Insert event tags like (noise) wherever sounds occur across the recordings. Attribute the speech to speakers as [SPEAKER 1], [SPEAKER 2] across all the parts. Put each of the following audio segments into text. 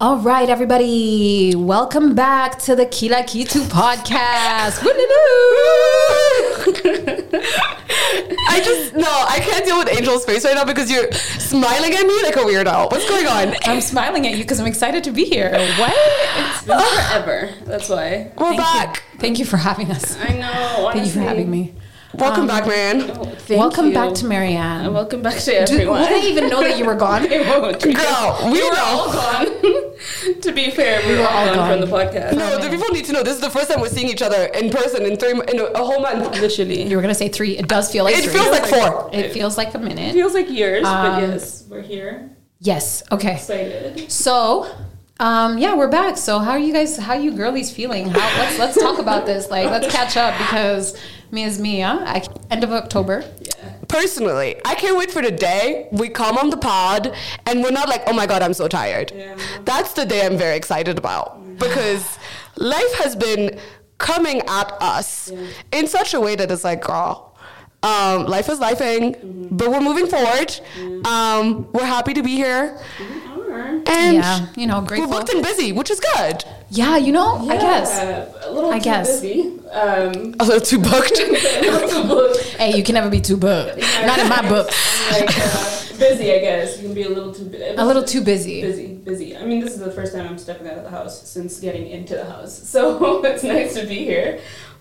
[SPEAKER 1] All right, everybody, welcome back to the Kila Kitu podcast.
[SPEAKER 2] I just no, I can't deal with Angel's face right now because you're smiling at me like a weirdo. What's going on?
[SPEAKER 1] I'm smiling at you because I'm excited to be here. What?
[SPEAKER 3] It's been forever. That's why.
[SPEAKER 2] We're
[SPEAKER 1] Thank
[SPEAKER 2] back.
[SPEAKER 1] You. Thank you for having us.
[SPEAKER 3] I know.
[SPEAKER 1] Thank you for
[SPEAKER 3] honestly.
[SPEAKER 1] having me.
[SPEAKER 2] Welcome
[SPEAKER 1] Um,
[SPEAKER 2] back, man.
[SPEAKER 3] Oh, thank
[SPEAKER 1] welcome
[SPEAKER 3] you.
[SPEAKER 1] back to
[SPEAKER 3] And
[SPEAKER 1] Marianne.
[SPEAKER 3] welcome back
[SPEAKER 1] Do, (laughs)
[SPEAKER 3] to everyone.
[SPEAKER 1] will they even know that you were gone? (laughs)
[SPEAKER 3] (laughs) They won't.
[SPEAKER 2] Girl, we
[SPEAKER 3] We were
[SPEAKER 2] know.
[SPEAKER 3] all gone. (laughs) to be fair, we, were, all gone, from the podcast.
[SPEAKER 2] No, the people need to know this is the first time we're seeing each other in person in three in a, a whole month.
[SPEAKER 3] Literally.
[SPEAKER 1] You were gonna say three. It does feel like
[SPEAKER 2] It
[SPEAKER 1] three.
[SPEAKER 2] feels like four.
[SPEAKER 1] It feels like a minute.
[SPEAKER 3] feels like years,
[SPEAKER 1] Um,
[SPEAKER 3] but yes, we're here.
[SPEAKER 1] Yes. Okay.
[SPEAKER 3] Excited.
[SPEAKER 1] So, um, yeah, we're back. So, how are you guys? How you girlies feeling? How, let's let's talk about this. Like, let's catch up because me is me. Huh? I, end of October.
[SPEAKER 2] Personally, I can't wait for the day we come on the pod and we're not like, oh my god, I'm so tired.
[SPEAKER 3] Yeah.
[SPEAKER 2] That's the day I'm very excited about (laughs) because life has been coming at us in such a way that it's like, girl. Um, life is lifing, but we're moving forward. Um, we're happy to be here,
[SPEAKER 3] We are.
[SPEAKER 2] and
[SPEAKER 1] Yeah, you know,
[SPEAKER 2] we're
[SPEAKER 1] grateful.
[SPEAKER 2] booked and busy, which is good.
[SPEAKER 1] Yeah, you know, I guess.
[SPEAKER 3] Yeah, A little
[SPEAKER 1] I
[SPEAKER 3] too
[SPEAKER 1] guess.
[SPEAKER 3] busy. Um, (laughs)
[SPEAKER 2] A little too (laughs) booked.
[SPEAKER 3] not too booked.
[SPEAKER 1] Hey, you can never be too booked. Not
[SPEAKER 3] (laughs)
[SPEAKER 1] in my book.
[SPEAKER 3] Like, uh, busy, I guess. You can be a little too bu-
[SPEAKER 1] A little too busy.
[SPEAKER 3] busy busy i mean this is the first time i'm stepping out of the house since getting into the house (laughs) so it's nice to be here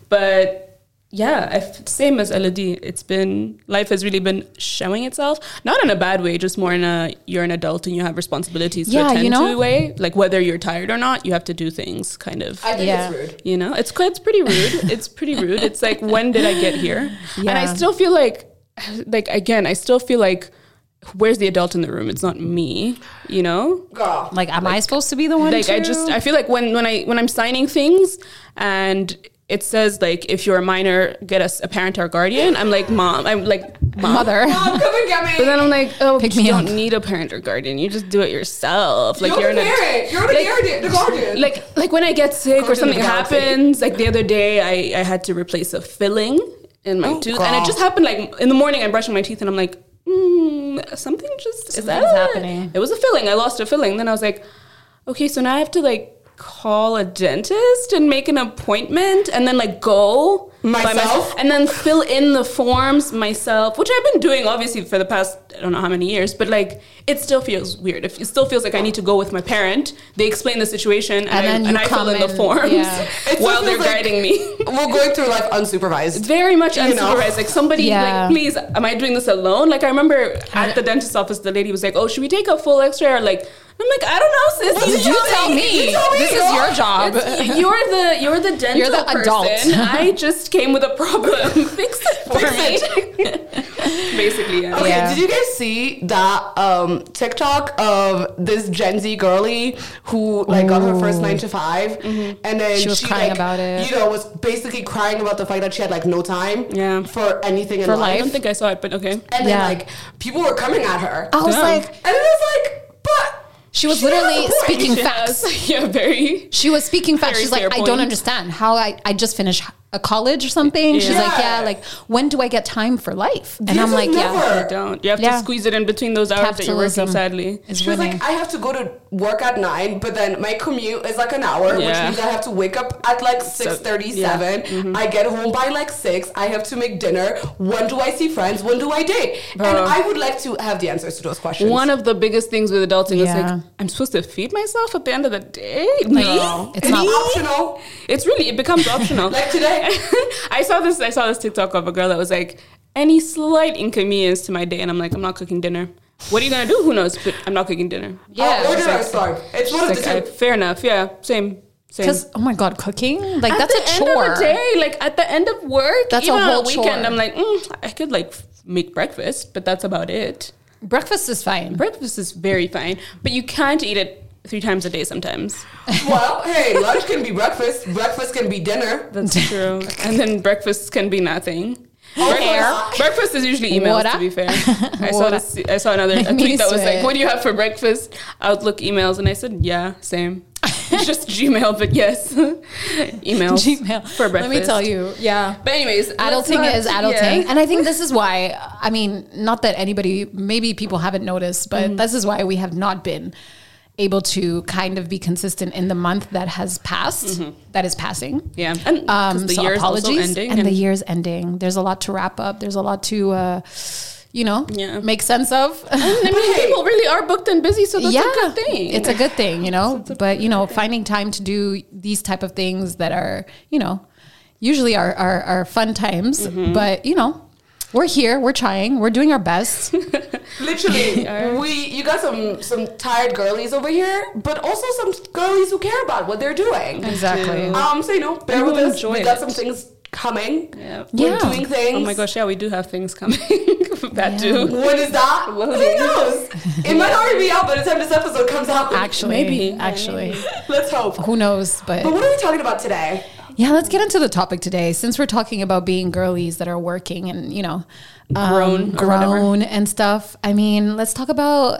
[SPEAKER 3] but yeah I f- same as led it's been life has really been showing itself not in a bad way just more in a you're an adult and you have responsibilities
[SPEAKER 1] Yeah,
[SPEAKER 3] to attend
[SPEAKER 1] you know?
[SPEAKER 3] to way like whether you're tired or not you have to do things kind of
[SPEAKER 2] I think
[SPEAKER 1] Yeah.
[SPEAKER 2] it's rude.
[SPEAKER 3] you know it's quite it's pretty rude it's pretty rude it's like when did i get here and i
[SPEAKER 1] Yeah.
[SPEAKER 3] still feel like like again i still feel like where's the adult in the room it's not me you know
[SPEAKER 2] Girl,
[SPEAKER 1] Like, am I supposed to be the one?
[SPEAKER 3] like i
[SPEAKER 1] to-
[SPEAKER 3] just i feel like when when i when i'm signing things and it says like if you're a minor get us a parent or guardian i'm like mom i'm like mom. (laughs)
[SPEAKER 1] mother.
[SPEAKER 2] Mom, come and get me.
[SPEAKER 3] but then i'm like oh
[SPEAKER 1] Pick
[SPEAKER 3] you
[SPEAKER 1] me
[SPEAKER 3] don't
[SPEAKER 1] up.
[SPEAKER 3] need a parent or guardian you just do it yourself like
[SPEAKER 2] you're,
[SPEAKER 3] you're,
[SPEAKER 2] the
[SPEAKER 3] an adult
[SPEAKER 2] parent. You're the
[SPEAKER 3] like-
[SPEAKER 2] guardian. The guardian.
[SPEAKER 3] like like when I get sick or
[SPEAKER 2] Guardian of
[SPEAKER 3] something
[SPEAKER 2] the Galaxy.
[SPEAKER 3] happens, like the other day I, I had to replace a filling in my
[SPEAKER 2] Oh,
[SPEAKER 3] tooth,
[SPEAKER 2] God.
[SPEAKER 3] and it just happened like in the morning. I'm brushing my teeth and I'm like, mm, something just is that
[SPEAKER 1] Something's happening.
[SPEAKER 3] It was a filling. I lost a filling. Then I was like, okay, so now I have to like call a dentist and make an appointment, and then like go by
[SPEAKER 2] Myself?
[SPEAKER 3] and then fill in the forms myself, which I've been doing obviously for the past I don't know how many years, but like it still feels weird. It still feels like I need to go with my parent. They explain the situation, and,
[SPEAKER 1] And then
[SPEAKER 3] I,
[SPEAKER 1] you
[SPEAKER 3] and I fill
[SPEAKER 1] come
[SPEAKER 3] in the
[SPEAKER 1] and-
[SPEAKER 3] forms
[SPEAKER 1] yeah.
[SPEAKER 2] It still
[SPEAKER 3] (laughs) while they're
[SPEAKER 2] feels like-
[SPEAKER 3] guiding me.
[SPEAKER 2] We're going through life unsupervised.
[SPEAKER 3] Very much
[SPEAKER 2] You know?
[SPEAKER 3] unsupervised. Like somebody,
[SPEAKER 1] Yeah.
[SPEAKER 3] like please, am I doing this alone? Like I remember at the dentist's office, the lady was like, "Oh, should we take a full X-ray?" Or like, I'm like, I don't know, sis.
[SPEAKER 2] What did
[SPEAKER 1] You tell
[SPEAKER 2] You
[SPEAKER 1] me.
[SPEAKER 2] tell me,
[SPEAKER 1] This is
[SPEAKER 2] girl.
[SPEAKER 1] your job. (laughs)
[SPEAKER 3] It's- You're the you're the dental
[SPEAKER 1] You're the
[SPEAKER 3] person.
[SPEAKER 1] adult.
[SPEAKER 3] I just came with a
[SPEAKER 1] (laughs)
[SPEAKER 3] problem. Fix it for
[SPEAKER 2] Fix
[SPEAKER 3] me. Basically, yeah.
[SPEAKER 2] Okay,
[SPEAKER 1] Yeah.
[SPEAKER 2] did you guys see that um, TikTok of this Gen Z girly who like got her first nine to 5 and then
[SPEAKER 1] Mm-hmm. She was crying
[SPEAKER 2] like,
[SPEAKER 1] about it.
[SPEAKER 2] You know, was basically crying about the fact that she had like no time
[SPEAKER 3] Yeah.
[SPEAKER 2] for anything in
[SPEAKER 1] For
[SPEAKER 3] I
[SPEAKER 2] life.
[SPEAKER 3] don't think I saw it, but okay.
[SPEAKER 2] And
[SPEAKER 1] Yeah.
[SPEAKER 2] then like people were coming at her,
[SPEAKER 1] I was
[SPEAKER 3] Dumb.
[SPEAKER 1] like,
[SPEAKER 2] and it was like, but
[SPEAKER 1] she was
[SPEAKER 2] she has a
[SPEAKER 1] literally
[SPEAKER 2] point.
[SPEAKER 1] speaking
[SPEAKER 3] She
[SPEAKER 1] facts.
[SPEAKER 3] has- (laughs) yeah, very.
[SPEAKER 1] She was speaking facts.
[SPEAKER 3] Very
[SPEAKER 1] She's like,
[SPEAKER 3] fair
[SPEAKER 1] I don't
[SPEAKER 3] point.
[SPEAKER 1] understand how I, I just finished a college or something. She's like,
[SPEAKER 2] Yeah.
[SPEAKER 1] yeah, like when do I get time for life? And I'm
[SPEAKER 2] This
[SPEAKER 1] like,
[SPEAKER 2] is
[SPEAKER 1] yeah,
[SPEAKER 2] never-
[SPEAKER 3] You don't. You have
[SPEAKER 1] Yeah.
[SPEAKER 3] to squeeze it in between those hours that you're working.
[SPEAKER 1] capitalism
[SPEAKER 3] Sadly,
[SPEAKER 1] is
[SPEAKER 2] She was
[SPEAKER 1] winning.
[SPEAKER 2] like, I have to go to work at nine, but then my commute is like an hour,
[SPEAKER 3] Yeah.
[SPEAKER 2] which means I have to wake up at like six thirty-seven. I get home by like six. I have to make dinner. When do I see friends? When do I date? And
[SPEAKER 3] Bruh.
[SPEAKER 2] I would like to have the answers to those questions.
[SPEAKER 3] one of the biggest things with adulting is
[SPEAKER 1] Yeah.
[SPEAKER 3] like I'm supposed to feed myself at the end of the day.
[SPEAKER 1] Girl,
[SPEAKER 3] Me?
[SPEAKER 1] it's
[SPEAKER 2] it's,
[SPEAKER 1] not-
[SPEAKER 2] optional.
[SPEAKER 3] (laughs) It's really it
[SPEAKER 1] (laughs)
[SPEAKER 3] becomes optional.
[SPEAKER 2] Like today.
[SPEAKER 3] (laughs) I saw this I saw this TikTok of a girl that was like, any slight inconvenience to my day, and I'm like, I'm not cooking dinner. What are you gonna do? Who knows? But I'm not cooking dinner.
[SPEAKER 2] I'll
[SPEAKER 1] yeah,
[SPEAKER 2] order
[SPEAKER 3] it's like-
[SPEAKER 2] or starve. It's
[SPEAKER 3] She's
[SPEAKER 2] one of
[SPEAKER 3] like,
[SPEAKER 2] the
[SPEAKER 3] "I-
[SPEAKER 2] two.
[SPEAKER 3] fair enough. Yeah, same, same.
[SPEAKER 1] because oh my god, cooking like
[SPEAKER 3] At
[SPEAKER 1] that's
[SPEAKER 3] the
[SPEAKER 1] a
[SPEAKER 3] end
[SPEAKER 1] chore.
[SPEAKER 3] of the day, like at the end of work,
[SPEAKER 1] That's a
[SPEAKER 3] even
[SPEAKER 1] whole
[SPEAKER 3] on a weekend,
[SPEAKER 1] chore.
[SPEAKER 3] I'm like, mm, I could like f- make breakfast, but that's about it.
[SPEAKER 1] Breakfast is fine.
[SPEAKER 3] Breakfast is very fine, but you can't eat it three times a day sometimes.
[SPEAKER 2] Well, hey, lunch can be breakfast. Breakfast can be dinner.
[SPEAKER 1] (laughs)
[SPEAKER 3] That's true. and then breakfast can be nothing. Breakfast,
[SPEAKER 1] Air.
[SPEAKER 3] breakfast is usually emails.
[SPEAKER 1] What
[SPEAKER 3] To be
[SPEAKER 1] up? (laughs)
[SPEAKER 3] fair, I saw
[SPEAKER 1] What
[SPEAKER 3] this, I saw another
[SPEAKER 1] (laughs)
[SPEAKER 3] a
[SPEAKER 1] Make me
[SPEAKER 3] tweet that was
[SPEAKER 1] sweat.
[SPEAKER 3] like, "What do you have for breakfast?" Outlook emails, and I said, "Yeah,
[SPEAKER 1] (laughs)
[SPEAKER 3] same." It's just Gmail, but yes, (laughs) emails.
[SPEAKER 1] (laughs) Gmail
[SPEAKER 3] for
[SPEAKER 1] Let
[SPEAKER 3] breakfast.
[SPEAKER 1] me tell you, yeah.
[SPEAKER 3] But anyways, let's
[SPEAKER 1] Adulting
[SPEAKER 3] not-
[SPEAKER 1] is
[SPEAKER 3] yeah.
[SPEAKER 1] adulting, and I think this is why.
[SPEAKER 3] Mm-hmm.
[SPEAKER 1] I mean, not that anybody, maybe people haven't noticed, but this is why we have not been able to kind of be consistent in the month that has passed, that is passing.
[SPEAKER 3] Mm-hmm. Yeah. And 'cause
[SPEAKER 1] Um,
[SPEAKER 3] the
[SPEAKER 1] so
[SPEAKER 3] year's also
[SPEAKER 1] apologies,
[SPEAKER 3] ending
[SPEAKER 1] and, the
[SPEAKER 3] and-
[SPEAKER 1] year's ending. There's a lot to wrap up. There's a lot to, uh, you know,
[SPEAKER 3] Yeah.
[SPEAKER 1] make sense of.
[SPEAKER 3] I mean, people really are booked and busy, so that's a good thing.
[SPEAKER 1] It's a good thing, you know. but you know, finding time to do these type of things that are, you know, usually are are, are fun times. But you know, we're here, we're trying, we're doing our best.
[SPEAKER 2] Literally, we you got some some tired girlies over here, but also some girlies who care about what they're doing.
[SPEAKER 1] exactly.
[SPEAKER 2] Um, so you know, bear
[SPEAKER 3] And who
[SPEAKER 2] with us.
[SPEAKER 3] enjoy
[SPEAKER 2] We got
[SPEAKER 3] it.
[SPEAKER 2] some things coming.
[SPEAKER 3] Yeah.
[SPEAKER 2] We're
[SPEAKER 1] Yeah.
[SPEAKER 2] doing things.
[SPEAKER 3] Oh my gosh, yeah, we do have things coming. (laughs) that do.
[SPEAKER 2] When is that? Who
[SPEAKER 3] Well,
[SPEAKER 2] knows? It might already be out by the time this episode comes
[SPEAKER 1] (laughs)
[SPEAKER 2] out.
[SPEAKER 1] Actually,
[SPEAKER 3] Maybe.
[SPEAKER 1] actually,
[SPEAKER 2] (laughs) let's hope.
[SPEAKER 1] who knows?
[SPEAKER 2] But
[SPEAKER 1] But
[SPEAKER 2] what are we talking about today?
[SPEAKER 1] yeah, let's get into the topic today. Since we're talking about being girlies that are working and you know, um,
[SPEAKER 3] Grown or whatever.
[SPEAKER 1] grown and stuff. I mean, let's talk about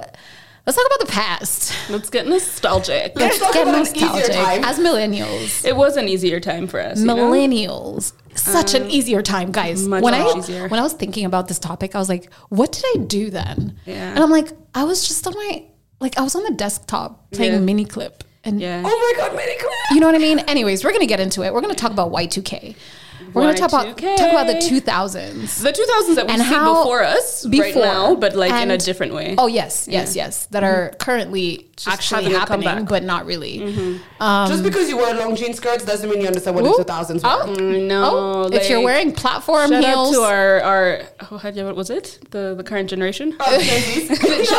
[SPEAKER 1] let's talk about the past.
[SPEAKER 3] Let's get nostalgic.
[SPEAKER 2] Let's talk
[SPEAKER 1] Get
[SPEAKER 2] about an easier
[SPEAKER 1] nostalgic
[SPEAKER 2] time.
[SPEAKER 1] as millennials.
[SPEAKER 3] It was an easier time for us. you know? Um,
[SPEAKER 1] millennials such an easier time guys
[SPEAKER 3] much
[SPEAKER 1] when i
[SPEAKER 3] easier.
[SPEAKER 1] when i was thinking about this topic i was like what did i do then
[SPEAKER 3] Yeah.
[SPEAKER 1] and i'm like i was just on my like i was on the desktop playing
[SPEAKER 3] Yeah.
[SPEAKER 1] mini clip and
[SPEAKER 3] Yeah.
[SPEAKER 2] Oh my god, Manny
[SPEAKER 1] Mm. you know what i mean anyways we're gonna get into it we're gonna talk about y2k we're gonna talk about
[SPEAKER 3] Y2K.
[SPEAKER 1] talk about the 2000s
[SPEAKER 3] The 2000s that we
[SPEAKER 1] and
[SPEAKER 3] see
[SPEAKER 1] how
[SPEAKER 3] before us right now, but like in a
[SPEAKER 1] and-
[SPEAKER 3] different way. Mm-hmm.
[SPEAKER 1] oh yes yes yes that are currently actually
[SPEAKER 3] having a
[SPEAKER 1] happening
[SPEAKER 3] comeback. Mm-hmm.
[SPEAKER 1] but not really Um,
[SPEAKER 2] Just because you wear long jean skirts doesn't mean you understand what
[SPEAKER 1] Ooh.
[SPEAKER 2] the 2000s were.
[SPEAKER 1] oh
[SPEAKER 3] Mm, no,
[SPEAKER 1] oh, if you're
[SPEAKER 3] like,
[SPEAKER 1] wearing platform
[SPEAKER 3] Shout
[SPEAKER 1] heels
[SPEAKER 3] out to our our oh, how do you- what was it the the current generation?
[SPEAKER 1] (laughs)
[SPEAKER 2] Oh, Gen Zs. Gen
[SPEAKER 3] (laughs)
[SPEAKER 2] Z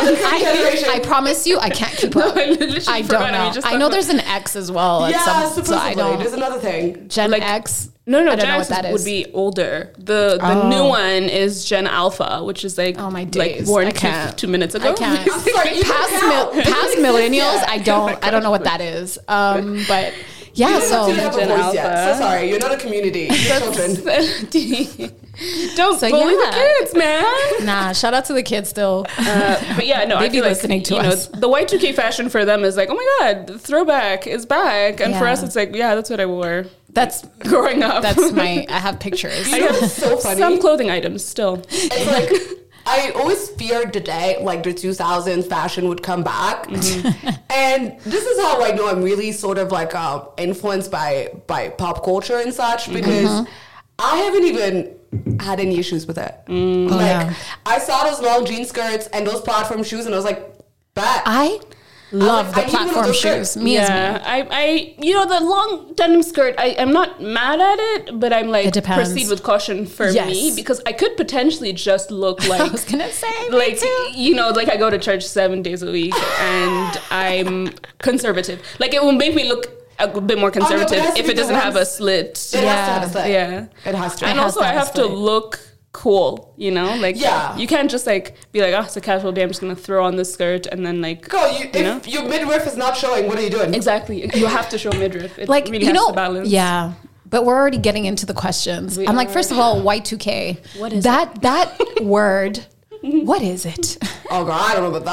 [SPEAKER 2] generation.
[SPEAKER 1] I, I promise you, I can't keep up.
[SPEAKER 3] I literally
[SPEAKER 1] I
[SPEAKER 3] forgot,
[SPEAKER 1] don't
[SPEAKER 3] and we
[SPEAKER 1] know.
[SPEAKER 3] just
[SPEAKER 1] I
[SPEAKER 3] talked
[SPEAKER 1] know
[SPEAKER 3] about-
[SPEAKER 1] there's an X as well.
[SPEAKER 2] yeah,
[SPEAKER 1] at some, so
[SPEAKER 2] supposedly.
[SPEAKER 1] I don't.
[SPEAKER 2] There's another
[SPEAKER 1] (laughs)
[SPEAKER 2] thing.
[SPEAKER 1] Gen
[SPEAKER 3] Like-
[SPEAKER 1] X.
[SPEAKER 3] No, no,
[SPEAKER 1] I don't
[SPEAKER 3] Gen
[SPEAKER 1] know
[SPEAKER 3] X
[SPEAKER 1] what that is.
[SPEAKER 3] would be older. The the new one is Gen Alpha, which is like
[SPEAKER 1] Oh, my
[SPEAKER 3] like
[SPEAKER 1] days.
[SPEAKER 3] born
[SPEAKER 1] I
[SPEAKER 3] two-
[SPEAKER 1] can't.
[SPEAKER 3] two minutes ago.
[SPEAKER 1] I can't.
[SPEAKER 3] (laughs)
[SPEAKER 2] I'm sorry, you
[SPEAKER 1] past
[SPEAKER 2] can count.
[SPEAKER 1] mil-
[SPEAKER 2] It doesn't
[SPEAKER 1] past
[SPEAKER 2] exist
[SPEAKER 1] millennials,
[SPEAKER 2] yet.
[SPEAKER 1] I don't. I don't know what that is. Um,
[SPEAKER 3] (laughs)
[SPEAKER 1] but yeah.
[SPEAKER 2] You don't
[SPEAKER 1] So
[SPEAKER 2] have a
[SPEAKER 3] Gen
[SPEAKER 2] voice yet.
[SPEAKER 3] Alpha.
[SPEAKER 2] So sorry, you're not a community.
[SPEAKER 1] (laughs)
[SPEAKER 2] You're children.
[SPEAKER 3] Don't
[SPEAKER 1] So,
[SPEAKER 3] bully
[SPEAKER 1] yeah.
[SPEAKER 3] the kids, man.
[SPEAKER 1] nah. Shout out to the kids still.
[SPEAKER 3] Uh, but yeah, no,
[SPEAKER 1] They
[SPEAKER 3] I
[SPEAKER 1] be
[SPEAKER 3] feel like,
[SPEAKER 1] listening to
[SPEAKER 3] you
[SPEAKER 1] us.
[SPEAKER 3] know the Y two K fashion for them is like, oh my god, the throwback is back, and for
[SPEAKER 1] Yeah.
[SPEAKER 3] us it's like, yeah, that's what I wore
[SPEAKER 1] That's
[SPEAKER 3] growing up. (laughs)
[SPEAKER 1] that's my. I have pictures.
[SPEAKER 2] You know what's so funny?
[SPEAKER 3] some clothing items still.
[SPEAKER 2] It's like I always feared the day like the 2000s fashion would come back,
[SPEAKER 1] Mm-hmm.
[SPEAKER 2] (laughs) and this is how I know I'm really sort of like um, influenced by by pop culture and
[SPEAKER 1] Mm-hmm.
[SPEAKER 2] such because I haven't even had any issues with it. Like
[SPEAKER 1] Mm. Oh, yeah.
[SPEAKER 2] I saw those long jean skirts and those platform shoes, and I was like, "Bet."
[SPEAKER 1] I love
[SPEAKER 2] like,
[SPEAKER 1] the
[SPEAKER 2] I need one of
[SPEAKER 1] platform
[SPEAKER 2] those shirts.
[SPEAKER 1] shoes. (laughs) Me as me.
[SPEAKER 3] yeah, I, I, you know, the long denim skirt. I, I'm not mad at it, but I'm
[SPEAKER 1] It
[SPEAKER 3] like,
[SPEAKER 1] depends.
[SPEAKER 3] proceed with caution for
[SPEAKER 1] Yes.
[SPEAKER 3] me because I could potentially just look like
[SPEAKER 1] (laughs) I was gonna say. me
[SPEAKER 3] like
[SPEAKER 1] too.
[SPEAKER 3] you know like i go to church seven days a week and i'm conservative like it will make me look a bit more
[SPEAKER 2] but Oh, it
[SPEAKER 3] conservative
[SPEAKER 2] has to
[SPEAKER 3] if
[SPEAKER 2] be
[SPEAKER 3] it
[SPEAKER 2] the
[SPEAKER 3] doesn't have a
[SPEAKER 2] ones-
[SPEAKER 3] slit
[SPEAKER 2] it has to have a
[SPEAKER 1] Yeah.
[SPEAKER 2] slit.
[SPEAKER 3] yeah
[SPEAKER 2] It has to.
[SPEAKER 3] and
[SPEAKER 1] has
[SPEAKER 3] also
[SPEAKER 1] to
[SPEAKER 3] i
[SPEAKER 1] have a
[SPEAKER 3] have to
[SPEAKER 1] slit.
[SPEAKER 3] look cool you know like
[SPEAKER 2] Yeah.
[SPEAKER 3] you can't just like be like oh it's a casual day i'm just gonna throw on this skirt and then like
[SPEAKER 2] Go. You, if
[SPEAKER 3] know?
[SPEAKER 2] your midriff is not showing, what are you doing?
[SPEAKER 3] exactly you have to show midriff it
[SPEAKER 1] like
[SPEAKER 3] really
[SPEAKER 1] you
[SPEAKER 3] has
[SPEAKER 1] know
[SPEAKER 3] to balance
[SPEAKER 1] yeah but we're already getting into the questions
[SPEAKER 3] We
[SPEAKER 1] i'm like
[SPEAKER 3] are.
[SPEAKER 1] first of all y2k
[SPEAKER 3] What is
[SPEAKER 1] that that (laughs) word what is it (laughs)
[SPEAKER 2] Oh god, I don't know about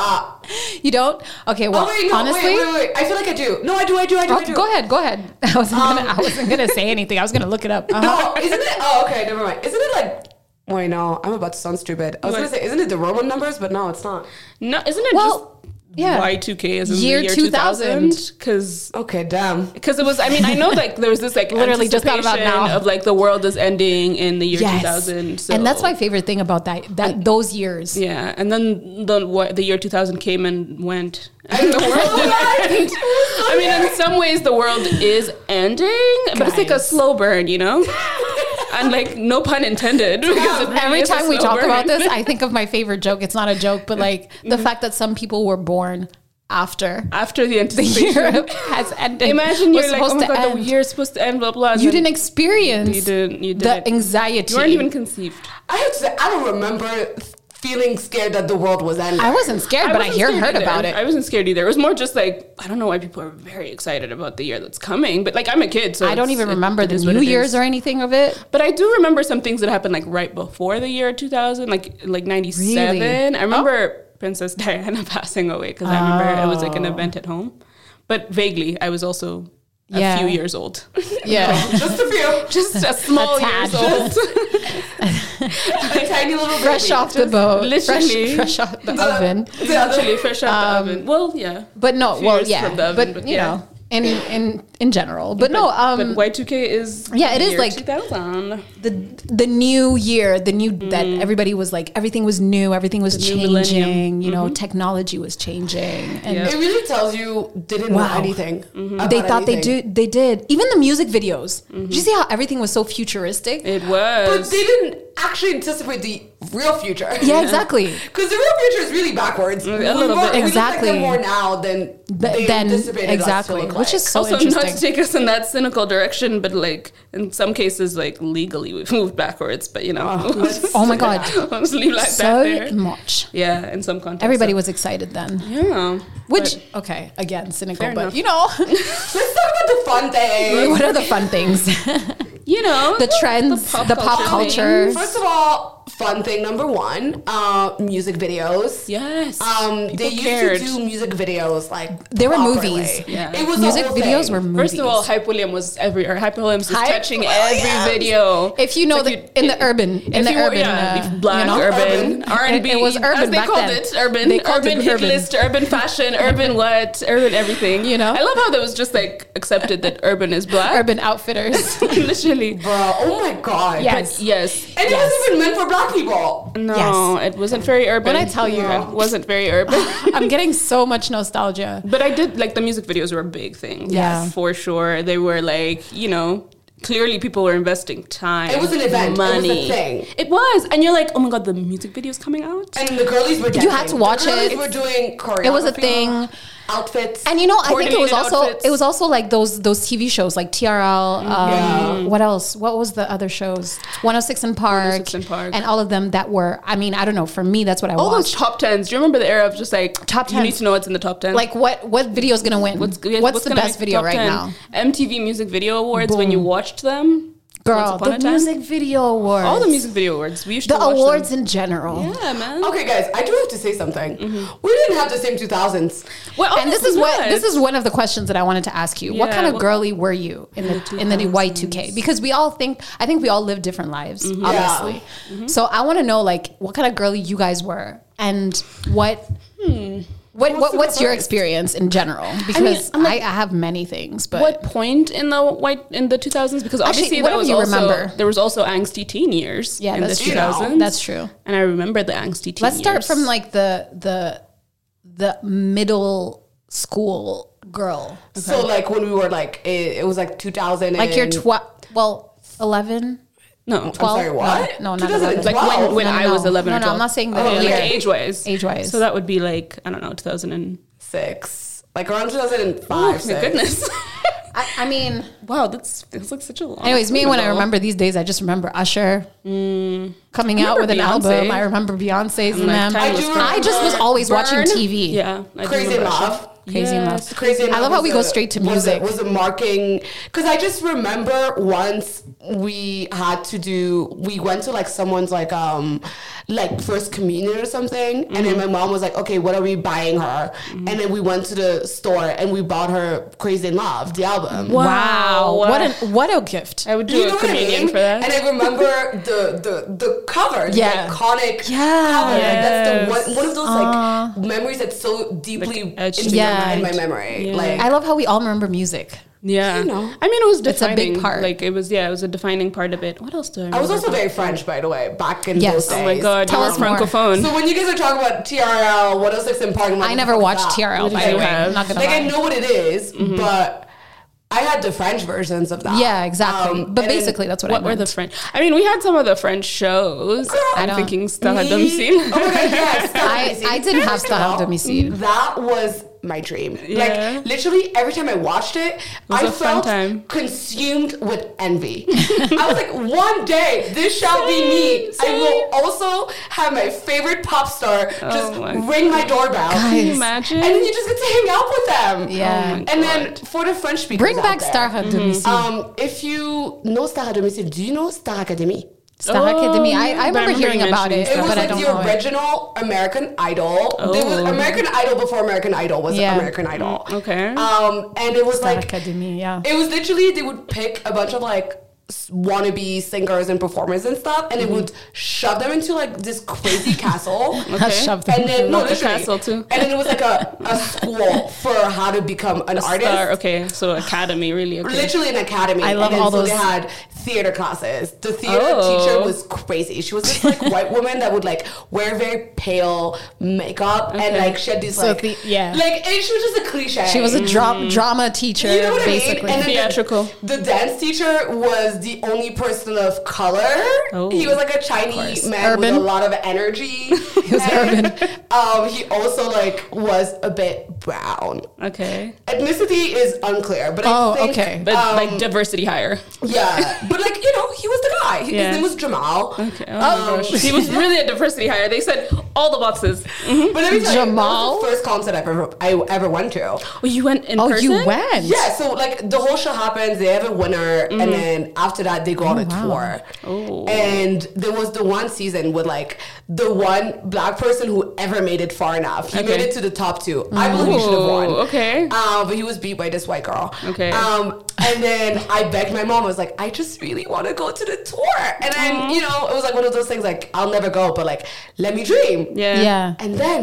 [SPEAKER 2] that.
[SPEAKER 1] you don't okay well
[SPEAKER 2] oh wait, no,
[SPEAKER 1] honestly
[SPEAKER 2] wait, wait, wait. I feel like I do. No, I do, I do, I do. I
[SPEAKER 1] Oh,
[SPEAKER 2] do.
[SPEAKER 1] go ahead go ahead (laughs) i wasn't gonna
[SPEAKER 2] Um,
[SPEAKER 1] i wasn't gonna say anything i was gonna look it up uh-huh.
[SPEAKER 2] (laughs) No, isn't it? Oh, okay, never mind. Isn't it like? Wait, no, I'm about to sound stupid. I was
[SPEAKER 3] What?
[SPEAKER 2] gonna say, isn't it the Roman numbers? But no, it's not.
[SPEAKER 3] no isn't it
[SPEAKER 1] well yeah
[SPEAKER 3] just y2k is in
[SPEAKER 1] Year
[SPEAKER 3] the year 2000 because
[SPEAKER 2] Okay, damn.
[SPEAKER 1] (laughs)
[SPEAKER 3] Because it was, I mean, I know like there was this like
[SPEAKER 1] Literally just thought about
[SPEAKER 3] anticipation
[SPEAKER 1] now.
[SPEAKER 3] of like the world is ending in the year
[SPEAKER 1] yes
[SPEAKER 3] 2000, so.
[SPEAKER 1] and that's my favorite thing about that that those years (laughs)
[SPEAKER 3] Yeah, and then the what, the year 2000 came and went. (laughs)
[SPEAKER 2] And the (laughs) world
[SPEAKER 3] And, I mean, in some ways, the world is ending, but it's like a
[SPEAKER 1] Guys.
[SPEAKER 3] slow burn, you
[SPEAKER 1] (laughs)
[SPEAKER 3] know. and like, no pun intended. Because it really
[SPEAKER 1] Every
[SPEAKER 3] is a
[SPEAKER 1] time we
[SPEAKER 3] slow
[SPEAKER 1] talk
[SPEAKER 3] burn.
[SPEAKER 1] about this, I think of my favorite joke. It's not a joke, but like
[SPEAKER 2] (laughs)
[SPEAKER 1] the fact that some people were born after
[SPEAKER 3] (laughs) after
[SPEAKER 1] (laughs)
[SPEAKER 3] the
[SPEAKER 1] the
[SPEAKER 3] anticipation, (laughs)
[SPEAKER 1] year has ended.
[SPEAKER 3] imagine
[SPEAKER 1] was
[SPEAKER 3] you're like, oh my god, the year's supposed to end, blah blah. and
[SPEAKER 1] You
[SPEAKER 3] then
[SPEAKER 1] didn't experience
[SPEAKER 3] You didn't. You
[SPEAKER 1] the
[SPEAKER 3] didn't.
[SPEAKER 1] anxiety.
[SPEAKER 3] you weren't even conceived.
[SPEAKER 2] I have to say, I don't remember feeling scared that the world was ending.
[SPEAKER 1] I wasn't scared, but I
[SPEAKER 3] wasn't
[SPEAKER 1] hear
[SPEAKER 3] scared
[SPEAKER 1] heard
[SPEAKER 3] either.
[SPEAKER 1] about it.
[SPEAKER 3] I wasn't scared either. It was more just like I don't know why people are very excited about the year that's coming, but like I'm a kid, so
[SPEAKER 1] I don't
[SPEAKER 3] it's-
[SPEAKER 1] even
[SPEAKER 3] it-
[SPEAKER 1] remember
[SPEAKER 3] it
[SPEAKER 1] the
[SPEAKER 3] is what
[SPEAKER 1] New
[SPEAKER 3] it
[SPEAKER 1] Year's
[SPEAKER 3] is.
[SPEAKER 1] or anything of it.
[SPEAKER 3] But I do remember some things that happened like right before the year 2000, like like 97.
[SPEAKER 1] Really? Oh.
[SPEAKER 3] I remember Princess (laughs)
[SPEAKER 1] Oh.
[SPEAKER 3] Diana passing away because I remember it was like an event at home, but vaguely I was also
[SPEAKER 1] Yeah.
[SPEAKER 3] a few years
[SPEAKER 1] (laughs)
[SPEAKER 3] old.
[SPEAKER 1] Yeah.
[SPEAKER 2] Just a
[SPEAKER 1] (laughs)
[SPEAKER 2] few.
[SPEAKER 3] just a small
[SPEAKER 1] tad.
[SPEAKER 3] years old. (laughs)
[SPEAKER 1] (laughs)
[SPEAKER 2] a tiny little
[SPEAKER 1] Fresh
[SPEAKER 2] baby.
[SPEAKER 1] off the boat.
[SPEAKER 3] literally. (laughs)
[SPEAKER 1] Fresh, fresh off the
[SPEAKER 2] The-
[SPEAKER 1] oven. Um,
[SPEAKER 3] It's actually fresh out the oven. Well, yeah.
[SPEAKER 1] But no,
[SPEAKER 3] few
[SPEAKER 1] well,
[SPEAKER 3] years
[SPEAKER 1] yeah.
[SPEAKER 3] from the oven,
[SPEAKER 1] but,
[SPEAKER 3] but
[SPEAKER 1] you
[SPEAKER 3] yeah.
[SPEAKER 1] know, in in in general. But, no, um
[SPEAKER 3] but Y2K is
[SPEAKER 1] Yeah, it is
[SPEAKER 3] year
[SPEAKER 1] like-
[SPEAKER 3] 2000.
[SPEAKER 1] the the new year, the new that everybody was like everything was new, everything was
[SPEAKER 3] Mm. new millennium. Mm-hmm.
[SPEAKER 1] changing, you know, technology was changing. And
[SPEAKER 3] Yeah.
[SPEAKER 2] It really tells you didn't
[SPEAKER 1] Wow. Mm-hmm.
[SPEAKER 2] know anything. about
[SPEAKER 1] they thought they
[SPEAKER 2] anything.
[SPEAKER 1] do they did. Even the music videos.
[SPEAKER 3] Mm-hmm.
[SPEAKER 1] Did you see how everything was so futuristic?
[SPEAKER 3] It was.
[SPEAKER 2] But they didn't actually anticipate the real future.
[SPEAKER 1] yeah,
[SPEAKER 2] (laughs)
[SPEAKER 1] exactly.
[SPEAKER 2] Because the real future is really backwards. A
[SPEAKER 3] little bit.
[SPEAKER 1] Exactly.
[SPEAKER 2] We look like them more now than
[SPEAKER 1] Th-
[SPEAKER 2] they
[SPEAKER 1] then-
[SPEAKER 2] anticipated
[SPEAKER 1] exactly.
[SPEAKER 2] us to look
[SPEAKER 1] Which
[SPEAKER 2] like.
[SPEAKER 1] is so
[SPEAKER 3] also, not
[SPEAKER 1] interesting.
[SPEAKER 3] to take us in that cynical direction, but like in some cases, like legally, we've moved backwards. But you know, (laughs)
[SPEAKER 1] oh my god.
[SPEAKER 3] I'll just leave (laughs) like that
[SPEAKER 1] so
[SPEAKER 3] there.
[SPEAKER 1] much.
[SPEAKER 3] Yeah, in some contexts.
[SPEAKER 1] Everybody
[SPEAKER 3] so-
[SPEAKER 1] was excited then.
[SPEAKER 3] Yeah.
[SPEAKER 1] Which okay, again, cynical,
[SPEAKER 3] Fair
[SPEAKER 1] but
[SPEAKER 3] enough.
[SPEAKER 1] you know,
[SPEAKER 3] (laughs)
[SPEAKER 1] (laughs)
[SPEAKER 2] Let's (laughs) talk about the fun thing.
[SPEAKER 1] what are the fun things?
[SPEAKER 3] But, you know,
[SPEAKER 1] the trends, the pop, culture.
[SPEAKER 2] First of all, fun thing number one: uh, music videos.
[SPEAKER 3] Yes.
[SPEAKER 2] Um, they used
[SPEAKER 3] cared.
[SPEAKER 2] to do music videos like
[SPEAKER 1] They were
[SPEAKER 2] properly.
[SPEAKER 1] movies.
[SPEAKER 3] Yeah.
[SPEAKER 2] It was the
[SPEAKER 1] Music
[SPEAKER 2] whole
[SPEAKER 1] videos
[SPEAKER 2] thing.
[SPEAKER 1] were movies.
[SPEAKER 3] First of all, Hype William was everywhere. Hype Williams was
[SPEAKER 1] Hype
[SPEAKER 3] touching
[SPEAKER 2] Williams!
[SPEAKER 3] every video.
[SPEAKER 1] If you know
[SPEAKER 3] It's
[SPEAKER 1] the- in the urban- in
[SPEAKER 3] if
[SPEAKER 1] the
[SPEAKER 3] you were-
[SPEAKER 1] urban,
[SPEAKER 3] yeah,
[SPEAKER 1] uh,
[SPEAKER 3] if
[SPEAKER 1] you
[SPEAKER 3] black,
[SPEAKER 1] know?
[SPEAKER 3] urban,
[SPEAKER 2] Urban.
[SPEAKER 3] R and B.
[SPEAKER 1] It- it was urban
[SPEAKER 3] as they
[SPEAKER 1] back
[SPEAKER 3] called
[SPEAKER 1] then.
[SPEAKER 3] it. Urban,
[SPEAKER 1] They called
[SPEAKER 3] urban
[SPEAKER 1] it
[SPEAKER 3] hit
[SPEAKER 1] urban.
[SPEAKER 3] list, urban fashion, urban what, urban everything.
[SPEAKER 1] You know?
[SPEAKER 3] I love how that was just like accepted that urban is black.
[SPEAKER 1] (laughs) urban outfitters.
[SPEAKER 3] Literally,
[SPEAKER 2] Bro, oh my god.
[SPEAKER 1] Yeah.
[SPEAKER 2] Yeah.
[SPEAKER 1] Yes.
[SPEAKER 3] But (laughs) yes.
[SPEAKER 2] And it wasn't even meant for black people.
[SPEAKER 3] No, it wasn't very urban.
[SPEAKER 1] When I tell you-
[SPEAKER 3] it wasn't very (laughs) urban.
[SPEAKER 1] (laughs) I'm getting so much nostalgia.
[SPEAKER 3] But I did like the music videos were a big thing.
[SPEAKER 1] Yeah.
[SPEAKER 3] For sure. They were like, you know, clearly people were investing time.
[SPEAKER 2] It was an event. It was a
[SPEAKER 3] Money.
[SPEAKER 2] thing.
[SPEAKER 3] It was. And you're like, oh my god, the music video's coming out?
[SPEAKER 2] And the girlies were dancing.
[SPEAKER 1] You had to watch
[SPEAKER 2] the girlies
[SPEAKER 1] it.
[SPEAKER 2] Were doing choreography.
[SPEAKER 1] It was a thing.
[SPEAKER 2] Outfits.
[SPEAKER 1] And you know, I think it was
[SPEAKER 3] Coordinated
[SPEAKER 1] also
[SPEAKER 3] outfits. Mm-hmm.
[SPEAKER 1] it was also like those those TV shows like TRL. Um, What else? What was the other shows? 106 in Park,
[SPEAKER 3] 106 and oh Park.
[SPEAKER 1] and all of them that were. I mean, I don't know. For me, that's what I
[SPEAKER 3] All
[SPEAKER 1] watched.
[SPEAKER 3] those top tens. Do you remember the era of just like
[SPEAKER 1] Top
[SPEAKER 3] You need
[SPEAKER 1] 10s.
[SPEAKER 3] to know what's in the top ten.
[SPEAKER 1] like what what video is gonna win? What's,
[SPEAKER 3] yes,
[SPEAKER 1] the
[SPEAKER 3] gonna
[SPEAKER 1] best
[SPEAKER 3] make
[SPEAKER 1] video
[SPEAKER 3] top
[SPEAKER 1] right
[SPEAKER 3] 10?
[SPEAKER 1] now?
[SPEAKER 3] MTV Music Video Awards when you watched them.
[SPEAKER 1] Girl,
[SPEAKER 3] upon
[SPEAKER 1] the
[SPEAKER 3] a time.
[SPEAKER 1] music video awards.
[SPEAKER 3] All the music video awards. We used
[SPEAKER 1] the
[SPEAKER 3] to watch
[SPEAKER 1] awards
[SPEAKER 3] Them.
[SPEAKER 1] in general.
[SPEAKER 3] Yeah, man.
[SPEAKER 2] Okay, guys, I do have to say something.
[SPEAKER 3] Mm-hmm.
[SPEAKER 2] We didn't have the same 2000s.
[SPEAKER 3] (laughs) Well,
[SPEAKER 1] And this
[SPEAKER 3] obviously
[SPEAKER 1] is what
[SPEAKER 3] not.
[SPEAKER 1] this is one of the questions that I wanted to ask you. what
[SPEAKER 3] Oh, Yeah,
[SPEAKER 1] kind of
[SPEAKER 3] well-
[SPEAKER 1] girly were you in the in the Y two K? Because we all think I think we all live different lives,
[SPEAKER 3] Mm-hmm.
[SPEAKER 1] obviously. So I want to know like what kind of girly you guys were and what
[SPEAKER 3] Hmm.
[SPEAKER 1] what, what
[SPEAKER 2] the
[SPEAKER 1] what's your
[SPEAKER 2] first?
[SPEAKER 1] experience in general? Because I,
[SPEAKER 3] I'm like-
[SPEAKER 1] I, have many things, but
[SPEAKER 3] what point in the white in the 2000s because obviously
[SPEAKER 1] what
[SPEAKER 3] that
[SPEAKER 1] do
[SPEAKER 3] was
[SPEAKER 1] you
[SPEAKER 3] also
[SPEAKER 1] remember?
[SPEAKER 3] there was also angsty teen years
[SPEAKER 1] yeah,
[SPEAKER 3] in
[SPEAKER 1] that's
[SPEAKER 3] the
[SPEAKER 1] true.
[SPEAKER 3] 2000s
[SPEAKER 1] That's true.
[SPEAKER 3] and i remember the angsty teen
[SPEAKER 1] Let's start
[SPEAKER 3] years.
[SPEAKER 1] from like the the the middle school girl,
[SPEAKER 2] So, like, when we were like, it, it was like 2000.
[SPEAKER 1] like your
[SPEAKER 2] and-
[SPEAKER 1] twelve, well, eleven.
[SPEAKER 3] no
[SPEAKER 1] 12?
[SPEAKER 2] sorry, what?
[SPEAKER 1] No, no, not
[SPEAKER 2] 2012.
[SPEAKER 1] 11.
[SPEAKER 3] like when, when
[SPEAKER 1] No, no,
[SPEAKER 3] i was
[SPEAKER 1] no.
[SPEAKER 3] 11
[SPEAKER 1] No,
[SPEAKER 3] or
[SPEAKER 1] no,
[SPEAKER 3] 12
[SPEAKER 1] I'm not saying the
[SPEAKER 3] oh,
[SPEAKER 1] year.
[SPEAKER 3] like age wise
[SPEAKER 1] Age-wise.
[SPEAKER 3] so that would be like i don't know 2000 and
[SPEAKER 2] Six. Like around 2005.
[SPEAKER 3] oh my
[SPEAKER 2] six.
[SPEAKER 3] goodness
[SPEAKER 1] I, I mean,
[SPEAKER 3] (laughs) wow that's feels like such a long
[SPEAKER 1] anyways, me
[SPEAKER 3] time
[SPEAKER 1] when I
[SPEAKER 3] ago.
[SPEAKER 1] remember these days, I just remember Usher
[SPEAKER 2] Mm.
[SPEAKER 1] coming out with an
[SPEAKER 3] Remember Beyonce.
[SPEAKER 1] album. I remember Beyonce's and
[SPEAKER 3] like,
[SPEAKER 1] them.
[SPEAKER 3] time
[SPEAKER 1] I,
[SPEAKER 2] was
[SPEAKER 1] just-
[SPEAKER 2] gone.
[SPEAKER 1] I just was always
[SPEAKER 3] Burn.
[SPEAKER 1] watching TV.
[SPEAKER 3] yeah I do
[SPEAKER 2] Crazy in
[SPEAKER 3] remember that.
[SPEAKER 2] Love.
[SPEAKER 1] Crazy in
[SPEAKER 3] Yes.
[SPEAKER 1] Love.
[SPEAKER 2] Crazy.
[SPEAKER 1] I love how
[SPEAKER 2] was
[SPEAKER 1] we go straight to music.
[SPEAKER 2] Was a, was a marking because I just remember once we had to do. We went to like someone's like um like first communion or something, and then my
[SPEAKER 3] Mm-hmm.
[SPEAKER 2] mom was like, "Okay, what are we buying her?" And then we went to the store and we bought her Crazy in Love, the album.
[SPEAKER 1] Wow.
[SPEAKER 3] Wow.
[SPEAKER 1] What an what a gift.
[SPEAKER 3] i would do
[SPEAKER 2] You know
[SPEAKER 3] a
[SPEAKER 2] what I
[SPEAKER 3] comedian
[SPEAKER 2] mean?
[SPEAKER 3] for that
[SPEAKER 2] And I remember the the the cover, the
[SPEAKER 1] Yeah.
[SPEAKER 2] iconic
[SPEAKER 1] Yeah.
[SPEAKER 2] cover. Like, that's the one,
[SPEAKER 3] Yes.
[SPEAKER 2] one of those like memories that's so deeply
[SPEAKER 3] Like, etched in
[SPEAKER 2] in,
[SPEAKER 1] your
[SPEAKER 2] my- in
[SPEAKER 1] mind.
[SPEAKER 2] my memory.
[SPEAKER 3] Yeah.
[SPEAKER 2] Like
[SPEAKER 1] I love how we all remember music.
[SPEAKER 3] Yeah,
[SPEAKER 2] You know.
[SPEAKER 3] I mean, it was
[SPEAKER 1] It's a
[SPEAKER 3] defining.
[SPEAKER 1] big part.
[SPEAKER 3] Like it was, yeah, it was a defining part of it. What else do I? Remember
[SPEAKER 2] I was also
[SPEAKER 3] about
[SPEAKER 2] very French, by the way, back in
[SPEAKER 1] Yes.
[SPEAKER 2] those days.
[SPEAKER 1] Oh
[SPEAKER 3] Oh my god,
[SPEAKER 1] Tell
[SPEAKER 3] you
[SPEAKER 1] us
[SPEAKER 3] were
[SPEAKER 1] more.
[SPEAKER 3] francophone.
[SPEAKER 2] So when you guys are talking about TRL, 106 in Park, I'm like,
[SPEAKER 1] I never
[SPEAKER 2] what the
[SPEAKER 1] watched
[SPEAKER 2] fuck is
[SPEAKER 1] TRL
[SPEAKER 2] that?
[SPEAKER 1] by the
[SPEAKER 3] you
[SPEAKER 1] way.
[SPEAKER 3] have?
[SPEAKER 1] I'm not gonna
[SPEAKER 2] Like I
[SPEAKER 1] lie.
[SPEAKER 2] know what it is, but I had the French versions of that.
[SPEAKER 1] Mm-hmm. Yeah, exactly.
[SPEAKER 2] Um,
[SPEAKER 1] but
[SPEAKER 2] and then-
[SPEAKER 1] basically, that's what,
[SPEAKER 3] what
[SPEAKER 1] I
[SPEAKER 3] were
[SPEAKER 1] meant.
[SPEAKER 3] the French? I mean, we had some of the French shows.
[SPEAKER 2] Girl,
[SPEAKER 3] I'm
[SPEAKER 1] I
[SPEAKER 3] thinking
[SPEAKER 2] Me?
[SPEAKER 3] Stella Domicile.
[SPEAKER 2] Oh my god,
[SPEAKER 3] (laughs)
[SPEAKER 2] yes. Stella
[SPEAKER 1] I-
[SPEAKER 2] Domicile.
[SPEAKER 1] I didn't have
[SPEAKER 2] First
[SPEAKER 1] Stella
[SPEAKER 2] of all,
[SPEAKER 1] Domicile.
[SPEAKER 2] That was my dream.
[SPEAKER 3] Yeah.
[SPEAKER 2] Like literally every time I watched it,
[SPEAKER 3] was
[SPEAKER 2] I
[SPEAKER 3] a fun
[SPEAKER 2] felt
[SPEAKER 3] time.
[SPEAKER 2] consumed with envy. I was like, one day this shall be me. I will also have my favorite pop star just
[SPEAKER 3] Oh my
[SPEAKER 2] ring my doorbell.
[SPEAKER 3] Can
[SPEAKER 2] (laughs)
[SPEAKER 3] you
[SPEAKER 2] And then
[SPEAKER 3] imagine?
[SPEAKER 2] you just get to hang out with them.
[SPEAKER 1] Yeah.
[SPEAKER 3] Oh my
[SPEAKER 2] and then for the French speakers.
[SPEAKER 1] Bring
[SPEAKER 2] out
[SPEAKER 1] back
[SPEAKER 2] there,
[SPEAKER 1] Star Hub to me.
[SPEAKER 2] Um, if you know Star Domicile, do you know Star Academy?
[SPEAKER 1] Star Academy. I,
[SPEAKER 3] but I
[SPEAKER 1] I remember
[SPEAKER 3] remember you
[SPEAKER 1] hearing about
[SPEAKER 3] mentioning
[SPEAKER 1] it,
[SPEAKER 3] Star
[SPEAKER 2] It was
[SPEAKER 1] but I
[SPEAKER 2] like
[SPEAKER 1] don't
[SPEAKER 2] the
[SPEAKER 1] know. it.
[SPEAKER 2] original American Idol. There was
[SPEAKER 3] Oh.
[SPEAKER 2] American Idol before American Idol was
[SPEAKER 1] Yeah.
[SPEAKER 2] American Idol.
[SPEAKER 3] Mm, okay.
[SPEAKER 2] Um, and it was
[SPEAKER 1] Star
[SPEAKER 2] like
[SPEAKER 1] Academy, yeah. (laughs)
[SPEAKER 2] It was literally they would pick a bunch of like s- wannabe singers and performers and stuff, and it
[SPEAKER 3] Mm-hmm.
[SPEAKER 2] would shove them into like this
[SPEAKER 3] (laughs)
[SPEAKER 2] crazy castle.
[SPEAKER 1] I
[SPEAKER 3] Okay.
[SPEAKER 1] shoved
[SPEAKER 2] And
[SPEAKER 1] them.
[SPEAKER 2] then no,
[SPEAKER 3] Love the
[SPEAKER 2] literally.
[SPEAKER 3] castle, too.
[SPEAKER 2] And then it was like a, a school for how to become an artist.
[SPEAKER 3] Star, okay, so academy, really. Okay.
[SPEAKER 2] Literally an academy.
[SPEAKER 1] I love
[SPEAKER 2] and then,
[SPEAKER 1] all
[SPEAKER 2] so they
[SPEAKER 1] those-
[SPEAKER 2] had theater classes. The theater
[SPEAKER 3] Oh.
[SPEAKER 2] teacher was crazy. She was this like
[SPEAKER 1] (laughs)
[SPEAKER 2] white woman that would like wear very pale makeup and
[SPEAKER 3] Okay.
[SPEAKER 2] like she had these
[SPEAKER 1] So
[SPEAKER 2] like
[SPEAKER 1] the- yeah.
[SPEAKER 2] like and she was just a cliche.
[SPEAKER 1] She was a dra- drama teacher,
[SPEAKER 2] Mm. You know what
[SPEAKER 1] basically.
[SPEAKER 2] I mean? then
[SPEAKER 3] Theatrical.
[SPEAKER 2] The, the dance teacher was the only person of color.
[SPEAKER 3] Oh,
[SPEAKER 2] he was like a
[SPEAKER 1] course.
[SPEAKER 2] Chinese man
[SPEAKER 1] Urban.
[SPEAKER 2] with a lot of energy.
[SPEAKER 1] (laughs)
[SPEAKER 2] he
[SPEAKER 1] was urban.
[SPEAKER 2] Um, he also like was a bit brown.
[SPEAKER 3] Okay.
[SPEAKER 2] Ethnicity is unclear, but
[SPEAKER 1] Oh,
[SPEAKER 2] I think,
[SPEAKER 1] okay.
[SPEAKER 3] But
[SPEAKER 2] um,
[SPEAKER 3] like diversity higher.
[SPEAKER 2] yeah, but like you know, he was the guy.
[SPEAKER 3] Yeah.
[SPEAKER 2] His name was Jamal. Um,
[SPEAKER 3] Okay. Oh my gosh. (laughs) He was really a diversity hire. They said all the boxes. Mm-hmm.
[SPEAKER 2] But let me tell
[SPEAKER 1] Jamal?
[SPEAKER 2] you, that was the first concert I ever I ever went to.
[SPEAKER 3] Oh, you went in
[SPEAKER 1] oh,
[SPEAKER 3] person?
[SPEAKER 1] you went.
[SPEAKER 2] Yeah, so like the whole show happens, they have a winner, and then after that they go on a tour.
[SPEAKER 3] Mm-hmm. Oh.
[SPEAKER 2] And there was the one season with like the one black person who ever made it far enough. He made
[SPEAKER 3] Okay.
[SPEAKER 2] it to the top two. I believe he should have won.
[SPEAKER 3] Ooh, okay.
[SPEAKER 2] Um, but he was beat by this white girl.
[SPEAKER 3] Okay.
[SPEAKER 2] Um, and then I begged my mom. I was like, I just really want to go to the tour. And then you know, it was like one of those things like I'll never go, but like let me dream.
[SPEAKER 3] Yeah. (laughs)
[SPEAKER 1] Yeah.
[SPEAKER 2] And then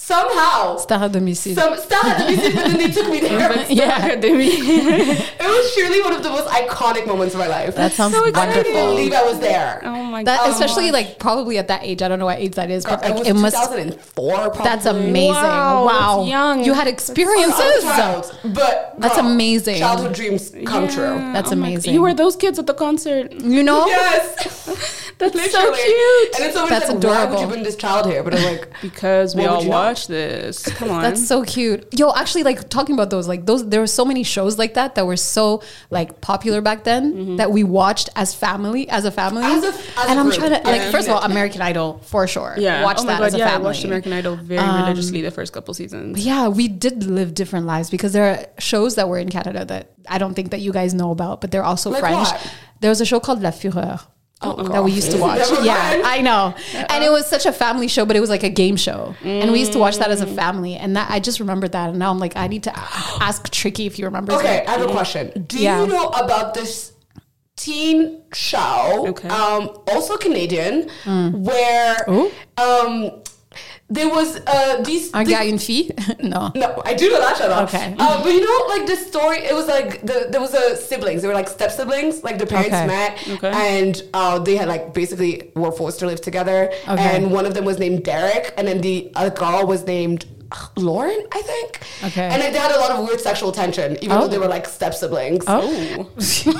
[SPEAKER 2] somehow.
[SPEAKER 1] Star Academy season.
[SPEAKER 2] some Stella had the music, but then they took me there.
[SPEAKER 1] (laughs) Yeah.
[SPEAKER 3] (laughs) Academy.
[SPEAKER 2] It was surely one of the most iconic moments of my life.
[SPEAKER 1] That sounds
[SPEAKER 3] So
[SPEAKER 2] I
[SPEAKER 1] wonderful.
[SPEAKER 2] couldn't believe I was there.
[SPEAKER 3] oh my
[SPEAKER 1] That,
[SPEAKER 3] god.
[SPEAKER 1] especially like probably at that age. I don't know what age that is, but
[SPEAKER 2] it
[SPEAKER 1] like
[SPEAKER 2] was
[SPEAKER 1] it must.
[SPEAKER 2] 2004. Probably.
[SPEAKER 1] That's amazing. Wow.
[SPEAKER 3] Wow, that's young.
[SPEAKER 1] You had
[SPEAKER 2] I was a
[SPEAKER 1] experiences.
[SPEAKER 2] child, but
[SPEAKER 1] That's
[SPEAKER 2] girl,
[SPEAKER 1] amazing.
[SPEAKER 2] Childhood dreams come
[SPEAKER 3] Yeah.
[SPEAKER 2] true.
[SPEAKER 1] That's
[SPEAKER 3] Oh my-
[SPEAKER 1] amazing.
[SPEAKER 3] You were those kids at the
[SPEAKER 1] (laughs)
[SPEAKER 3] concert.
[SPEAKER 1] You know? (laughs)
[SPEAKER 2] Yes,
[SPEAKER 3] That's so
[SPEAKER 2] Literally.
[SPEAKER 3] cute.
[SPEAKER 2] And it's always
[SPEAKER 1] That's
[SPEAKER 2] like, why
[SPEAKER 1] adorable.
[SPEAKER 2] would you bring this child here? But I'm like,
[SPEAKER 1] (laughs)
[SPEAKER 3] Because we
[SPEAKER 2] Why would
[SPEAKER 3] all
[SPEAKER 2] you not?
[SPEAKER 3] watch this. Come on.
[SPEAKER 1] That's so cute. Yo, actually, like talking about those, like those, there were so many shows like that that were so like popular back then
[SPEAKER 3] Mm-hmm.
[SPEAKER 1] that we watched as family, as a family.
[SPEAKER 2] As a- as a
[SPEAKER 1] and I'm
[SPEAKER 2] group.
[SPEAKER 1] trying to like,
[SPEAKER 2] Yeah.
[SPEAKER 1] first of all, American Idol for sure.
[SPEAKER 3] yeah.
[SPEAKER 1] watch
[SPEAKER 3] oh my
[SPEAKER 1] that
[SPEAKER 3] god.
[SPEAKER 1] as a
[SPEAKER 3] yeah,
[SPEAKER 1] family. Um,
[SPEAKER 3] I watched American Idol very religiously the first couple seasons.
[SPEAKER 1] yeah, we did live different lives because there are shows that were in Canada that I don't think that you guys know about, but they're also
[SPEAKER 2] Like
[SPEAKER 1] French.
[SPEAKER 2] what?
[SPEAKER 1] There was a show called La Fureur. that
[SPEAKER 2] God.
[SPEAKER 1] we used to watch.
[SPEAKER 2] Never
[SPEAKER 1] Yeah,
[SPEAKER 2] mind.
[SPEAKER 1] I know. And it was such a family show, but it was like a game show. And we used to watch that
[SPEAKER 2] Mm.
[SPEAKER 1] as a family. And that I just remembered that. And now I'm like, I need to ask Tricky if he remembers
[SPEAKER 2] okay,
[SPEAKER 1] it.
[SPEAKER 2] I have a question. Do
[SPEAKER 1] Yeah.
[SPEAKER 2] you know about this teen show?
[SPEAKER 3] Okay.
[SPEAKER 2] Um, also Canadian,
[SPEAKER 1] Mm.
[SPEAKER 2] where um, there was uh, these.
[SPEAKER 1] Un
[SPEAKER 2] these-
[SPEAKER 1] gars, une fille? (laughs) no.
[SPEAKER 2] No, I do know that shout out.
[SPEAKER 1] Okay.
[SPEAKER 2] Uh, but you know, like the story, it was like the, there was a siblings. They were like step siblings. Like the parents
[SPEAKER 1] Okay.
[SPEAKER 2] met,
[SPEAKER 3] Okay.
[SPEAKER 2] and uh, they had like basically were forced to live together.
[SPEAKER 1] Okay.
[SPEAKER 2] And one of them was named Derek, and then the other girl was named uh, Lauren, I think.
[SPEAKER 1] Okay.
[SPEAKER 2] And they had a lot of weird sexual tension, even
[SPEAKER 1] Oh.
[SPEAKER 2] though they were like step siblings.
[SPEAKER 3] Oh.
[SPEAKER 2] What is the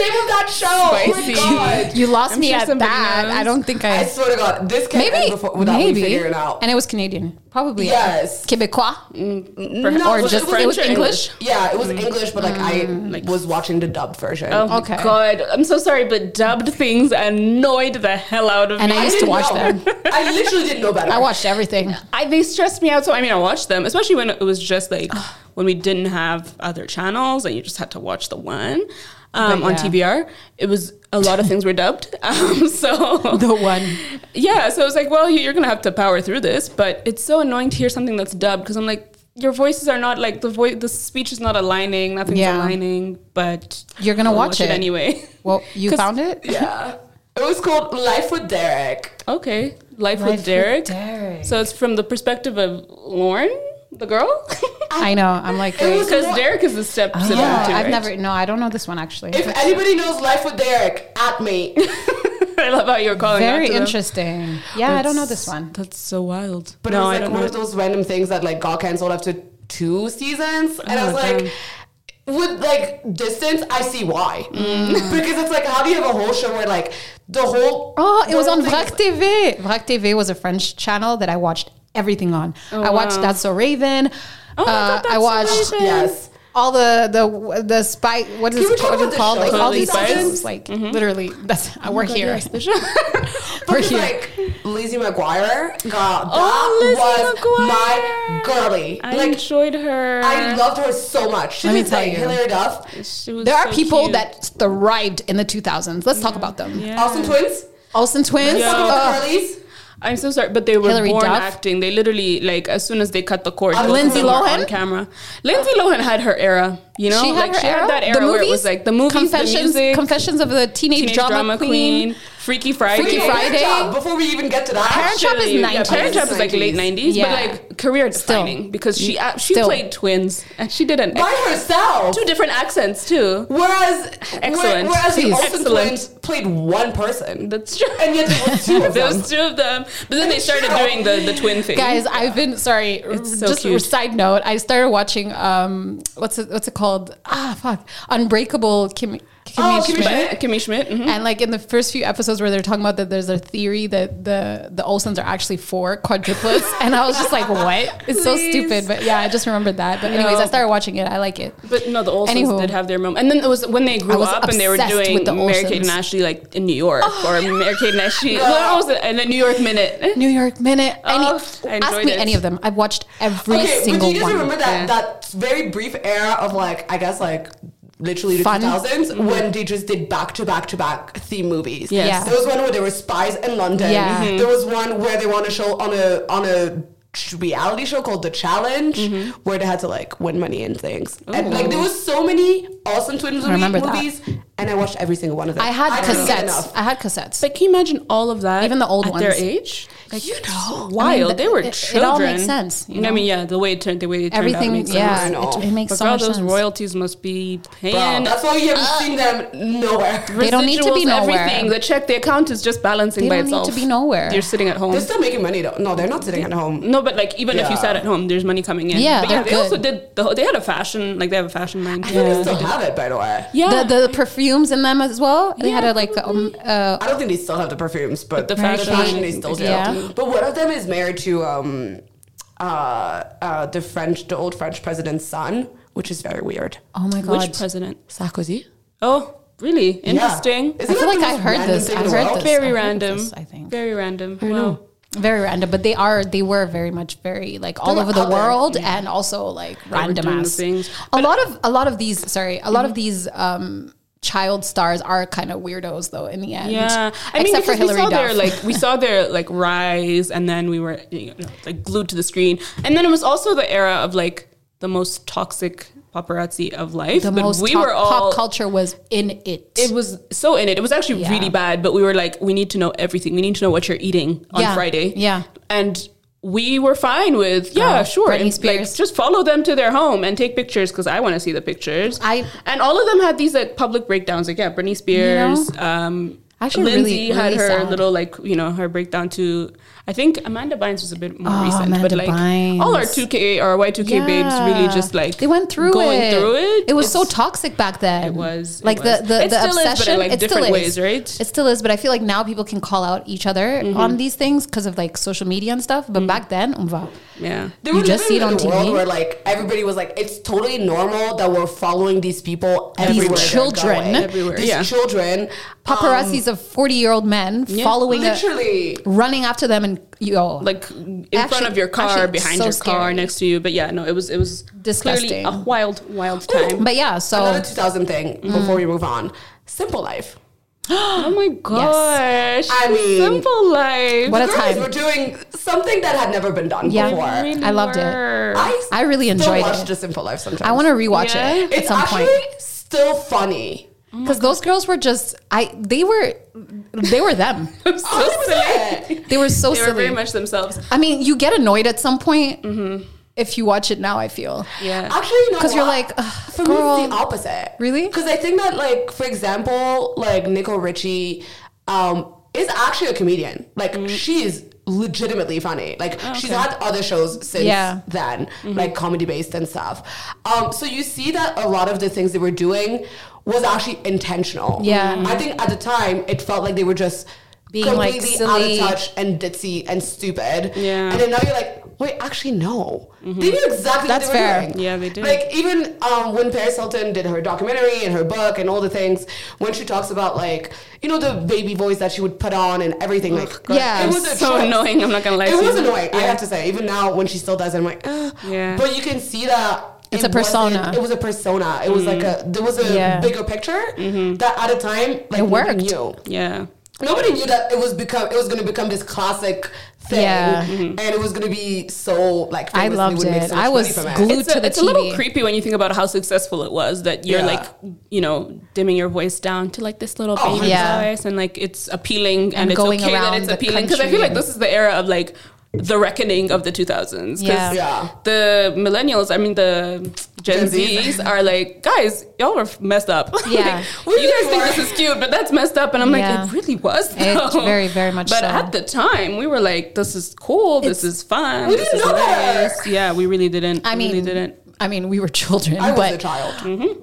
[SPEAKER 2] name of that show?
[SPEAKER 3] Spicy.
[SPEAKER 2] Oh my god.
[SPEAKER 1] You lost
[SPEAKER 3] I'm
[SPEAKER 1] me
[SPEAKER 3] sure
[SPEAKER 1] at
[SPEAKER 3] somebody
[SPEAKER 1] that.
[SPEAKER 3] knows.
[SPEAKER 1] I don't think
[SPEAKER 2] I
[SPEAKER 1] I.
[SPEAKER 2] swear to God, this can't end
[SPEAKER 1] Maybe.
[SPEAKER 2] before, without me
[SPEAKER 1] maybe.
[SPEAKER 2] figuring it out.
[SPEAKER 1] And it was Canadian. Probably.
[SPEAKER 2] Yes.
[SPEAKER 1] Quebecois?
[SPEAKER 3] Perhaps-
[SPEAKER 1] or
[SPEAKER 2] it was-
[SPEAKER 1] just-
[SPEAKER 2] was
[SPEAKER 1] it was
[SPEAKER 2] French.
[SPEAKER 1] English? Mm,
[SPEAKER 2] Yeah, it was English, but like I was watching the dub version.
[SPEAKER 3] Oh my
[SPEAKER 1] Okay.
[SPEAKER 3] god. I'm so sorry, but dubbed things annoyed the hell out of
[SPEAKER 1] And
[SPEAKER 3] me.
[SPEAKER 1] I used to
[SPEAKER 2] didn't
[SPEAKER 1] watch
[SPEAKER 2] know.
[SPEAKER 1] them.
[SPEAKER 2] (laughs) I literally didn't know better.
[SPEAKER 1] I watched everything.
[SPEAKER 3] I they stressed me out. So I mean, I watched them, especially when it was just like when we didn't have other channels and you just had to watch the one um,
[SPEAKER 1] But
[SPEAKER 3] on
[SPEAKER 1] yeah.
[SPEAKER 3] TBR. It was a lot of things were dubbed. (laughs) Um, so
[SPEAKER 1] The one.
[SPEAKER 3] yeah, so I was like, well, you- you're gonna have to power through this, but it's so annoying to hear something that's dubbed because I'm like, your voices are not like the voice. The speech is not aligning. Nothing's
[SPEAKER 1] Yeah.
[SPEAKER 3] aligning. But
[SPEAKER 1] You're gonna
[SPEAKER 3] I'll
[SPEAKER 1] watch it.
[SPEAKER 3] anyway.
[SPEAKER 1] Well, you
[SPEAKER 3] (laughs) 'Cause-
[SPEAKER 1] found it?
[SPEAKER 2] Yeah. It was called Life with Derek.
[SPEAKER 3] Okay,
[SPEAKER 1] Life
[SPEAKER 3] life, with
[SPEAKER 1] with
[SPEAKER 3] Derek.
[SPEAKER 1] Derek.
[SPEAKER 3] So it's from the perspective of Lauren, the girl. (laughs)
[SPEAKER 1] I know. I'm like,
[SPEAKER 2] It was-
[SPEAKER 3] Because Derek is the step to
[SPEAKER 1] Oh, yeah,
[SPEAKER 3] them too.
[SPEAKER 1] I've
[SPEAKER 3] right?
[SPEAKER 1] never. No, I don't know this one actually.
[SPEAKER 2] If anybody knows Life with Derek, at
[SPEAKER 1] (laughs)
[SPEAKER 2] me.
[SPEAKER 3] (laughs) I love how you're calling. out
[SPEAKER 1] Very
[SPEAKER 3] to them.
[SPEAKER 1] interesting. Yeah, I don't know this one.
[SPEAKER 3] That's so wild.
[SPEAKER 2] But
[SPEAKER 3] no,
[SPEAKER 2] it was
[SPEAKER 3] I
[SPEAKER 2] like
[SPEAKER 3] don't
[SPEAKER 2] one
[SPEAKER 3] know.
[SPEAKER 2] of
[SPEAKER 3] (laughs)
[SPEAKER 2] those random things that like got canceled after two seasons. And I
[SPEAKER 3] Oh,
[SPEAKER 2] was like,
[SPEAKER 3] damn.
[SPEAKER 2] with like distance, I see why.
[SPEAKER 1] Mm.
[SPEAKER 2] (laughs) Because it's like, how do you have a whole show where like the whole
[SPEAKER 1] Oh, it
[SPEAKER 2] the
[SPEAKER 1] was
[SPEAKER 2] whole
[SPEAKER 1] on
[SPEAKER 2] thing
[SPEAKER 1] Vrac TV.
[SPEAKER 2] is-
[SPEAKER 1] Vrac TV was a French channel that I watched everything on. I watched
[SPEAKER 3] Oh, wow.
[SPEAKER 1] That's So Raven.
[SPEAKER 3] Oh my
[SPEAKER 1] Uh,
[SPEAKER 3] God,
[SPEAKER 1] I
[SPEAKER 3] That's So
[SPEAKER 1] watched
[SPEAKER 3] Raven.
[SPEAKER 2] Yes.
[SPEAKER 1] all the the the spy. What is
[SPEAKER 2] Can we
[SPEAKER 1] it
[SPEAKER 2] talk
[SPEAKER 1] called?
[SPEAKER 2] about the
[SPEAKER 1] called? Like all
[SPEAKER 3] show? Mm-hmm.
[SPEAKER 1] these
[SPEAKER 3] Totally
[SPEAKER 1] shows.
[SPEAKER 2] spies.
[SPEAKER 1] Like literally, that's
[SPEAKER 3] Oh
[SPEAKER 1] we're
[SPEAKER 2] God,
[SPEAKER 1] here.
[SPEAKER 2] yes, But just like Lizzie McGuire, God, that
[SPEAKER 1] Oh,
[SPEAKER 3] Lizzie
[SPEAKER 2] was
[SPEAKER 3] McGuire.
[SPEAKER 2] my girly.
[SPEAKER 3] I
[SPEAKER 2] like
[SPEAKER 3] enjoyed her.
[SPEAKER 2] I loved her so much. She
[SPEAKER 1] Let me
[SPEAKER 2] was
[SPEAKER 1] tell
[SPEAKER 2] like
[SPEAKER 1] you.
[SPEAKER 2] Hilary Duff.
[SPEAKER 3] She was
[SPEAKER 1] There are
[SPEAKER 3] so
[SPEAKER 1] people
[SPEAKER 3] cute.
[SPEAKER 1] that thrived in the 2000s. Let's talk about them.
[SPEAKER 3] Yeah.
[SPEAKER 2] Awesome twins.
[SPEAKER 1] Olsen twins.
[SPEAKER 2] Let's talk
[SPEAKER 1] uh,
[SPEAKER 2] about the girlies.
[SPEAKER 3] I'm so sorry, but they were
[SPEAKER 1] Hilary
[SPEAKER 3] born
[SPEAKER 1] Duff?
[SPEAKER 3] acting. They literally like as soon as they cut the cord.
[SPEAKER 2] Uh,
[SPEAKER 3] both of
[SPEAKER 2] Lindsay
[SPEAKER 3] them were
[SPEAKER 1] Lohan?
[SPEAKER 3] on camera. Lindsay Lohan had her era. You know,
[SPEAKER 1] she had
[SPEAKER 3] like,
[SPEAKER 1] her
[SPEAKER 3] she
[SPEAKER 1] era.
[SPEAKER 3] had that era
[SPEAKER 1] the movies,
[SPEAKER 3] where it was like the movies,
[SPEAKER 1] confessions,
[SPEAKER 3] the music,
[SPEAKER 1] confessions of the teenage,
[SPEAKER 3] teenage
[SPEAKER 1] drama, queen.
[SPEAKER 3] Freaky Friday.
[SPEAKER 1] Freaky
[SPEAKER 2] Wait,
[SPEAKER 1] Friday.
[SPEAKER 2] Parent Trap, Before we even get to that,
[SPEAKER 1] Parent Trap is
[SPEAKER 3] Actually, yeah,
[SPEAKER 1] 90s.
[SPEAKER 3] Parent Trap is like late 90s,
[SPEAKER 1] Yeah.
[SPEAKER 3] but like career
[SPEAKER 1] Still.
[SPEAKER 3] defining because she uh, she
[SPEAKER 1] Still.
[SPEAKER 3] played twins and she did an
[SPEAKER 2] by herself.
[SPEAKER 3] two different accents too.
[SPEAKER 2] Whereas,
[SPEAKER 3] Excellent.
[SPEAKER 2] whereas the
[SPEAKER 1] Please.
[SPEAKER 2] Olsen
[SPEAKER 3] Excellent.
[SPEAKER 2] twins played one person,
[SPEAKER 3] That's true.
[SPEAKER 2] and yet there were two of
[SPEAKER 3] (laughs) there
[SPEAKER 2] them.
[SPEAKER 3] was two of them, but then they started
[SPEAKER 2] Sure.
[SPEAKER 3] doing the the twin thing.
[SPEAKER 1] Guys, I've been sorry.
[SPEAKER 3] It's so
[SPEAKER 1] just a
[SPEAKER 3] cute.
[SPEAKER 1] side note, I started watching um, what's it, what's it called? Ah, fuck, Unbreakable Kim. Kimmy
[SPEAKER 2] Oh, Kimmy
[SPEAKER 1] Schmidt.
[SPEAKER 2] Schmidt.
[SPEAKER 3] Kimmy Schmidt. mhm.
[SPEAKER 1] And like in the first few episodes where they're talking about that, there's a theory that the the Olsons are actually four quadruplets, and I was just like, "What?" It's so
[SPEAKER 3] Please.
[SPEAKER 1] stupid. But yeah, I just remembered that. But anyways,
[SPEAKER 3] No.
[SPEAKER 1] I started watching it. I like it.
[SPEAKER 3] But no, the Olsons
[SPEAKER 1] Anywho.
[SPEAKER 3] did have their moment. And then it was when they
[SPEAKER 1] I
[SPEAKER 3] grew
[SPEAKER 1] was
[SPEAKER 3] up and they were
[SPEAKER 1] obsessed
[SPEAKER 3] doing
[SPEAKER 1] with the
[SPEAKER 3] Mary Kate
[SPEAKER 1] Olsens.
[SPEAKER 3] and Ashley like in New York or Mary Kate and Ashley. No, that was it. And then Oh, New York Minute.
[SPEAKER 1] New York Minute. Any,
[SPEAKER 3] Oh, I
[SPEAKER 1] ask
[SPEAKER 3] enjoyed
[SPEAKER 1] me
[SPEAKER 3] it.
[SPEAKER 1] any of them. I've watched every single
[SPEAKER 2] but do you
[SPEAKER 1] one.
[SPEAKER 2] guys remember that
[SPEAKER 3] Yeah.
[SPEAKER 2] that very brief era of like I guess like literally the
[SPEAKER 1] Fun. Mm-hmm.
[SPEAKER 2] 2000s when they just did back to back to back theme movies.
[SPEAKER 3] Yes.
[SPEAKER 1] Yeah.
[SPEAKER 2] There was one where there were spies in London. Mm-hmm.
[SPEAKER 1] Yeah. Mhm.
[SPEAKER 2] There was one where they won a show on a on a ch- reality show called The Challenge
[SPEAKER 1] Mm-hmm.
[SPEAKER 2] where they had to like win money and things. And like there was so many awesome twins movie-
[SPEAKER 1] remember that.
[SPEAKER 2] movies and I watched every single one of them.
[SPEAKER 1] I had
[SPEAKER 2] couldn't get
[SPEAKER 1] cassettes.
[SPEAKER 2] enough.
[SPEAKER 1] I had cassettes.
[SPEAKER 3] Like, can you imagine all of that?
[SPEAKER 1] Even the old
[SPEAKER 3] at their
[SPEAKER 1] ones.
[SPEAKER 3] age. Like,
[SPEAKER 2] You know.
[SPEAKER 3] wild.
[SPEAKER 1] I mean,
[SPEAKER 3] they were
[SPEAKER 1] it- it- it
[SPEAKER 3] children.
[SPEAKER 1] all makes sense, you
[SPEAKER 3] I
[SPEAKER 1] know?
[SPEAKER 3] mean, yeah, the way it turned, the way it turned out
[SPEAKER 1] Everything,
[SPEAKER 3] makes
[SPEAKER 1] yeah,
[SPEAKER 2] I
[SPEAKER 3] sense.
[SPEAKER 2] know.
[SPEAKER 1] it, it makes
[SPEAKER 3] But
[SPEAKER 1] so
[SPEAKER 3] girl,
[SPEAKER 1] much
[SPEAKER 3] those
[SPEAKER 1] sense.
[SPEAKER 3] royalties must be
[SPEAKER 2] Bro,
[SPEAKER 3] paying.
[SPEAKER 2] that's why you haven't seen them nowhere.
[SPEAKER 1] (laughs) They don't need to be
[SPEAKER 3] residuals,
[SPEAKER 1] nowhere.
[SPEAKER 3] Everything. The check, the account is just balancing
[SPEAKER 1] They
[SPEAKER 3] by
[SPEAKER 1] don't need to
[SPEAKER 3] itself.
[SPEAKER 1] be nowhere.
[SPEAKER 3] You're sitting at home.
[SPEAKER 2] They're still making money though. No, they're not sitting at home.
[SPEAKER 3] No, but like even if you
[SPEAKER 2] Yeah.
[SPEAKER 3] sat at home, there's money coming in.
[SPEAKER 1] Yeah,
[SPEAKER 3] but
[SPEAKER 1] they're
[SPEAKER 3] they
[SPEAKER 1] good.
[SPEAKER 3] also did. The, whole- they had a fashion, like they have a fashion line.
[SPEAKER 2] I think (laughs) they still have it, by the way.
[SPEAKER 3] yeah.
[SPEAKER 1] The, the perfumes in them as well. They had
[SPEAKER 3] Yeah,
[SPEAKER 1] a like um, uh,
[SPEAKER 2] I don't think they still have the perfumes, but,
[SPEAKER 3] the
[SPEAKER 2] the
[SPEAKER 3] fashion-
[SPEAKER 2] fashion, they still do.
[SPEAKER 1] Yeah.
[SPEAKER 2] But one of them is married to um, uh, uh, the French, the old French president's son, which is very weird.
[SPEAKER 1] oh my god.
[SPEAKER 3] Which president?
[SPEAKER 2] Sarkozy.
[SPEAKER 3] Oh, really? Interesting.
[SPEAKER 2] Yeah.
[SPEAKER 1] I feel
[SPEAKER 2] that
[SPEAKER 1] like
[SPEAKER 2] the
[SPEAKER 1] I
[SPEAKER 2] most
[SPEAKER 1] heard
[SPEAKER 2] random
[SPEAKER 1] this.
[SPEAKER 2] thing
[SPEAKER 1] I
[SPEAKER 2] in the
[SPEAKER 1] heard
[SPEAKER 2] world?
[SPEAKER 1] this.
[SPEAKER 3] Very
[SPEAKER 1] I heard
[SPEAKER 3] random.
[SPEAKER 1] this, I think.
[SPEAKER 3] Very random. Wow.
[SPEAKER 1] Very random, but they are they were very much very like all
[SPEAKER 2] were
[SPEAKER 1] over the
[SPEAKER 2] out there,
[SPEAKER 1] world and also like random
[SPEAKER 3] doing
[SPEAKER 1] ass.
[SPEAKER 3] things. Mm-hmm.
[SPEAKER 1] A lot of a lot of these sorry, a lot of these um child stars are kind of weirdos though in the end.
[SPEAKER 3] Yeah, I mean,
[SPEAKER 1] Except for
[SPEAKER 3] because we
[SPEAKER 1] Hillary
[SPEAKER 3] saw
[SPEAKER 1] Duff.
[SPEAKER 3] their like we saw their like rise, and then we were you know, like glued to the screen, and then it was also the era of like the most toxic paparazzi of life.
[SPEAKER 1] the
[SPEAKER 3] but
[SPEAKER 1] most
[SPEAKER 3] we
[SPEAKER 1] top-
[SPEAKER 3] were all
[SPEAKER 1] pop culture was in it.
[SPEAKER 3] it was so in it. It was actually
[SPEAKER 1] Yeah.
[SPEAKER 3] really bad, but we were like, we need to know everything. We need to know what you're eating on
[SPEAKER 1] Yeah.
[SPEAKER 3] Friday.
[SPEAKER 1] Yeah.
[SPEAKER 3] And we were fine with, yeah,
[SPEAKER 1] Girl,
[SPEAKER 3] sure.
[SPEAKER 1] Britney
[SPEAKER 3] And,
[SPEAKER 1] Spears.
[SPEAKER 3] Like, just follow them to their home and take pictures because I want to see the pictures.
[SPEAKER 1] I-
[SPEAKER 3] and all of them had these like public breakdowns. Like, yeah, Britney Spears. Um,
[SPEAKER 1] Actually really-
[SPEAKER 3] Lindsay had
[SPEAKER 1] really
[SPEAKER 3] her
[SPEAKER 1] sad.
[SPEAKER 3] little like you know her breakdown to I think Amanda Bynes was a bit more
[SPEAKER 1] Oh,
[SPEAKER 3] recent, but
[SPEAKER 1] Amanda
[SPEAKER 3] like all our
[SPEAKER 1] Bynes.
[SPEAKER 3] two K or Y two K babes really just like
[SPEAKER 1] they went through
[SPEAKER 3] going
[SPEAKER 1] it.
[SPEAKER 3] through it.
[SPEAKER 1] It was so
[SPEAKER 3] It's-
[SPEAKER 1] toxic back then. It
[SPEAKER 3] was, it
[SPEAKER 1] like
[SPEAKER 3] was.
[SPEAKER 1] the the,
[SPEAKER 3] It
[SPEAKER 1] the
[SPEAKER 3] still is, but in,
[SPEAKER 1] obsession.
[SPEAKER 3] like,
[SPEAKER 1] it still
[SPEAKER 3] different
[SPEAKER 1] is.
[SPEAKER 3] ways, right? Mm-hmm.
[SPEAKER 1] It still is, but I feel like now people can call out each other on these things because of like social media and stuff. But back then,
[SPEAKER 3] Um,
[SPEAKER 1] umva.
[SPEAKER 3] yeah.
[SPEAKER 2] They
[SPEAKER 1] You
[SPEAKER 2] were
[SPEAKER 1] just
[SPEAKER 2] living
[SPEAKER 1] see it
[SPEAKER 2] in
[SPEAKER 1] on
[SPEAKER 2] a world
[SPEAKER 1] TV?
[SPEAKER 2] where like everybody was like, it's totally normal that we're following these people everywhere. they're
[SPEAKER 1] children.
[SPEAKER 2] going.
[SPEAKER 3] Everywhere,
[SPEAKER 2] These
[SPEAKER 3] yeah.
[SPEAKER 2] children. um,
[SPEAKER 1] Paparazzis of forty-year-old men following, a,
[SPEAKER 2] literally.
[SPEAKER 1] running after them, and you know,
[SPEAKER 3] like in front
[SPEAKER 1] Actually-
[SPEAKER 3] of your car,
[SPEAKER 1] actually, it's
[SPEAKER 3] behind
[SPEAKER 1] so
[SPEAKER 3] your car,
[SPEAKER 1] scary.
[SPEAKER 3] next to you. But yeah, no, it was it was clearly
[SPEAKER 1] Disgusting. Oh,
[SPEAKER 3] a wild, wild
[SPEAKER 1] (gasps)
[SPEAKER 3] time.
[SPEAKER 1] but yeah. So
[SPEAKER 2] Another 2000 thing
[SPEAKER 1] Mm.
[SPEAKER 2] before we move on. Simple life.
[SPEAKER 3] oh my gosh,
[SPEAKER 2] I mean-
[SPEAKER 3] simple life.
[SPEAKER 1] What a
[SPEAKER 2] The girls
[SPEAKER 1] time.
[SPEAKER 2] We're doing something that had never been done
[SPEAKER 1] Yeah.
[SPEAKER 2] before.
[SPEAKER 1] Really? I loved it.
[SPEAKER 3] were.
[SPEAKER 2] I,
[SPEAKER 1] I really
[SPEAKER 2] still
[SPEAKER 1] enjoyed
[SPEAKER 2] watch
[SPEAKER 1] it.
[SPEAKER 2] The Simple Life sometimes.
[SPEAKER 1] I want to rewatch
[SPEAKER 3] Yeah.
[SPEAKER 1] it at
[SPEAKER 2] It's
[SPEAKER 1] some
[SPEAKER 2] actually
[SPEAKER 1] point.
[SPEAKER 2] still funny.
[SPEAKER 1] because those girls were just I they were they were them
[SPEAKER 3] I'm (laughs) so silly.
[SPEAKER 1] they were so
[SPEAKER 3] They were
[SPEAKER 1] silly
[SPEAKER 3] very much themselves.
[SPEAKER 1] I mean you get annoyed at some point if you watch it now I feel
[SPEAKER 3] Yeah,
[SPEAKER 2] Actually, Mm-hmm. you know
[SPEAKER 1] 'Cause you're
[SPEAKER 2] what?
[SPEAKER 1] like, "Ugh,
[SPEAKER 2] (sighs) for me,
[SPEAKER 1] girl."
[SPEAKER 2] it's the opposite.
[SPEAKER 1] Really?
[SPEAKER 2] Because I think that, like, for example, like Nicole Richie um, is actually a comedian. Like,
[SPEAKER 1] Mm.
[SPEAKER 2] she is legitimately funny. Like, she's had other shows since
[SPEAKER 1] Oh, Yeah. Mm-hmm.
[SPEAKER 2] then, like comedy based and stuff. Um, so you see that a lot of the things they were doing was actually intentional. Mm-hmm.
[SPEAKER 1] Yeah. Mhm.
[SPEAKER 2] I think at the time it felt like they were just
[SPEAKER 1] Being, like,
[SPEAKER 2] completely
[SPEAKER 1] silly.
[SPEAKER 2] out of touch and ditzy and stupid.
[SPEAKER 3] Yeah.
[SPEAKER 2] And then now you're like, Wait, actually, no.
[SPEAKER 1] Mm-hmm.
[SPEAKER 2] They knew exactly
[SPEAKER 1] That's
[SPEAKER 2] what they were
[SPEAKER 1] fair.
[SPEAKER 2] doing.
[SPEAKER 3] Yeah, they did.
[SPEAKER 2] Like even um, when Paris Hilton did her documentary and her book and all the things, when she talks about like you know the baby voice that she would put on and everything, like
[SPEAKER 1] God. Yeah.
[SPEAKER 2] it was a
[SPEAKER 3] So
[SPEAKER 2] choice.
[SPEAKER 3] annoying, I'm not gonna lie
[SPEAKER 2] It
[SPEAKER 3] to
[SPEAKER 2] was
[SPEAKER 3] you.
[SPEAKER 2] annoying. I
[SPEAKER 3] Yeah.
[SPEAKER 2] have to say, even now when she still does it, I'm like, Ugh.
[SPEAKER 3] Yeah.
[SPEAKER 2] But you can see that.
[SPEAKER 1] It's
[SPEAKER 2] it
[SPEAKER 1] a persona.
[SPEAKER 2] wasn't- It was a persona. It was like a
[SPEAKER 3] Mm.
[SPEAKER 2] there was a
[SPEAKER 1] Yeah.
[SPEAKER 2] bigger picture
[SPEAKER 3] Mm-hmm.
[SPEAKER 2] that at a time like
[SPEAKER 1] It
[SPEAKER 2] nobody
[SPEAKER 1] worked.
[SPEAKER 2] knew
[SPEAKER 3] Yeah.
[SPEAKER 2] nobody knew that it was become it was going to become this classic thing
[SPEAKER 1] Yeah.
[SPEAKER 2] and
[SPEAKER 3] Mm-hmm.
[SPEAKER 2] it was going to be so like
[SPEAKER 1] I
[SPEAKER 2] famously
[SPEAKER 1] loved
[SPEAKER 2] would make
[SPEAKER 1] it.
[SPEAKER 2] so much
[SPEAKER 1] I was
[SPEAKER 2] money from it.
[SPEAKER 1] glued
[SPEAKER 3] It's,
[SPEAKER 1] to
[SPEAKER 3] a,
[SPEAKER 1] the
[SPEAKER 3] it's a little
[SPEAKER 1] TV.
[SPEAKER 3] creepy when you think about how successful it was that you're
[SPEAKER 2] Yeah.
[SPEAKER 3] like, you know, dimming your voice down to like this little
[SPEAKER 2] Oh,
[SPEAKER 3] baby
[SPEAKER 1] yeah.
[SPEAKER 3] voice and like it's appealing and,
[SPEAKER 1] And
[SPEAKER 3] it's
[SPEAKER 1] going
[SPEAKER 3] okay that
[SPEAKER 1] around
[SPEAKER 3] it's
[SPEAKER 1] the
[SPEAKER 3] appealing because I feel
[SPEAKER 1] country.
[SPEAKER 3] like this is the era of like the reckoning of the 2000s. 'Cause
[SPEAKER 1] Yeah.
[SPEAKER 2] Yeah.
[SPEAKER 3] The millennials, I mean, the
[SPEAKER 2] Gen
[SPEAKER 3] Gen, Zs.
[SPEAKER 2] Zs.
[SPEAKER 3] are like, guys, y'all are f- messed up. (laughs)
[SPEAKER 1] Yeah.
[SPEAKER 3] like,
[SPEAKER 2] We
[SPEAKER 3] you guys think
[SPEAKER 2] were.
[SPEAKER 3] this is cute, but that's messed up. And I'm
[SPEAKER 1] Yeah.
[SPEAKER 3] like, it really was.
[SPEAKER 1] It
[SPEAKER 3] though.
[SPEAKER 1] very, very much
[SPEAKER 3] But
[SPEAKER 1] so.
[SPEAKER 3] at the time, we were like, this is cool. this is fun.
[SPEAKER 2] we
[SPEAKER 3] this
[SPEAKER 2] didn't
[SPEAKER 3] is
[SPEAKER 2] know better.
[SPEAKER 3] nice. Yeah, we really didn't.
[SPEAKER 1] I
[SPEAKER 3] We
[SPEAKER 1] mean,
[SPEAKER 3] really didn't.
[SPEAKER 1] I mean, we were (laughs) children,
[SPEAKER 2] I was
[SPEAKER 1] but Mm-hmm.
[SPEAKER 2] a
[SPEAKER 1] (gasps)
[SPEAKER 2] child.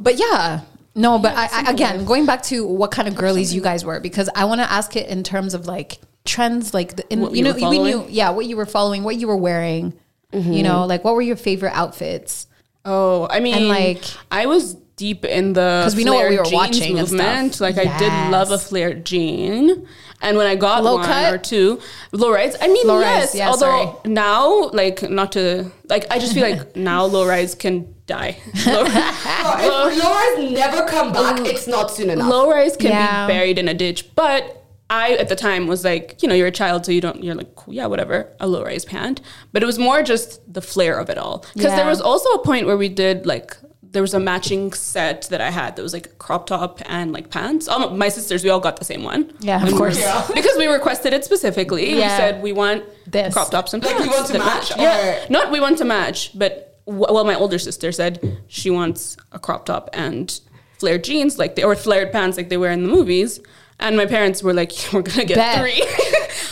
[SPEAKER 1] But yeah, no, but I, I again going back to what kind of girlies you guys were because I want to ask it in terms of like trends, like the, in,
[SPEAKER 3] What
[SPEAKER 1] you
[SPEAKER 3] you
[SPEAKER 1] know,
[SPEAKER 3] were
[SPEAKER 1] we knew, yeah, what you were following, what you were wearing,
[SPEAKER 2] Mm-hmm.
[SPEAKER 1] you know, like what were your favorite outfits?
[SPEAKER 3] Oh, I mean,
[SPEAKER 1] like-
[SPEAKER 3] I was deep in the
[SPEAKER 1] 'Cause we know what
[SPEAKER 3] flared
[SPEAKER 1] we were
[SPEAKER 3] jeans
[SPEAKER 1] watching and stuff.
[SPEAKER 3] movement. Like I did love a
[SPEAKER 1] Yes.
[SPEAKER 3] flared jean, and when I got
[SPEAKER 1] Low
[SPEAKER 3] one
[SPEAKER 1] cut?
[SPEAKER 3] or two, low rise. I mean,
[SPEAKER 1] Low
[SPEAKER 3] yes.
[SPEAKER 1] rise, yeah,
[SPEAKER 3] although now, like, not to like, I just feel
[SPEAKER 1] (laughs)
[SPEAKER 3] like now low rise can die. Low,
[SPEAKER 2] Well, if Laura's never come back, it's not soon enough.
[SPEAKER 3] low rise can
[SPEAKER 1] Yeah.
[SPEAKER 3] be buried in a ditch, but. I at the time was like, you know, you're a child, so you don't. You're like, cool, yeah, whatever, a low rise pant. But it was more just the flair of it all, because there
[SPEAKER 1] Yeah.
[SPEAKER 3] was also a point where we did like there was a matching set that I had that was like a crop top and like pants. All my sisters, we all got the same one.
[SPEAKER 1] Yeah, of
[SPEAKER 3] And we were-
[SPEAKER 1] course.
[SPEAKER 2] Yeah.
[SPEAKER 3] (laughs) Because we requested it specifically. We
[SPEAKER 1] Yeah.
[SPEAKER 3] said we want
[SPEAKER 1] This.
[SPEAKER 3] crop tops and
[SPEAKER 2] Like,
[SPEAKER 3] pants.
[SPEAKER 2] we want to
[SPEAKER 3] that
[SPEAKER 2] match,
[SPEAKER 3] Yeah.
[SPEAKER 2] or-
[SPEAKER 3] Not we want to match, but wh- well, my older sister said she wants a crop top and flared jeans like they or flared pants like they wear in the movies. And my parents were like, (laughs) "We're gonna get
[SPEAKER 1] Bet. (laughs)
[SPEAKER 3] three. (laughs)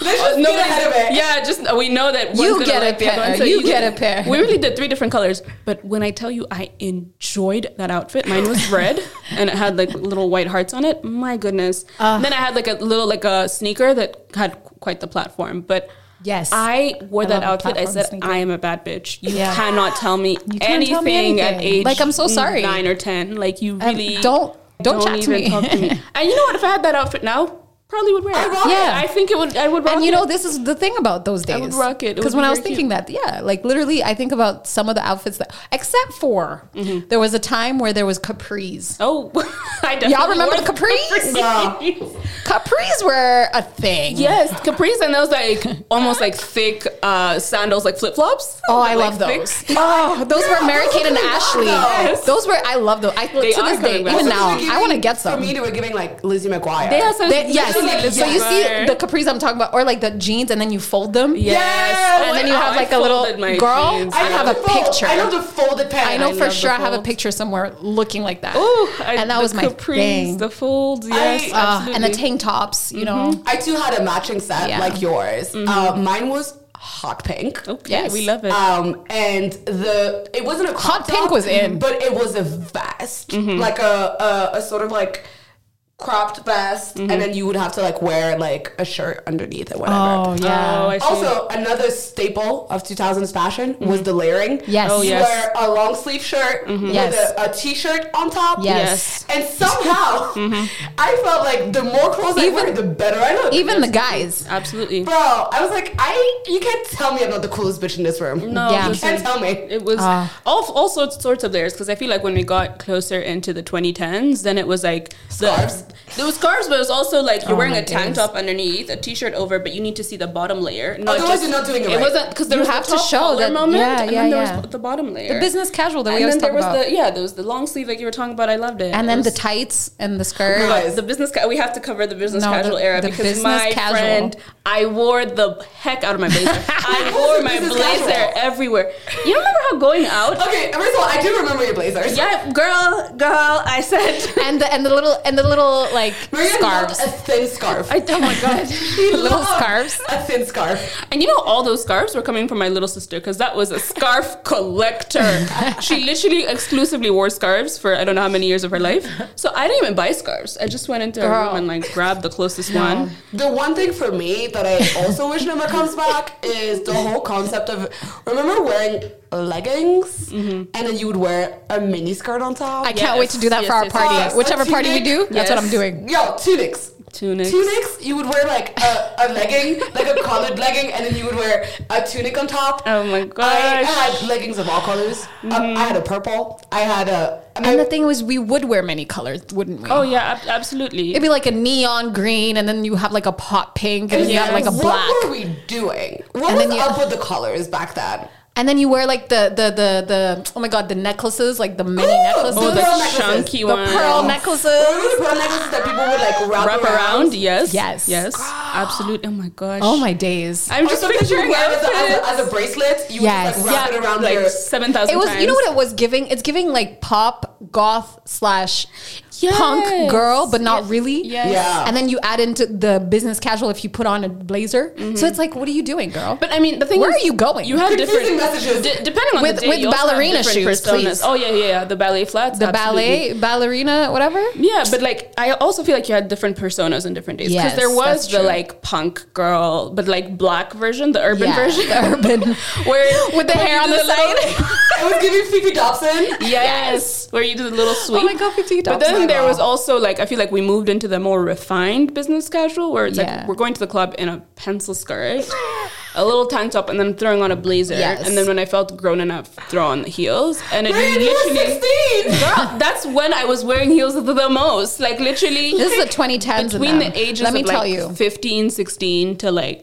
[SPEAKER 2] Let's just
[SPEAKER 3] Nobody's-
[SPEAKER 2] get ahead of it.
[SPEAKER 3] Yeah, just uh, we know that one's
[SPEAKER 1] You
[SPEAKER 3] gonna
[SPEAKER 1] get a
[SPEAKER 3] like the other
[SPEAKER 1] pair.
[SPEAKER 3] one, so
[SPEAKER 1] You get a pair.
[SPEAKER 3] We really did three different colors, but when I tell you I enjoyed that outfit, mine was
[SPEAKER 1] (laughs)
[SPEAKER 3] red and it had like little white hearts on it. My goodness.
[SPEAKER 1] Ah.
[SPEAKER 3] then I had like a little like a sneaker that had qu- quite the platform, but
[SPEAKER 1] Yes.
[SPEAKER 3] I wore
[SPEAKER 1] I love
[SPEAKER 3] that
[SPEAKER 1] the
[SPEAKER 3] outfit. I
[SPEAKER 1] platform
[SPEAKER 3] said
[SPEAKER 1] sneaker.
[SPEAKER 3] I am a bad bitch. You
[SPEAKER 1] Yeah.
[SPEAKER 3] cannot tell me,
[SPEAKER 1] can't
[SPEAKER 3] anything
[SPEAKER 1] tell me
[SPEAKER 3] at
[SPEAKER 1] anything.
[SPEAKER 3] age
[SPEAKER 1] Like, I'm so sorry.
[SPEAKER 3] 9 or 10. Like you
[SPEAKER 1] Um,
[SPEAKER 3] really
[SPEAKER 1] don't- don't chat to me. (laughs)
[SPEAKER 3] and you know what if I had that outfit now, probably would wear
[SPEAKER 2] I
[SPEAKER 3] it.
[SPEAKER 2] rock it.
[SPEAKER 1] Yeah.
[SPEAKER 3] I think it would I would rock
[SPEAKER 1] And you
[SPEAKER 3] it.
[SPEAKER 1] know, this is the thing about those days.
[SPEAKER 3] I would rock it. It
[SPEAKER 1] Because
[SPEAKER 3] would
[SPEAKER 1] when
[SPEAKER 3] be
[SPEAKER 1] I was
[SPEAKER 3] very
[SPEAKER 1] thinking that, yeah, like literally, I think about some of the outfits that, except for
[SPEAKER 3] Mm-hmm.
[SPEAKER 1] there was a time where there was capris.
[SPEAKER 3] Oh, (laughs) I definitely
[SPEAKER 1] Y'all remember
[SPEAKER 3] wore
[SPEAKER 1] the
[SPEAKER 3] (laughs)
[SPEAKER 1] capris?
[SPEAKER 3] capris.
[SPEAKER 1] Capris were a thing.
[SPEAKER 3] yes, capris and those like almost like thick uh, sandals, like flip flops.
[SPEAKER 1] Oh, I love
[SPEAKER 3] (laughs)
[SPEAKER 1] those. Oh, those were Mary Kate and
[SPEAKER 2] coming back
[SPEAKER 1] Ashley.
[SPEAKER 2] now.
[SPEAKER 1] Those were I love those. I to
[SPEAKER 3] They are
[SPEAKER 1] this day,
[SPEAKER 3] coming back.
[SPEAKER 1] even
[SPEAKER 3] Also,
[SPEAKER 1] now,
[SPEAKER 2] they were
[SPEAKER 1] I want to
[SPEAKER 2] giving-
[SPEAKER 1] get some.
[SPEAKER 2] For me, they were giving like Lizzie McGuire.
[SPEAKER 3] They have some.
[SPEAKER 1] They- yes.
[SPEAKER 2] like,
[SPEAKER 1] so you see
[SPEAKER 3] yes.
[SPEAKER 1] the capris I'm talking about, or like the jeans, and then you fold them.
[SPEAKER 3] Yes.
[SPEAKER 2] Yeah,
[SPEAKER 1] and then
[SPEAKER 3] Oh,
[SPEAKER 1] you have
[SPEAKER 3] I
[SPEAKER 1] like a little
[SPEAKER 3] folded my
[SPEAKER 1] girl.
[SPEAKER 3] jeans.
[SPEAKER 1] I, have
[SPEAKER 2] know
[SPEAKER 1] a
[SPEAKER 2] the fold-
[SPEAKER 1] picture.
[SPEAKER 2] I know the folded pen.
[SPEAKER 1] I know
[SPEAKER 3] I
[SPEAKER 1] for
[SPEAKER 3] love
[SPEAKER 1] sure
[SPEAKER 3] the
[SPEAKER 1] I have a
[SPEAKER 3] folds.
[SPEAKER 1] picture somewhere looking like that. (laughs)
[SPEAKER 3] Oh, I-
[SPEAKER 1] and that
[SPEAKER 3] the
[SPEAKER 1] was my
[SPEAKER 3] capris,
[SPEAKER 1] thing.
[SPEAKER 3] The folds,
[SPEAKER 2] I-
[SPEAKER 3] yes,
[SPEAKER 1] Ah, and the
[SPEAKER 3] absolutely. Mm-hmm.
[SPEAKER 1] tank tops, you know.
[SPEAKER 2] I too had a matching set
[SPEAKER 1] Yeah. Mm-hmm.
[SPEAKER 2] like yours. Uh, mine was hot pink.
[SPEAKER 3] Okay,
[SPEAKER 1] Yes.
[SPEAKER 3] Oh, we love it.
[SPEAKER 2] Um, and the it wasn't a crop
[SPEAKER 1] Oh, Hot pink
[SPEAKER 2] top,
[SPEAKER 1] was in. Mm-hmm.
[SPEAKER 2] but it was a vest, like a, a a sort of like cropped vest,
[SPEAKER 1] Mm-hmm.
[SPEAKER 2] and then you would have to like wear like a shirt underneath or whatever.
[SPEAKER 1] Oh yeah.
[SPEAKER 3] Oh, I see.
[SPEAKER 2] Also, another staple of 2000s fashion was the layering.
[SPEAKER 1] Mm-hmm. Yes. Oh,
[SPEAKER 2] you
[SPEAKER 3] yes.
[SPEAKER 2] wear a long sleeve shirt with
[SPEAKER 1] Yes.
[SPEAKER 2] a, a t-shirt on top.
[SPEAKER 1] Yes.
[SPEAKER 2] and
[SPEAKER 1] (laughs)
[SPEAKER 2] somehow Mm-hmm. I felt like the more clothes I wear, the better I look.
[SPEAKER 1] Even the guys.
[SPEAKER 3] absolutely.
[SPEAKER 2] Bro, I was like, I you can't tell me I'm not the coolest bitch in this room.
[SPEAKER 3] No,
[SPEAKER 1] Yeah.
[SPEAKER 2] you
[SPEAKER 3] listen,
[SPEAKER 2] can't tell me.
[SPEAKER 3] It was
[SPEAKER 1] Ah.
[SPEAKER 3] all, all sorts, sorts of layers because I feel like when we got closer into the 2010s, then it was like
[SPEAKER 2] Scarves?
[SPEAKER 3] The, there was scarves, but it was also like you're
[SPEAKER 1] Oh
[SPEAKER 3] wearing
[SPEAKER 1] my
[SPEAKER 3] a tank
[SPEAKER 1] days.
[SPEAKER 3] top underneath, a t-shirt over, but you need to see the bottom layer. Not
[SPEAKER 2] Otherwise you're not doing it right.
[SPEAKER 3] wasn't because there
[SPEAKER 1] You
[SPEAKER 3] was
[SPEAKER 1] have
[SPEAKER 3] the
[SPEAKER 1] to
[SPEAKER 3] top
[SPEAKER 1] show
[SPEAKER 3] collar
[SPEAKER 1] that-
[SPEAKER 3] moment,
[SPEAKER 1] yeah,
[SPEAKER 3] and
[SPEAKER 1] yeah,
[SPEAKER 3] then there
[SPEAKER 1] yeah.
[SPEAKER 3] was the bottom layer.
[SPEAKER 1] The business casual that we
[SPEAKER 3] and
[SPEAKER 1] always
[SPEAKER 3] then there
[SPEAKER 1] talk
[SPEAKER 3] was
[SPEAKER 1] about.
[SPEAKER 3] the yeah, there was the long sleeve like you were talking about. I loved it,
[SPEAKER 1] and then
[SPEAKER 3] It
[SPEAKER 1] the
[SPEAKER 3] was-
[SPEAKER 1] tights and the skirt.
[SPEAKER 2] God.
[SPEAKER 3] but the business ca- we have to cover the business
[SPEAKER 1] No, the-
[SPEAKER 3] casual era
[SPEAKER 1] the
[SPEAKER 3] because
[SPEAKER 1] business
[SPEAKER 3] my
[SPEAKER 1] casual.
[SPEAKER 3] friend I wore the heck out of my
[SPEAKER 1] (laughs)
[SPEAKER 3] blazer. I wore my
[SPEAKER 2] Business
[SPEAKER 3] blazer
[SPEAKER 2] casual.
[SPEAKER 3] everywhere. You remember how going out?
[SPEAKER 2] Okay, first of all, I do remember your blazers.
[SPEAKER 3] Yeah, girl, girl. I said
[SPEAKER 1] and the and the little and the little
[SPEAKER 4] little like
[SPEAKER 2] Marianne
[SPEAKER 4] scarves.
[SPEAKER 1] (laughs)
[SPEAKER 2] loved a thin scarf.
[SPEAKER 3] I, oh my god.
[SPEAKER 4] little
[SPEAKER 2] Loved
[SPEAKER 4] scarves.
[SPEAKER 2] A thin scarf.
[SPEAKER 3] And you know, all those scarves were coming from my little sister because that was a
[SPEAKER 1] (laughs)
[SPEAKER 3] scarf collector. she literally exclusively wore scarves for I don't know how many years of her life. So I didn't even buy scarves. I just went into her
[SPEAKER 1] Girl.
[SPEAKER 3] room and like grabbed the closest one.
[SPEAKER 2] The one thing for me that I also wish never comes back is the whole concept of remember wearing leggings
[SPEAKER 3] Mm-hmm.
[SPEAKER 2] and then you would wear a mini skirt on top.
[SPEAKER 1] I can't wait to do that
[SPEAKER 3] Yes,
[SPEAKER 1] for our
[SPEAKER 3] yes,
[SPEAKER 1] party.
[SPEAKER 2] yes.
[SPEAKER 1] Whichever party we do,
[SPEAKER 2] Yes.
[SPEAKER 1] that's what I'm doing.
[SPEAKER 2] Yo, tunics.
[SPEAKER 3] Tunics.
[SPEAKER 2] Tunics, you would wear like a, a legging, like a collared legging, and then you would wear a tunic on top.
[SPEAKER 3] Oh my
[SPEAKER 2] I
[SPEAKER 3] gosh. Mm-hmm.
[SPEAKER 2] had leggings of all colors. Um, I had a purple. I had a. And
[SPEAKER 1] And
[SPEAKER 2] I,
[SPEAKER 1] the thing was, we would wear many colors, wouldn't we?
[SPEAKER 3] Oh yeah, ab- absolutely.
[SPEAKER 1] It'd be like a neon green, and then you have like a pot pink, and then you have like a
[SPEAKER 2] what
[SPEAKER 1] black,
[SPEAKER 2] were we doing? What
[SPEAKER 1] And
[SPEAKER 2] was
[SPEAKER 1] then you-
[SPEAKER 2] up with the colors back then?
[SPEAKER 1] and then you wear like the the the the oh my god, the necklaces, like the mini
[SPEAKER 2] Ooh,
[SPEAKER 1] necklaces,
[SPEAKER 3] oh, the
[SPEAKER 2] pearl necklaces.
[SPEAKER 3] chunky
[SPEAKER 1] the
[SPEAKER 3] one.
[SPEAKER 1] pearl necklaces.
[SPEAKER 2] Remember the pearl necklaces that people would like wrap,
[SPEAKER 3] Wrap around. Yes.
[SPEAKER 1] Yes.
[SPEAKER 3] Yes. Absolutely. Oh my gosh.
[SPEAKER 1] Oh my days!
[SPEAKER 3] I'm
[SPEAKER 2] Or
[SPEAKER 3] just
[SPEAKER 2] something you
[SPEAKER 3] picturing
[SPEAKER 2] wear as a, as, a,
[SPEAKER 3] outfits.
[SPEAKER 2] as a bracelet. You
[SPEAKER 1] Yes.
[SPEAKER 2] would just like wrap
[SPEAKER 3] Yeah,
[SPEAKER 2] it around
[SPEAKER 3] like
[SPEAKER 2] your.
[SPEAKER 3] seven thousand.
[SPEAKER 1] It was, you know what it was giving? It's giving like pop, goth slash punk
[SPEAKER 4] Yes.
[SPEAKER 1] girl, but not really.
[SPEAKER 4] Yes.
[SPEAKER 2] Yeah.
[SPEAKER 1] And then you add into the business casual if you put on a blazer. So it's like, what are you doing, girl?
[SPEAKER 3] Mm-hmm. But I mean, the thing
[SPEAKER 1] Where
[SPEAKER 3] is,
[SPEAKER 1] are you going?
[SPEAKER 3] You have
[SPEAKER 2] Confusing
[SPEAKER 3] different
[SPEAKER 2] messages.
[SPEAKER 3] de- depending on
[SPEAKER 1] With-
[SPEAKER 3] the day,
[SPEAKER 1] with
[SPEAKER 3] you also have
[SPEAKER 1] ballerina
[SPEAKER 3] different
[SPEAKER 1] shoes, please.
[SPEAKER 3] Oh yeah, yeah, yeah. The ballet flats.
[SPEAKER 1] the
[SPEAKER 3] absolutely.
[SPEAKER 1] ballet, ballerina, whatever.
[SPEAKER 3] Yeah, but like I also feel like you had different personas on different days because
[SPEAKER 1] Yes,
[SPEAKER 3] there
[SPEAKER 1] that's
[SPEAKER 3] was the
[SPEAKER 1] true.
[SPEAKER 3] like punk girl, but like black version, the urban
[SPEAKER 1] Yeah,
[SPEAKER 3] version, (laughs)
[SPEAKER 1] the (laughs) urban.
[SPEAKER 3] where
[SPEAKER 1] With the
[SPEAKER 3] where
[SPEAKER 1] hair
[SPEAKER 3] you
[SPEAKER 1] on
[SPEAKER 3] do
[SPEAKER 1] the
[SPEAKER 3] little-
[SPEAKER 2] I was giving Fifi
[SPEAKER 1] (laughs)
[SPEAKER 2] Dobson.
[SPEAKER 3] yes, where you do the little sweep.
[SPEAKER 1] Oh my God, 50
[SPEAKER 3] But
[SPEAKER 1] dollars.
[SPEAKER 3] then there
[SPEAKER 2] Wow.
[SPEAKER 3] was also like I feel like we moved into the more refined business casual where it's
[SPEAKER 1] Yeah.
[SPEAKER 3] like we're going to the club in a pencil skirt, a little tank top, and then throwing on a blazer.
[SPEAKER 1] Yes.
[SPEAKER 3] And then when I felt grown enough, throw on the heels, and it
[SPEAKER 2] Right, you were
[SPEAKER 3] literally.
[SPEAKER 2] 16.
[SPEAKER 3] Girl, that's when I was wearing heels the, the most. Like literally
[SPEAKER 1] This is the 2010s. of
[SPEAKER 3] between
[SPEAKER 1] them.
[SPEAKER 3] the ages
[SPEAKER 1] Let me
[SPEAKER 3] of
[SPEAKER 1] tell
[SPEAKER 3] like
[SPEAKER 1] you.
[SPEAKER 3] 15 16 to like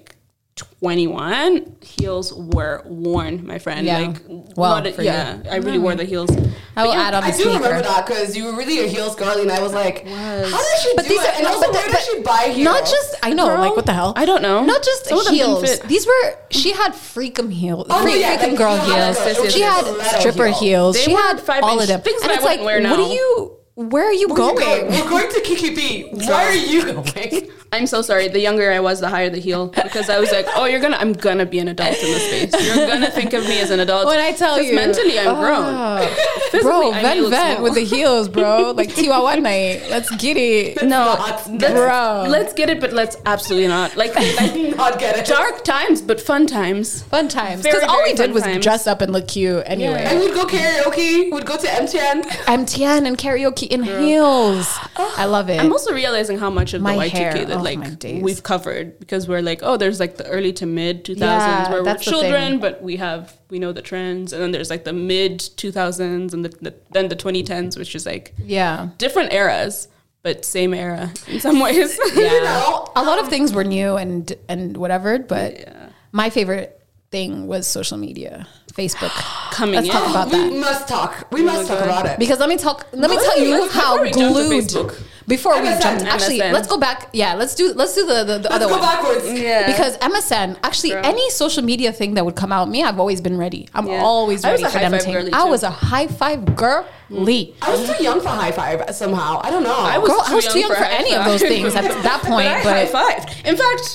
[SPEAKER 3] 21 heels were worn my friend
[SPEAKER 1] Yeah.
[SPEAKER 3] like
[SPEAKER 1] Well,
[SPEAKER 3] not a-
[SPEAKER 1] for
[SPEAKER 3] yeah i really wore the heels
[SPEAKER 1] I will add on
[SPEAKER 2] I
[SPEAKER 1] the
[SPEAKER 2] do remember
[SPEAKER 1] sneaker.
[SPEAKER 2] that because you were really a heels girly, and I was like, how did she
[SPEAKER 1] But
[SPEAKER 2] do
[SPEAKER 1] these
[SPEAKER 2] it?
[SPEAKER 1] are
[SPEAKER 2] And
[SPEAKER 1] no,
[SPEAKER 2] also,
[SPEAKER 1] but
[SPEAKER 2] where
[SPEAKER 1] the-
[SPEAKER 2] did she buy heels?
[SPEAKER 1] Not just I know,
[SPEAKER 3] Girl,
[SPEAKER 1] like what the hell?
[SPEAKER 3] I don't know.
[SPEAKER 1] Not just
[SPEAKER 3] Some of them didn't
[SPEAKER 1] heels.
[SPEAKER 3] fit.
[SPEAKER 1] These were she had freakum heels,
[SPEAKER 2] Oh,
[SPEAKER 1] free,
[SPEAKER 2] yeah,
[SPEAKER 1] freakum
[SPEAKER 2] like,
[SPEAKER 1] girl
[SPEAKER 2] you know,
[SPEAKER 1] heels.
[SPEAKER 2] like,
[SPEAKER 1] she
[SPEAKER 2] it was
[SPEAKER 1] had
[SPEAKER 2] a stiletto
[SPEAKER 1] stripper
[SPEAKER 2] heel.
[SPEAKER 1] heels.
[SPEAKER 3] They
[SPEAKER 1] she
[SPEAKER 3] were
[SPEAKER 1] had
[SPEAKER 3] five
[SPEAKER 1] all
[SPEAKER 3] inch
[SPEAKER 1] of them.
[SPEAKER 3] things
[SPEAKER 1] and
[SPEAKER 3] that
[SPEAKER 1] it's
[SPEAKER 3] I
[SPEAKER 1] like,
[SPEAKER 3] wouldn't wear
[SPEAKER 1] what
[SPEAKER 3] now.
[SPEAKER 1] are you? Where are you
[SPEAKER 2] We're
[SPEAKER 1] going?
[SPEAKER 2] going, we're going to Kiki P. Why are you
[SPEAKER 1] (laughs)
[SPEAKER 2] going?
[SPEAKER 3] i'm so sorry the younger i was the higher the heel because i was like oh you're gonna i'm gonna be an adult in this space you're gonna think of me as an adult
[SPEAKER 1] When I tell
[SPEAKER 3] 'Cause
[SPEAKER 1] you,
[SPEAKER 3] mentally i'm grown
[SPEAKER 1] (laughs) Oh.
[SPEAKER 3] Physically,
[SPEAKER 1] bro,
[SPEAKER 3] I may
[SPEAKER 1] Ven
[SPEAKER 3] look
[SPEAKER 1] Ven
[SPEAKER 3] small.
[SPEAKER 1] with the heels,
[SPEAKER 3] (laughs)
[SPEAKER 1] bro. Like Tiwawa night. Let's get it.
[SPEAKER 3] no
[SPEAKER 2] That's not-
[SPEAKER 3] let's,
[SPEAKER 1] Bro.
[SPEAKER 3] let's get it but let's absolutely not like, (laughs) like
[SPEAKER 2] Not get it.
[SPEAKER 3] dark times but fun times
[SPEAKER 1] Fun times. Because
[SPEAKER 3] Very,
[SPEAKER 1] all
[SPEAKER 3] very
[SPEAKER 1] we did
[SPEAKER 3] fun
[SPEAKER 1] was
[SPEAKER 3] times.
[SPEAKER 1] dress up and look cute anyway.
[SPEAKER 2] I would go karaoke. Would go to MTN.
[SPEAKER 1] MTN and karaoke in heels. I love it.
[SPEAKER 3] I'm also realizing how much of
[SPEAKER 1] My
[SPEAKER 3] the Y2K
[SPEAKER 1] hair,
[SPEAKER 3] that
[SPEAKER 1] oh my
[SPEAKER 3] like
[SPEAKER 1] days.
[SPEAKER 3] we've covered because we're like, oh, there's like the early to mid 2000s
[SPEAKER 1] Yeah,
[SPEAKER 3] where we're
[SPEAKER 1] that's the thing.
[SPEAKER 3] children, but we have we know the trends, and then there's like the mid 2000s and the, the, then the 2010s, which is like
[SPEAKER 1] yeah.
[SPEAKER 3] different eras but same era in some
[SPEAKER 1] (laughs)
[SPEAKER 3] ways.
[SPEAKER 2] You know,
[SPEAKER 1] a
[SPEAKER 3] Um,
[SPEAKER 1] lot of things were new and and whatever, but my favorite thing was social media,
[SPEAKER 3] (gasps)
[SPEAKER 1] Facebook.
[SPEAKER 3] (laughs) Coming
[SPEAKER 1] Let's
[SPEAKER 3] in.
[SPEAKER 1] talk about
[SPEAKER 2] we
[SPEAKER 1] that
[SPEAKER 2] must talk. We must talk about it.
[SPEAKER 1] because let me talk. Let me
[SPEAKER 3] Let's-
[SPEAKER 1] tell you
[SPEAKER 3] let's-
[SPEAKER 1] how
[SPEAKER 3] before we jump to
[SPEAKER 1] glued
[SPEAKER 3] Facebook.
[SPEAKER 1] before we
[SPEAKER 2] MSN.
[SPEAKER 1] jumped. Actually,
[SPEAKER 3] MSN.
[SPEAKER 1] let's go back. Yeah, let's do let's do the the, the
[SPEAKER 2] Let's
[SPEAKER 1] other
[SPEAKER 2] go
[SPEAKER 1] one.
[SPEAKER 2] backwards.
[SPEAKER 3] Yeah.
[SPEAKER 1] Because MSN, actually, any social media thing that would come out, me, I've always been ready. I'm
[SPEAKER 3] Yeah.
[SPEAKER 1] always
[SPEAKER 3] I was
[SPEAKER 1] ready
[SPEAKER 3] a
[SPEAKER 1] for
[SPEAKER 3] high
[SPEAKER 1] them.
[SPEAKER 3] five
[SPEAKER 1] to-
[SPEAKER 3] girly,
[SPEAKER 1] I
[SPEAKER 3] too.
[SPEAKER 1] was a high five
[SPEAKER 3] (laughs)
[SPEAKER 1] girly.
[SPEAKER 2] I was too young for high five somehow. I don't know. I
[SPEAKER 1] was- Girl, I was too young for
[SPEAKER 3] high
[SPEAKER 1] any of those
[SPEAKER 3] five.
[SPEAKER 1] things at
[SPEAKER 3] (laughs)
[SPEAKER 1] that point,
[SPEAKER 3] I
[SPEAKER 1] but-
[SPEAKER 3] high-fived. In fact,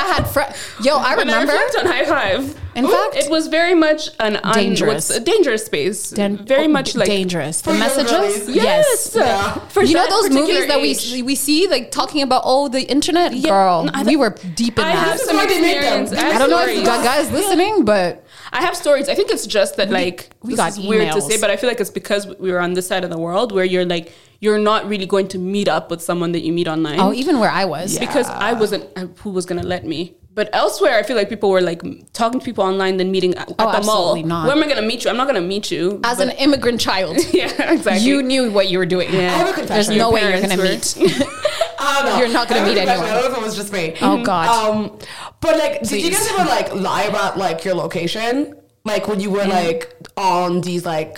[SPEAKER 1] I had fr- yo. I
[SPEAKER 3] when
[SPEAKER 1] remember.
[SPEAKER 3] I reflect on high five.
[SPEAKER 1] In
[SPEAKER 3] ooh,
[SPEAKER 1] fact-
[SPEAKER 3] it was very much an un-
[SPEAKER 1] Dangerous.
[SPEAKER 3] what's- a dangerous space.
[SPEAKER 1] Dan-
[SPEAKER 3] very
[SPEAKER 1] oh,
[SPEAKER 3] much
[SPEAKER 1] d-
[SPEAKER 3] like
[SPEAKER 1] dangerous. The
[SPEAKER 2] For young
[SPEAKER 1] messages,
[SPEAKER 2] girlies.
[SPEAKER 3] Yes.
[SPEAKER 2] Yeah.
[SPEAKER 3] For
[SPEAKER 1] you know
[SPEAKER 3] that
[SPEAKER 1] those
[SPEAKER 3] particular
[SPEAKER 1] movies that
[SPEAKER 3] age.
[SPEAKER 1] we we see like talking about oh the internet
[SPEAKER 3] Yeah,
[SPEAKER 1] girl
[SPEAKER 3] no, I-
[SPEAKER 1] we were deep in
[SPEAKER 3] I have
[SPEAKER 1] that.
[SPEAKER 3] some
[SPEAKER 2] why they made them.
[SPEAKER 3] experience.
[SPEAKER 2] They
[SPEAKER 3] I, have
[SPEAKER 1] I don't know if
[SPEAKER 3] stories.
[SPEAKER 1] Gaga is listening, but
[SPEAKER 3] I have stories. I think it's just that like
[SPEAKER 1] we
[SPEAKER 3] this
[SPEAKER 1] got
[SPEAKER 3] is weird to
[SPEAKER 1] emails.
[SPEAKER 3] say, but I feel like it's because we were on this side of the world where you're like you're not really going to meet up with someone that you meet online.
[SPEAKER 1] oh, even where I was,
[SPEAKER 3] because I wasn't I- who was gonna let me. But elsewhere, I feel like people were like m- talking to people online than meeting at, at
[SPEAKER 1] Oh,
[SPEAKER 3] the mall.
[SPEAKER 1] absolutely not.
[SPEAKER 3] Where am I gonna meet you? I'm not gonna meet you.
[SPEAKER 1] as an immigrant child,
[SPEAKER 3] (laughs) yeah, exactly.
[SPEAKER 1] you knew what you were doing.
[SPEAKER 2] I have a
[SPEAKER 1] There's
[SPEAKER 2] confession.
[SPEAKER 1] no way you're
[SPEAKER 3] parents
[SPEAKER 1] gonna
[SPEAKER 3] were-
[SPEAKER 1] meet.
[SPEAKER 2] I don't know.
[SPEAKER 1] You're not gonna
[SPEAKER 2] I have a
[SPEAKER 1] meet
[SPEAKER 2] confession.
[SPEAKER 1] anyone.
[SPEAKER 2] I don't know if it was just me.
[SPEAKER 1] Oh, God.
[SPEAKER 2] Um, but like, did you
[SPEAKER 1] Please.
[SPEAKER 2] guys ever like lie about like your location? Like when you were
[SPEAKER 1] Mm-hmm.
[SPEAKER 2] like on these like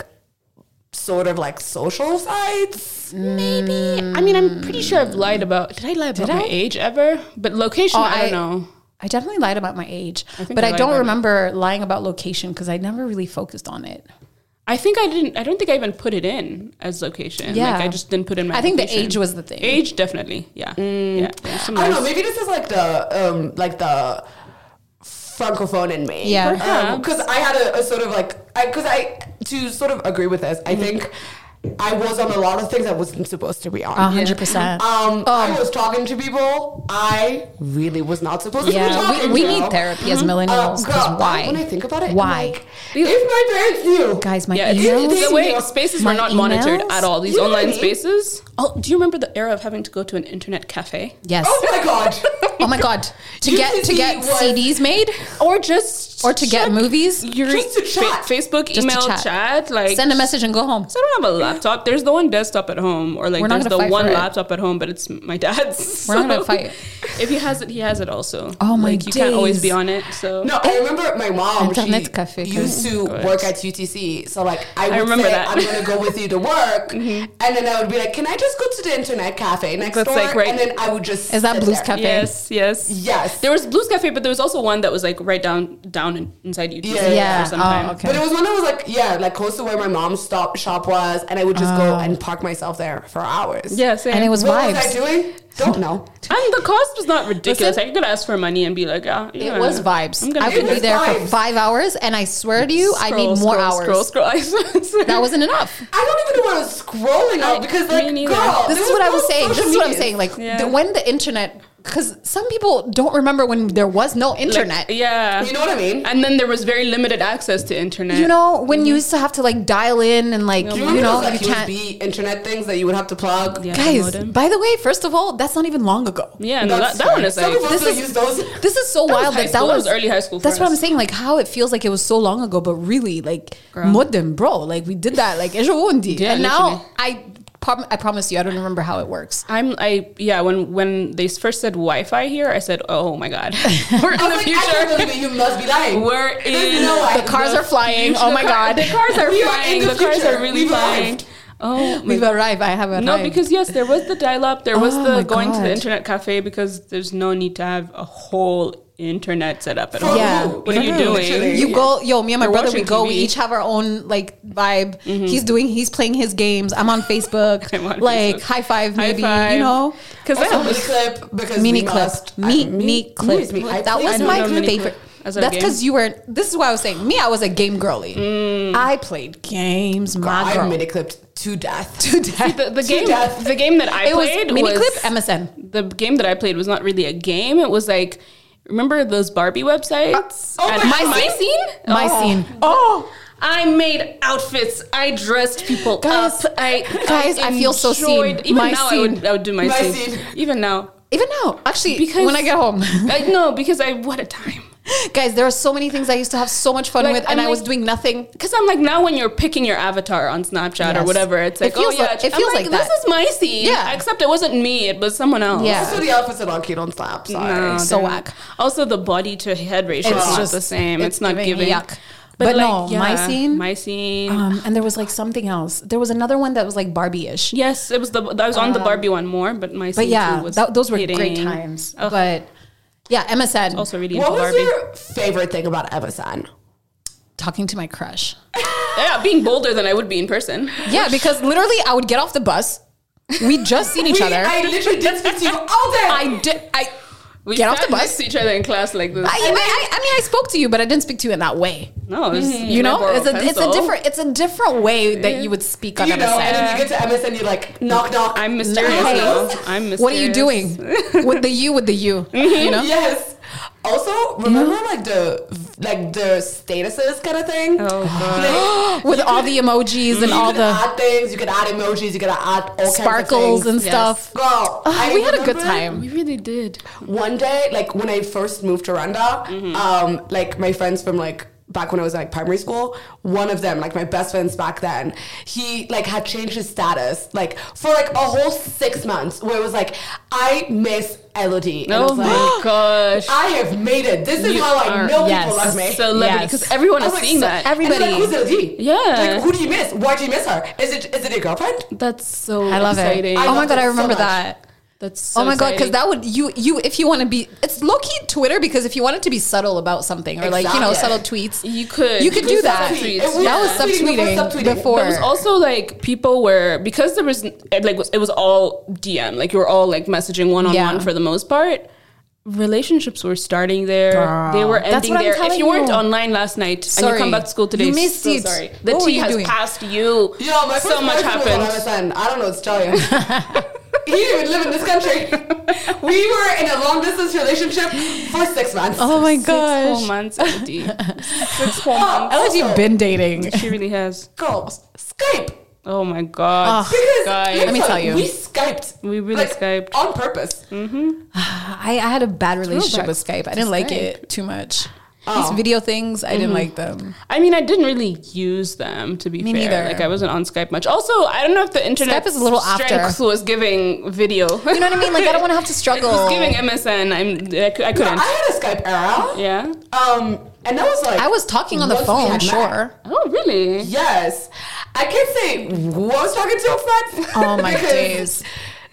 [SPEAKER 2] sort of like social sites?
[SPEAKER 3] Maybe. I mean, I'm pretty sure I've lied about. Did I lie about
[SPEAKER 1] Did
[SPEAKER 3] my
[SPEAKER 1] I?
[SPEAKER 3] age ever? But location,
[SPEAKER 1] Oh,
[SPEAKER 3] I,
[SPEAKER 1] I-
[SPEAKER 3] don't know.
[SPEAKER 1] I definitely lied about my age,
[SPEAKER 3] think
[SPEAKER 1] but
[SPEAKER 3] I
[SPEAKER 1] I
[SPEAKER 3] lied
[SPEAKER 1] don't
[SPEAKER 3] about it.
[SPEAKER 1] remember lying about location because I never really focused on it.
[SPEAKER 3] I think I didn't. I don't think I even put it in as location.
[SPEAKER 1] Yeah.
[SPEAKER 3] like I just didn't put in my.
[SPEAKER 1] I think the
[SPEAKER 3] location.
[SPEAKER 1] age was Mm. the thing.
[SPEAKER 3] Age definitely. Yeah. Yeah. yeah. Some
[SPEAKER 2] I don't
[SPEAKER 3] nice-
[SPEAKER 2] know. Maybe this is like the um like the francophone in me.
[SPEAKER 1] Yeah. Uh-huh.
[SPEAKER 3] Perhaps.
[SPEAKER 2] Because I had a, a sort of like because I, to sort of agree with this, I
[SPEAKER 1] Mm-hmm.
[SPEAKER 2] think I was on a lot of things I wasn't supposed to be on.
[SPEAKER 1] A hundred percent.
[SPEAKER 2] Um,
[SPEAKER 1] Oh.
[SPEAKER 2] I was talking to people I really was not supposed to be
[SPEAKER 1] Yeah,
[SPEAKER 2] talking
[SPEAKER 1] we, we
[SPEAKER 2] to.
[SPEAKER 1] need therapy as
[SPEAKER 2] Uh,
[SPEAKER 1] millennials. 'cause
[SPEAKER 2] girl,
[SPEAKER 1] why?
[SPEAKER 2] When I think about it, I'm
[SPEAKER 1] Why?
[SPEAKER 2] like, if my parents knew,
[SPEAKER 1] Guys, my
[SPEAKER 3] Yeah, it's,
[SPEAKER 1] emails.
[SPEAKER 3] it's the way
[SPEAKER 2] Emails?
[SPEAKER 3] spaces
[SPEAKER 1] My
[SPEAKER 3] were not monitored
[SPEAKER 1] emails?
[SPEAKER 3] at all. These
[SPEAKER 2] You know what I
[SPEAKER 3] online
[SPEAKER 2] mean?
[SPEAKER 3] spaces. Oh, do you remember the era of having to go to an internet cafe?
[SPEAKER 1] yes.
[SPEAKER 2] oh my
[SPEAKER 1] (laughs)
[SPEAKER 2] god,
[SPEAKER 1] Oh my god. To get to
[SPEAKER 2] (laughs)
[SPEAKER 1] get
[SPEAKER 2] UCC was-
[SPEAKER 1] CDs made
[SPEAKER 3] Or just
[SPEAKER 1] or to get
[SPEAKER 3] check
[SPEAKER 1] movies,
[SPEAKER 3] your
[SPEAKER 2] Just to
[SPEAKER 3] fa-
[SPEAKER 2] chat.
[SPEAKER 3] Facebook
[SPEAKER 1] Just to
[SPEAKER 3] email
[SPEAKER 1] chat.
[SPEAKER 3] chat. like
[SPEAKER 1] send a message and go home.
[SPEAKER 3] So I don't have a laptop. There's the one desktop at home, or like
[SPEAKER 1] We're not
[SPEAKER 3] there's
[SPEAKER 1] gonna
[SPEAKER 3] the
[SPEAKER 1] fight
[SPEAKER 3] one
[SPEAKER 1] for it.
[SPEAKER 3] laptop at home, but it's my dad's.
[SPEAKER 1] (laughs) We're not gonna fight.
[SPEAKER 3] If he has it, he has it also.
[SPEAKER 1] Oh my
[SPEAKER 3] Like you can't always
[SPEAKER 1] days.
[SPEAKER 3] be on it. So
[SPEAKER 2] No, I remember my mom.
[SPEAKER 1] Internet
[SPEAKER 2] she
[SPEAKER 1] cafe, girl.
[SPEAKER 2] used to
[SPEAKER 3] Good.
[SPEAKER 2] work at UTC, so like I
[SPEAKER 3] I
[SPEAKER 2] would
[SPEAKER 3] remember
[SPEAKER 2] say
[SPEAKER 3] that.
[SPEAKER 2] I'm gonna go with you to
[SPEAKER 1] (laughs)
[SPEAKER 2] work,
[SPEAKER 1] Mm-hmm.
[SPEAKER 2] and then I would be like, "Can I just go to the internet cafe next
[SPEAKER 3] That's,
[SPEAKER 2] door?"
[SPEAKER 3] like, right-
[SPEAKER 2] And then I would just
[SPEAKER 1] Is that
[SPEAKER 2] sit
[SPEAKER 1] Blue's
[SPEAKER 2] there.
[SPEAKER 1] Cafe?
[SPEAKER 3] Yes, yes,
[SPEAKER 2] Yes.
[SPEAKER 3] There was Blues Cafe, but there was also one that was like right down down in, inside UTC
[SPEAKER 2] Yeah, yeah.
[SPEAKER 3] for some
[SPEAKER 1] Oh,
[SPEAKER 3] time.
[SPEAKER 1] okay.
[SPEAKER 2] But it was one that was like, yeah, like close to where my mom's stop shop was, and I would just
[SPEAKER 1] Oh.
[SPEAKER 2] go and park myself there for hours.
[SPEAKER 3] Yeah, same.
[SPEAKER 1] And it was
[SPEAKER 2] What was I
[SPEAKER 1] vibes.
[SPEAKER 2] doing? Don't know.
[SPEAKER 3] And the cost was not ridiculous.
[SPEAKER 1] Listen.
[SPEAKER 3] I could ask for money and be like, ah, yeah,
[SPEAKER 1] It was vibes. I
[SPEAKER 2] do
[SPEAKER 1] would be
[SPEAKER 2] this.
[SPEAKER 1] there for
[SPEAKER 2] Vibes.
[SPEAKER 1] 5 hours and I swear to you I
[SPEAKER 3] Scroll,
[SPEAKER 1] need more
[SPEAKER 3] scroll,
[SPEAKER 1] hours.
[SPEAKER 3] Scroll, scroll. (laughs)
[SPEAKER 1] That wasn't enough.
[SPEAKER 2] (laughs) I don't even know what I was scrolling
[SPEAKER 3] I-
[SPEAKER 2] on because
[SPEAKER 3] me
[SPEAKER 2] like,
[SPEAKER 3] neither.
[SPEAKER 2] girl,
[SPEAKER 1] This
[SPEAKER 2] there
[SPEAKER 1] is what I
[SPEAKER 2] no
[SPEAKER 1] was saying. This
[SPEAKER 2] social
[SPEAKER 1] is what I'm
[SPEAKER 2] media.
[SPEAKER 1] saying. Like the-
[SPEAKER 3] Yeah.
[SPEAKER 1] when the internet, because some people don't remember when there was no internet.
[SPEAKER 3] yeah.
[SPEAKER 2] You know what I mean?
[SPEAKER 3] And then there was very limited access to internet.
[SPEAKER 1] You know when
[SPEAKER 2] Mm-hmm.
[SPEAKER 1] you used to have to like dial in and like
[SPEAKER 2] Do you
[SPEAKER 1] you,
[SPEAKER 2] remember
[SPEAKER 1] know
[SPEAKER 2] those, like
[SPEAKER 1] you can't.
[SPEAKER 2] USB internet things that you would have to plug?
[SPEAKER 3] Yeah,
[SPEAKER 1] Guys,
[SPEAKER 3] modem.
[SPEAKER 1] by the way, first of all, that's not even long ago.
[SPEAKER 3] Yeah, no, that,
[SPEAKER 2] That's
[SPEAKER 3] that one
[SPEAKER 2] fair.
[SPEAKER 3] is
[SPEAKER 2] Some
[SPEAKER 3] like.
[SPEAKER 2] of us
[SPEAKER 1] This
[SPEAKER 2] still
[SPEAKER 1] is-
[SPEAKER 2] use
[SPEAKER 1] (laughs)
[SPEAKER 2] those.
[SPEAKER 1] This is so
[SPEAKER 3] was
[SPEAKER 1] wild
[SPEAKER 3] high
[SPEAKER 1] that that
[SPEAKER 3] school. That
[SPEAKER 1] was
[SPEAKER 3] was early high school for
[SPEAKER 1] That's what
[SPEAKER 3] us.
[SPEAKER 1] I'm saying. Like how it feels like it was so long ago, but really, like
[SPEAKER 3] Girl.
[SPEAKER 1] modem, bro. Like we did that. Like ejawundi.
[SPEAKER 3] Yeah,
[SPEAKER 1] and
[SPEAKER 3] literally.
[SPEAKER 1] now I, prom- I promise you, I don't remember how it works.
[SPEAKER 3] I'm I yeah when when they first said Wi-Fi here I said oh my god (laughs) we're in
[SPEAKER 2] I was like,
[SPEAKER 3] the
[SPEAKER 2] I
[SPEAKER 3] future
[SPEAKER 2] can't believe it. You must be lying.
[SPEAKER 3] we're
[SPEAKER 2] There's
[SPEAKER 3] in
[SPEAKER 2] no way.
[SPEAKER 1] The cars
[SPEAKER 3] the
[SPEAKER 1] are flying.
[SPEAKER 3] future.
[SPEAKER 1] Oh my
[SPEAKER 3] The car-
[SPEAKER 1] god,
[SPEAKER 3] the cars are
[SPEAKER 2] We are
[SPEAKER 3] flying
[SPEAKER 2] in
[SPEAKER 3] the,
[SPEAKER 2] the
[SPEAKER 3] cars
[SPEAKER 2] future.
[SPEAKER 3] are really
[SPEAKER 2] We've
[SPEAKER 3] flying
[SPEAKER 2] arrived.
[SPEAKER 3] oh my
[SPEAKER 1] We've arrived. I have arrived.
[SPEAKER 3] no because yes there was the dial-up there was
[SPEAKER 1] Oh
[SPEAKER 3] the
[SPEAKER 1] my
[SPEAKER 3] going to the
[SPEAKER 1] God.
[SPEAKER 3] internet cafe because there's no need to have a whole internet set up at
[SPEAKER 2] For
[SPEAKER 3] all
[SPEAKER 1] Yeah.
[SPEAKER 2] who?
[SPEAKER 3] what are you
[SPEAKER 2] Yeah.
[SPEAKER 3] doing
[SPEAKER 2] Literally.
[SPEAKER 1] You go, yo. Me and my
[SPEAKER 3] We're
[SPEAKER 1] brother, we
[SPEAKER 3] watching
[SPEAKER 1] go. We
[SPEAKER 3] TV.
[SPEAKER 1] each have our own like vibe. He's doing, he's playing his games. I'm
[SPEAKER 3] (laughs)
[SPEAKER 1] on Facebook.
[SPEAKER 3] I'm on
[SPEAKER 1] like
[SPEAKER 3] Facebook.
[SPEAKER 1] high five,
[SPEAKER 3] High
[SPEAKER 1] maybe
[SPEAKER 3] five.
[SPEAKER 1] you know.
[SPEAKER 3] because
[SPEAKER 2] Also, mini
[SPEAKER 3] that
[SPEAKER 2] clip because
[SPEAKER 1] Mini
[SPEAKER 2] we
[SPEAKER 1] clip,
[SPEAKER 2] must-
[SPEAKER 1] me,
[SPEAKER 2] I-
[SPEAKER 1] me
[SPEAKER 2] who
[SPEAKER 1] clip.
[SPEAKER 2] is me? I
[SPEAKER 1] That was
[SPEAKER 2] played
[SPEAKER 1] my
[SPEAKER 3] know mini
[SPEAKER 1] favorite.
[SPEAKER 3] clip as a
[SPEAKER 1] That's
[SPEAKER 3] game.
[SPEAKER 1] because you were. This is why I was saying. Me, I was a game girlie.
[SPEAKER 3] Mm.
[SPEAKER 1] I played games. My
[SPEAKER 2] I
[SPEAKER 1] girl.
[SPEAKER 2] mini clipped to death.
[SPEAKER 1] To death.
[SPEAKER 3] the, the game
[SPEAKER 2] death.
[SPEAKER 3] the game that I
[SPEAKER 1] it was
[SPEAKER 3] played
[SPEAKER 1] mini clip
[SPEAKER 3] was
[SPEAKER 1] MSN.
[SPEAKER 3] the game that I played was not really a game. It was like, remember those Barbie websites?
[SPEAKER 2] Oh
[SPEAKER 3] And
[SPEAKER 2] my-
[SPEAKER 3] my scene?
[SPEAKER 1] My
[SPEAKER 3] Oh.
[SPEAKER 1] scene.
[SPEAKER 3] Oh, I made outfits. I dressed people
[SPEAKER 1] Guys,
[SPEAKER 3] up. I
[SPEAKER 1] guys, I feel so
[SPEAKER 3] enjoyed-
[SPEAKER 1] seen.
[SPEAKER 3] Even
[SPEAKER 1] My
[SPEAKER 3] now, I
[SPEAKER 1] scene.
[SPEAKER 3] would I would do my,
[SPEAKER 2] My
[SPEAKER 3] scene.
[SPEAKER 2] scene.
[SPEAKER 3] Even now,
[SPEAKER 1] Even now, actually,
[SPEAKER 3] Because-
[SPEAKER 1] when I get
[SPEAKER 3] (laughs)
[SPEAKER 1] home,
[SPEAKER 3] I, no, because I what a time.
[SPEAKER 1] (laughs) guys, there are so many things I used to have so much fun
[SPEAKER 3] Like,
[SPEAKER 1] with, and
[SPEAKER 3] I'm
[SPEAKER 1] I was
[SPEAKER 3] like-
[SPEAKER 1] doing nothing.
[SPEAKER 3] Because I'm like now when you're picking your avatar on Snapchat or
[SPEAKER 1] Yes.
[SPEAKER 3] whatever, it's
[SPEAKER 1] It
[SPEAKER 3] like oh
[SPEAKER 1] feels
[SPEAKER 3] yeah,
[SPEAKER 1] like- it
[SPEAKER 3] I'm
[SPEAKER 1] feels like
[SPEAKER 3] this
[SPEAKER 1] that.
[SPEAKER 3] is my scene.
[SPEAKER 1] Yeah.
[SPEAKER 3] except it wasn't me; it was someone else.
[SPEAKER 1] Yeah.
[SPEAKER 2] Also, the outfits are not cute on slap. Sorry.
[SPEAKER 3] No,
[SPEAKER 1] So
[SPEAKER 3] they're-
[SPEAKER 1] whack.
[SPEAKER 3] Also, the body to head ratio
[SPEAKER 1] It's
[SPEAKER 3] is not
[SPEAKER 1] just-
[SPEAKER 3] the same.
[SPEAKER 1] it's
[SPEAKER 3] It's, not
[SPEAKER 1] giving
[SPEAKER 3] giving.
[SPEAKER 1] yuck. But no, my scene-
[SPEAKER 3] My scene.
[SPEAKER 1] Um, and there was like something else. There was another one that was like Barbie-ish.
[SPEAKER 3] yes, it was the. I was on the Barbie one more, but my.
[SPEAKER 1] Um, But
[SPEAKER 3] scene
[SPEAKER 1] yeah,
[SPEAKER 3] too was
[SPEAKER 1] tha- those were great
[SPEAKER 3] hitting.
[SPEAKER 1] times.
[SPEAKER 3] Ugh,
[SPEAKER 1] But yeah, MSN.
[SPEAKER 3] also really
[SPEAKER 2] What
[SPEAKER 3] into
[SPEAKER 2] was
[SPEAKER 3] Barbie.
[SPEAKER 2] your favorite thing about Emerson?
[SPEAKER 1] talking to my crush.
[SPEAKER 3] yeah, being bolder than I would be in person.
[SPEAKER 1] Yeah, because literally I would get off the bus. We just (laughs) seen each
[SPEAKER 2] We-
[SPEAKER 1] other.
[SPEAKER 2] I
[SPEAKER 1] I,
[SPEAKER 2] literally did speak to you all day.
[SPEAKER 1] did. (laughs) I.
[SPEAKER 3] We
[SPEAKER 1] Get off
[SPEAKER 3] sat
[SPEAKER 1] the bus.
[SPEAKER 3] next to each other in class like this.
[SPEAKER 1] I, I, I, I mean, I spoke to you, but I didn't speak to you in that way.
[SPEAKER 3] no, it's,
[SPEAKER 1] You know,
[SPEAKER 3] borrow
[SPEAKER 1] it's a it's a
[SPEAKER 3] pencil.
[SPEAKER 1] different it's a different way that you would speak on
[SPEAKER 2] you know,
[SPEAKER 1] MSN.
[SPEAKER 2] and then you get to Emerson, you're like, knock, knock.
[SPEAKER 3] I'm mysterious
[SPEAKER 1] Hey.
[SPEAKER 3] now. I'm mysterious.
[SPEAKER 1] What are you doing with the you with the you? You
[SPEAKER 2] (laughs)
[SPEAKER 1] know,
[SPEAKER 2] Yes. Also, remember like the like the statuses kind of thing.
[SPEAKER 3] (laughs) Oh, God.
[SPEAKER 2] Like,
[SPEAKER 1] with all the emojis and
[SPEAKER 2] you
[SPEAKER 1] all
[SPEAKER 2] could
[SPEAKER 1] the
[SPEAKER 2] add things. You could add emojis. You could add all
[SPEAKER 1] sparkles
[SPEAKER 2] kinds of
[SPEAKER 1] and
[SPEAKER 2] things.
[SPEAKER 3] Yes.
[SPEAKER 1] stuff.
[SPEAKER 2] Girl,
[SPEAKER 1] Ah,
[SPEAKER 2] I
[SPEAKER 1] we had a good
[SPEAKER 2] remember (gasps)
[SPEAKER 1] time.
[SPEAKER 3] We really did.
[SPEAKER 2] One day, like when I first moved to Rwanda,
[SPEAKER 3] Mm-hmm.
[SPEAKER 2] um, like my friends from like back when I was like primary school, one of them, like my best friends back then, he like had changed his status like for like a whole six months where it was like, I miss Elodie. And I
[SPEAKER 3] Oh
[SPEAKER 2] was like,
[SPEAKER 3] my
[SPEAKER 1] (gasps)
[SPEAKER 3] gosh.
[SPEAKER 2] I have made it. This is
[SPEAKER 3] You
[SPEAKER 2] how I
[SPEAKER 3] are-
[SPEAKER 2] know
[SPEAKER 1] yes.
[SPEAKER 2] people love me.
[SPEAKER 3] Celebrity,
[SPEAKER 1] Yes.
[SPEAKER 3] because everyone
[SPEAKER 2] I
[SPEAKER 3] is
[SPEAKER 2] was like,
[SPEAKER 3] seeing
[SPEAKER 2] so
[SPEAKER 3] that.
[SPEAKER 1] every-
[SPEAKER 2] And they're like,
[SPEAKER 1] everybody-
[SPEAKER 2] who's Elodie?
[SPEAKER 3] Yeah.
[SPEAKER 2] Like, who do you miss? Why do you miss her? Is it is it a girlfriend?
[SPEAKER 3] That's so
[SPEAKER 1] I love
[SPEAKER 3] exciting.
[SPEAKER 1] it.
[SPEAKER 2] I
[SPEAKER 1] oh my
[SPEAKER 2] loved
[SPEAKER 1] god,
[SPEAKER 2] it
[SPEAKER 1] I
[SPEAKER 2] so
[SPEAKER 1] remember
[SPEAKER 2] much.
[SPEAKER 1] that.
[SPEAKER 3] That's so
[SPEAKER 1] oh my god, because
[SPEAKER 3] exciting.
[SPEAKER 1] that would you you if you want to be it's low key Twitter because if you wanted to be subtle about something or like you know
[SPEAKER 2] Exactly.
[SPEAKER 1] subtle tweets,
[SPEAKER 3] You could.
[SPEAKER 1] you could do that.
[SPEAKER 3] subtweet.
[SPEAKER 2] It was
[SPEAKER 1] That was
[SPEAKER 2] subtweeting
[SPEAKER 1] subtweeting,
[SPEAKER 2] before subtweeting.
[SPEAKER 1] before.
[SPEAKER 2] That
[SPEAKER 3] But it was also like people were because there was like it was all DM. Like you were all like messaging one on
[SPEAKER 1] Yeah.
[SPEAKER 3] one for the most part. Relationships were starting there. they were
[SPEAKER 1] That's
[SPEAKER 3] ending
[SPEAKER 1] what I'm
[SPEAKER 3] there. If
[SPEAKER 1] telling
[SPEAKER 3] you weren't
[SPEAKER 1] you.
[SPEAKER 3] online last night and
[SPEAKER 1] Sorry.
[SPEAKER 3] you come back to school today,
[SPEAKER 1] You missed
[SPEAKER 3] so
[SPEAKER 1] it.
[SPEAKER 3] sorry. The
[SPEAKER 1] What were
[SPEAKER 3] tea
[SPEAKER 1] you
[SPEAKER 3] has
[SPEAKER 1] doing?
[SPEAKER 3] passed you.
[SPEAKER 2] You know, my first
[SPEAKER 3] so much
[SPEAKER 2] boyfriend was on
[SPEAKER 3] happened.
[SPEAKER 2] MSN. I don't know what to tell you. he didn't even live in this country. We were in a long distance relationship for six months.
[SPEAKER 1] oh my
[SPEAKER 3] Six
[SPEAKER 1] gosh,
[SPEAKER 3] whole months, Elodie.
[SPEAKER 1] (laughs)
[SPEAKER 3] Six whole
[SPEAKER 2] Oh,
[SPEAKER 3] months.
[SPEAKER 1] Elodie, you've been dating.
[SPEAKER 3] She really has.
[SPEAKER 2] girls, Skype.
[SPEAKER 3] Oh my god,
[SPEAKER 1] Ah.
[SPEAKER 2] Because
[SPEAKER 3] guys.
[SPEAKER 1] Let me tell you.
[SPEAKER 2] we Skyped.
[SPEAKER 3] We really Skyped.
[SPEAKER 2] on purpose.
[SPEAKER 1] I, I had a bad relationship with
[SPEAKER 3] Throwbacks
[SPEAKER 1] Skype. I didn't like
[SPEAKER 3] Skype.
[SPEAKER 1] it too much.
[SPEAKER 2] Oh.
[SPEAKER 1] These video things, I
[SPEAKER 3] Mm-hmm.
[SPEAKER 1] didn't like them.
[SPEAKER 3] I mean, I didn't really use them to be
[SPEAKER 1] Me
[SPEAKER 3] fair.
[SPEAKER 1] neither.
[SPEAKER 3] Like I wasn't on Skype much. Also, I don't know if the internet
[SPEAKER 1] Skype is a little
[SPEAKER 3] strength
[SPEAKER 1] after.
[SPEAKER 3] was giving video. You
[SPEAKER 1] know what I mean? Like, I don't wanna have to
[SPEAKER 3] (laughs) it
[SPEAKER 1] struggle.
[SPEAKER 3] was giving MSN. I'm I, cou-
[SPEAKER 2] No,
[SPEAKER 3] I
[SPEAKER 2] I
[SPEAKER 3] couldn't.
[SPEAKER 2] had a Skype era.
[SPEAKER 3] yeah.
[SPEAKER 2] Um, and that was like
[SPEAKER 1] I was talking on the
[SPEAKER 2] once we
[SPEAKER 1] phone,
[SPEAKER 2] (laughs) had met.
[SPEAKER 1] sure.
[SPEAKER 3] Oh really?
[SPEAKER 2] Yes. I can't say who I was talking to up front.
[SPEAKER 1] Oh my
[SPEAKER 2] (laughs) because
[SPEAKER 1] days.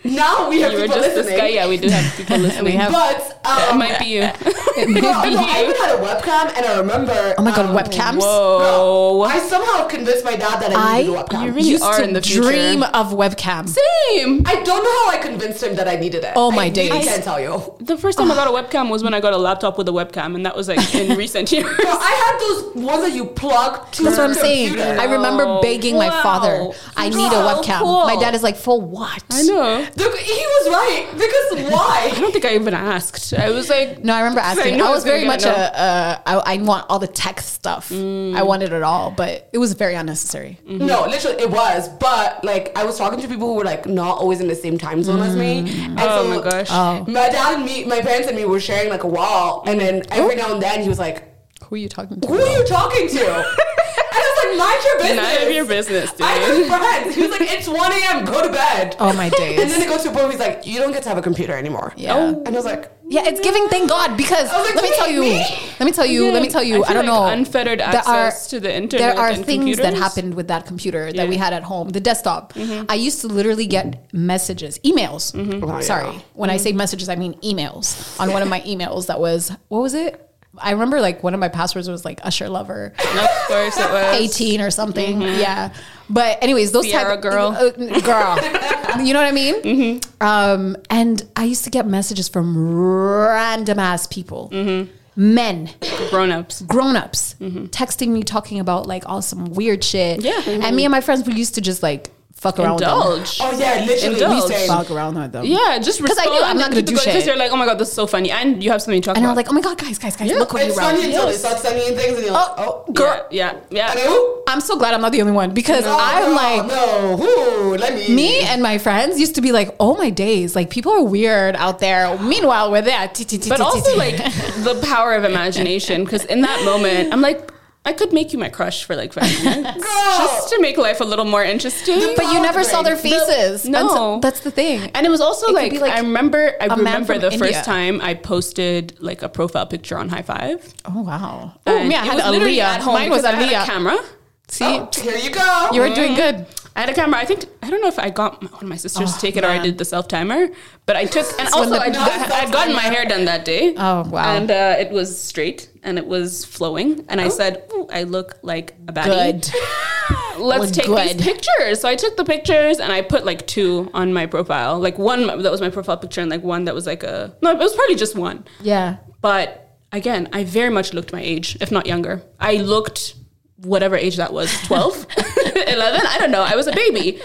[SPEAKER 2] Now we have
[SPEAKER 3] You were
[SPEAKER 2] people
[SPEAKER 3] just
[SPEAKER 2] listening.
[SPEAKER 3] this guy. Yeah, we do have
[SPEAKER 1] (laughs)
[SPEAKER 3] people listening.
[SPEAKER 1] have-
[SPEAKER 2] But
[SPEAKER 3] It
[SPEAKER 2] um,
[SPEAKER 3] might
[SPEAKER 1] (laughs)
[SPEAKER 3] be you. (laughs)
[SPEAKER 2] girl, no, I even had a webcam, and I remember.
[SPEAKER 1] Oh my god,
[SPEAKER 2] um,
[SPEAKER 1] webcams.
[SPEAKER 2] girl,
[SPEAKER 3] Whoa.
[SPEAKER 2] I somehow convinced my dad that I
[SPEAKER 1] I
[SPEAKER 2] needed a webcam.
[SPEAKER 3] you really
[SPEAKER 1] used
[SPEAKER 3] are
[SPEAKER 1] to
[SPEAKER 3] in the future.
[SPEAKER 1] dream of webcams.
[SPEAKER 3] Same.
[SPEAKER 2] I don't know how I convinced him that I needed it.
[SPEAKER 1] Oh my
[SPEAKER 2] I Really
[SPEAKER 1] days.
[SPEAKER 2] can't tell you.
[SPEAKER 3] The first time I got a webcam was when I got a laptop with a webcam, and that was
[SPEAKER 1] (laughs)
[SPEAKER 3] like in recent years.
[SPEAKER 2] Girl, I had those ones that you plug to
[SPEAKER 1] That's
[SPEAKER 2] your
[SPEAKER 1] what I'm saying.
[SPEAKER 2] computer.
[SPEAKER 1] I remember
[SPEAKER 3] Wow.
[SPEAKER 1] begging my father,
[SPEAKER 3] Wow.
[SPEAKER 1] I need a
[SPEAKER 3] Wow,
[SPEAKER 1] webcam.
[SPEAKER 3] cool.
[SPEAKER 1] My dad is like, for what?
[SPEAKER 3] I know.
[SPEAKER 2] The- he was right because
[SPEAKER 3] I
[SPEAKER 2] why?
[SPEAKER 3] (laughs) don't think I even asked. I was like,
[SPEAKER 1] No, I remember asking.
[SPEAKER 3] know
[SPEAKER 1] I
[SPEAKER 3] (laughs) I
[SPEAKER 1] was
[SPEAKER 3] was gonna
[SPEAKER 1] very
[SPEAKER 3] get
[SPEAKER 1] much
[SPEAKER 3] no.
[SPEAKER 1] a, uh, I, I want all the tech stuff. I
[SPEAKER 3] Mm.
[SPEAKER 1] wanted it all, but it was very unnecessary.
[SPEAKER 3] Mm-hmm.
[SPEAKER 2] No, literally, it was. But like, I was talking to people who were like not always in the same time zone as me. And
[SPEAKER 3] Oh my gosh.
[SPEAKER 1] Mm. Oh.
[SPEAKER 2] My dad and me, my parents and me were sharing like a wall, and then every
[SPEAKER 1] Oh.
[SPEAKER 2] now and then he was like,
[SPEAKER 1] Who are you talking
[SPEAKER 2] "Who
[SPEAKER 1] to?
[SPEAKER 2] are you talking
[SPEAKER 3] (laughs)
[SPEAKER 2] to?" and I was like, "Mind your business."
[SPEAKER 3] None of your business, dude.
[SPEAKER 2] I have friends. He was like, "It's one a.m. Go to bed."
[SPEAKER 1] Oh my days.
[SPEAKER 2] And then it goes to a point where he's like, "You don't get to have a computer anymore."
[SPEAKER 1] Yeah.
[SPEAKER 3] Oh.
[SPEAKER 2] And I was like,
[SPEAKER 1] Yeah, it's giving thank God because
[SPEAKER 2] I was like,
[SPEAKER 1] let me
[SPEAKER 2] wait,
[SPEAKER 1] tell you,
[SPEAKER 2] me?
[SPEAKER 1] let me tell you, let me tell you. I,
[SPEAKER 3] I feel
[SPEAKER 1] don't
[SPEAKER 3] like
[SPEAKER 1] know.
[SPEAKER 3] unfettered access to the internet
[SPEAKER 1] There are
[SPEAKER 3] and
[SPEAKER 1] things that
[SPEAKER 3] computers.
[SPEAKER 1] happened with that computer that we
[SPEAKER 3] Yeah. Mm-hmm.
[SPEAKER 1] had at home, the desktop. I used to literally get messages, emails.
[SPEAKER 2] Oh, yeah.
[SPEAKER 1] Sorry, when
[SPEAKER 3] Mm-hmm.
[SPEAKER 1] I say messages, I mean emails. On one
[SPEAKER 3] (laughs)
[SPEAKER 1] of my emails, that was what was it? I remember like one of my passwords was like Usher Lover.
[SPEAKER 3] Of course
[SPEAKER 1] (laughs)
[SPEAKER 3] it was.
[SPEAKER 1] 18 or something. Yeah. But anyways, those
[SPEAKER 3] Mm-hmm. Sierra
[SPEAKER 1] type
[SPEAKER 3] girl. Mm-hmm.
[SPEAKER 1] uh, uh, (laughs) girl. you know what I mean? Um, and I used to get messages from random ass people,
[SPEAKER 3] Mm-hmm.
[SPEAKER 1] men,
[SPEAKER 3] Grown ups.
[SPEAKER 1] grown ups, texting me talking about like all some weird shit.
[SPEAKER 3] Mm-hmm. Yeah. Mm-hmm.
[SPEAKER 1] And me and my friends, we used to just like fuck around with them.
[SPEAKER 3] Indulge.
[SPEAKER 2] "Oh yeah, literally."
[SPEAKER 3] Indulge.
[SPEAKER 2] we stayed-
[SPEAKER 1] Fuck around with them.
[SPEAKER 3] Yeah, just
[SPEAKER 1] 'Cause I
[SPEAKER 3] respond.
[SPEAKER 1] knew I'm not gonna do shit.
[SPEAKER 3] Because you're like, oh my god, this is so funny, and you have something to talk
[SPEAKER 1] And I was
[SPEAKER 3] about.
[SPEAKER 1] like, oh my God, guys, guys, guys, look what you
[SPEAKER 2] It's
[SPEAKER 1] wrote.
[SPEAKER 2] funny until they start sending you things, and you're like,
[SPEAKER 1] Oh,
[SPEAKER 2] "Oh,
[SPEAKER 1] girl.
[SPEAKER 3] yeah, yeah,
[SPEAKER 1] (laughs)
[SPEAKER 2] and
[SPEAKER 3] yeah.
[SPEAKER 2] who?" Oh,
[SPEAKER 1] I'm so glad I'm not the only one because I'm like,
[SPEAKER 2] no, who? Let me.
[SPEAKER 1] me and my friends used to be like, oh my days, like people are weird out there. Meanwhile, we're there. T- t- t-
[SPEAKER 3] But
[SPEAKER 1] t- t-
[SPEAKER 3] also
[SPEAKER 1] t-
[SPEAKER 3] like the power of imagination, because in that moment, I'm like, I could make you my crush for
[SPEAKER 1] (laughs)
[SPEAKER 3] like five minutes, just to make life a little more interesting.
[SPEAKER 1] but you never saw their faces.
[SPEAKER 3] The-
[SPEAKER 1] And so-
[SPEAKER 3] no.
[SPEAKER 1] that's the thing.
[SPEAKER 3] And it was also
[SPEAKER 1] It could
[SPEAKER 3] like,
[SPEAKER 1] be, like,
[SPEAKER 3] I remember I
[SPEAKER 1] a man
[SPEAKER 3] remember
[SPEAKER 1] from
[SPEAKER 3] the
[SPEAKER 1] India.
[SPEAKER 3] first time I posted like a profile picture on High Five.
[SPEAKER 1] oh wow. Oh
[SPEAKER 3] And
[SPEAKER 1] yeah, I
[SPEAKER 3] it
[SPEAKER 1] had
[SPEAKER 3] was literally at
[SPEAKER 1] Aaliyah.
[SPEAKER 3] home
[SPEAKER 1] Mine was
[SPEAKER 3] because I had a
[SPEAKER 1] Aaliyah.
[SPEAKER 3] camera. Mm-hmm.
[SPEAKER 1] See,
[SPEAKER 2] Oh, here you go.
[SPEAKER 1] you were doing good.
[SPEAKER 3] I had a camera. I think I don't know if I got my- one of my sisters
[SPEAKER 1] Oh,
[SPEAKER 3] to take it or I
[SPEAKER 1] man.
[SPEAKER 3] did the self timer, but I took and
[SPEAKER 1] It's when
[SPEAKER 3] also
[SPEAKER 1] the- (laughs)
[SPEAKER 3] I, I had gotten my hair done that day.
[SPEAKER 1] Oh, wow. Oh.
[SPEAKER 3] And uh, it was straight and it was flowing, and I said, Ooh, "I look like a baddie."
[SPEAKER 1] Good.
[SPEAKER 3] (laughs) Let's
[SPEAKER 1] Look
[SPEAKER 3] take
[SPEAKER 1] good.
[SPEAKER 3] these pictures. So I took the pictures and I put like two on my profile, like one that was my profile picture, and like one that was like a no, it was probably just one.
[SPEAKER 1] Yeah.
[SPEAKER 3] But again, I very much looked my age, if not younger. I looked whatever age
[SPEAKER 1] (laughs)
[SPEAKER 3] that was (laughs) 12, 11, I don't know. I was a baby.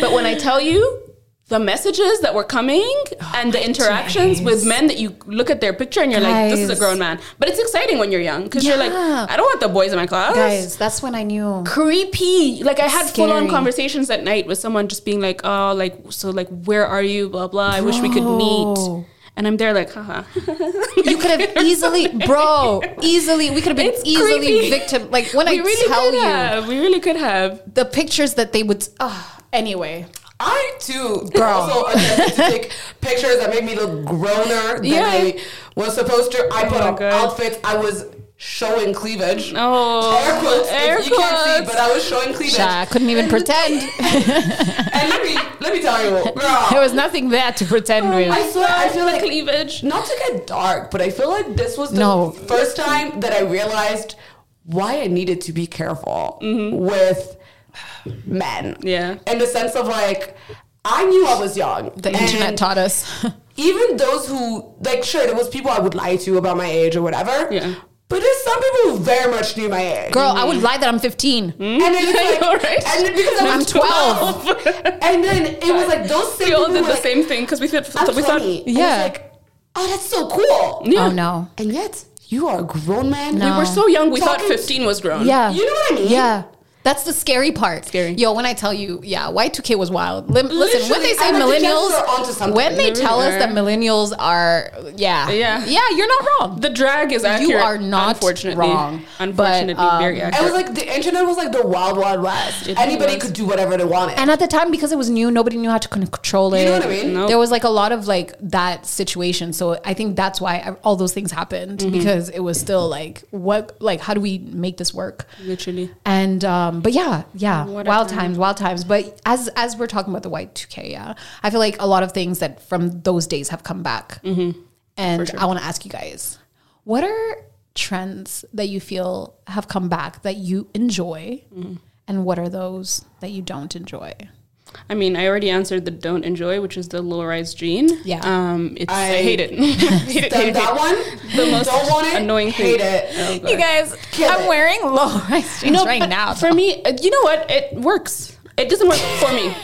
[SPEAKER 3] But when I tell you, the messages that were coming
[SPEAKER 1] Oh,
[SPEAKER 3] and the interactions with men that you look at their picture and you're like, this is a
[SPEAKER 1] Guys.
[SPEAKER 3] grown man. But it's exciting when you're young because you're like,
[SPEAKER 1] Yeah.
[SPEAKER 3] I don't want the boys in my class.
[SPEAKER 1] Guys, that's when I knew.
[SPEAKER 3] Creepy. Like I had full
[SPEAKER 1] Scary.
[SPEAKER 3] on conversations at night with someone just being like, oh, like, so like, where are you? Blah, blah. I wish we could
[SPEAKER 1] Bro.
[SPEAKER 3] meet. And I'm there like, haha.
[SPEAKER 1] You could
[SPEAKER 3] (laughs)
[SPEAKER 1] have easily, bro, easily, we could have been
[SPEAKER 3] It's
[SPEAKER 1] easily
[SPEAKER 3] creepy.
[SPEAKER 1] victim. Like when I
[SPEAKER 3] we really
[SPEAKER 1] tell
[SPEAKER 3] could
[SPEAKER 1] you
[SPEAKER 3] have. We really could have.
[SPEAKER 1] the pictures that they would, ah, anyway.
[SPEAKER 2] I too
[SPEAKER 1] Girl.
[SPEAKER 2] also attempted to
[SPEAKER 3] (laughs)
[SPEAKER 2] take pictures that make me look growner than
[SPEAKER 3] Yeah. Oh
[SPEAKER 2] I was supposed to. I put
[SPEAKER 3] my
[SPEAKER 2] on
[SPEAKER 3] God.
[SPEAKER 2] outfits. I was showing cleavage.
[SPEAKER 3] Oh,
[SPEAKER 2] air quotes.
[SPEAKER 3] air
[SPEAKER 2] if you can't see,
[SPEAKER 3] quotes.
[SPEAKER 2] but I was showing cleavage.
[SPEAKER 1] Sha couldn't even pretend.
[SPEAKER 2] And let me let me tell you,
[SPEAKER 3] (laughs)
[SPEAKER 1] there
[SPEAKER 2] girl.
[SPEAKER 1] was nothing there to pretend with.
[SPEAKER 2] I swear, I feel like
[SPEAKER 3] cleavage.
[SPEAKER 2] not to get dark, but I feel like this was the
[SPEAKER 1] No.
[SPEAKER 2] first time that I realized why I needed to be careful with men.
[SPEAKER 3] Mm-hmm. Yeah.
[SPEAKER 2] In the sense of like, I knew I was young.
[SPEAKER 1] The internet
[SPEAKER 2] and
[SPEAKER 1] taught
[SPEAKER 3] (laughs)
[SPEAKER 1] us.
[SPEAKER 2] Even those who, like, sure, there was people I would lie to about my age or whatever.
[SPEAKER 3] Yeah.
[SPEAKER 2] But there's some people who very much knew my age.
[SPEAKER 1] Girl, I would lie that I'm 15.
[SPEAKER 2] And
[SPEAKER 3] (laughs)
[SPEAKER 2] then it's
[SPEAKER 3] know,
[SPEAKER 2] like,
[SPEAKER 3] right?
[SPEAKER 2] and then because I
[SPEAKER 1] I'm
[SPEAKER 2] was
[SPEAKER 1] 12.
[SPEAKER 3] (laughs)
[SPEAKER 2] 12. and then it was like those same
[SPEAKER 3] We all
[SPEAKER 2] people
[SPEAKER 3] did
[SPEAKER 2] were
[SPEAKER 3] the
[SPEAKER 2] like,
[SPEAKER 3] same thing because we thought
[SPEAKER 2] I'm 20.
[SPEAKER 3] we thought
[SPEAKER 2] And it's
[SPEAKER 1] Yeah.
[SPEAKER 2] like, oh, that's so cool.
[SPEAKER 3] Yeah.
[SPEAKER 1] Oh no.
[SPEAKER 2] And yet, you are a grown man.
[SPEAKER 1] No.
[SPEAKER 3] we were so young. We thought
[SPEAKER 2] Talking-
[SPEAKER 3] fifteen was grown.
[SPEAKER 1] uh, Yeah.
[SPEAKER 2] You know what I mean?
[SPEAKER 1] Yeah. That's the scary part.
[SPEAKER 3] Scary.
[SPEAKER 1] Yo, when I tell you, yeah, Y2K was wild. Lim- listen, when they
[SPEAKER 2] Literally,
[SPEAKER 1] say
[SPEAKER 2] I like the Gen Z are onto
[SPEAKER 1] millennials,
[SPEAKER 2] something.
[SPEAKER 1] when they
[SPEAKER 3] They
[SPEAKER 1] tell
[SPEAKER 3] really
[SPEAKER 1] us that
[SPEAKER 3] are.
[SPEAKER 1] millennials are, yeah.
[SPEAKER 3] Yeah.
[SPEAKER 1] Yeah, you're not wrong.
[SPEAKER 3] The drag is accurate.
[SPEAKER 1] are not
[SPEAKER 3] unfortunately.
[SPEAKER 1] wrong, but,
[SPEAKER 3] Unfortunately,
[SPEAKER 1] um,
[SPEAKER 3] very
[SPEAKER 1] I
[SPEAKER 2] It was
[SPEAKER 3] accurate.
[SPEAKER 2] like the internet was like the wild, wild west.
[SPEAKER 3] It
[SPEAKER 2] Anybody
[SPEAKER 3] was.
[SPEAKER 2] could do whatever they
[SPEAKER 3] (laughs)
[SPEAKER 2] wanted.
[SPEAKER 1] And at the time, because it was new, nobody knew how to con- control it.
[SPEAKER 2] You know what I mean?
[SPEAKER 3] Nope.
[SPEAKER 1] There was like a lot of like that situation. So I think that's why I, all those things happened
[SPEAKER 2] Mm-hmm.
[SPEAKER 1] because it was still like, what, like, how do we make this work?
[SPEAKER 3] Literally.
[SPEAKER 1] and um but yeah yeah
[SPEAKER 3] What a
[SPEAKER 1] wild
[SPEAKER 3] time.
[SPEAKER 1] times wild times but as as we're talking about the white 2k yeah i feel like a lot of things that from those days have come back
[SPEAKER 2] Mm-hmm.
[SPEAKER 1] and i want to ask you guys what are trends that you feel have come back that you enjoy
[SPEAKER 2] Mm-hmm.
[SPEAKER 1] and what are those that you don't enjoy
[SPEAKER 3] I mean, I already answered the don't enjoy, which is the low rise jean.
[SPEAKER 1] Yeah.
[SPEAKER 3] Um, it's, I,
[SPEAKER 2] I-
[SPEAKER 3] hate it. (laughs) hate it,
[SPEAKER 2] Done
[SPEAKER 3] hate it, hate
[SPEAKER 2] that
[SPEAKER 3] it.
[SPEAKER 2] one,
[SPEAKER 3] The most
[SPEAKER 2] don't want it,
[SPEAKER 3] annoying
[SPEAKER 2] hate
[SPEAKER 3] thing.
[SPEAKER 2] it.
[SPEAKER 3] Oh, God.
[SPEAKER 1] guys
[SPEAKER 2] Kill I'm it.
[SPEAKER 1] wearing low rise jeans
[SPEAKER 3] No, but For me, uh, you know what? It works. It doesn't work for me.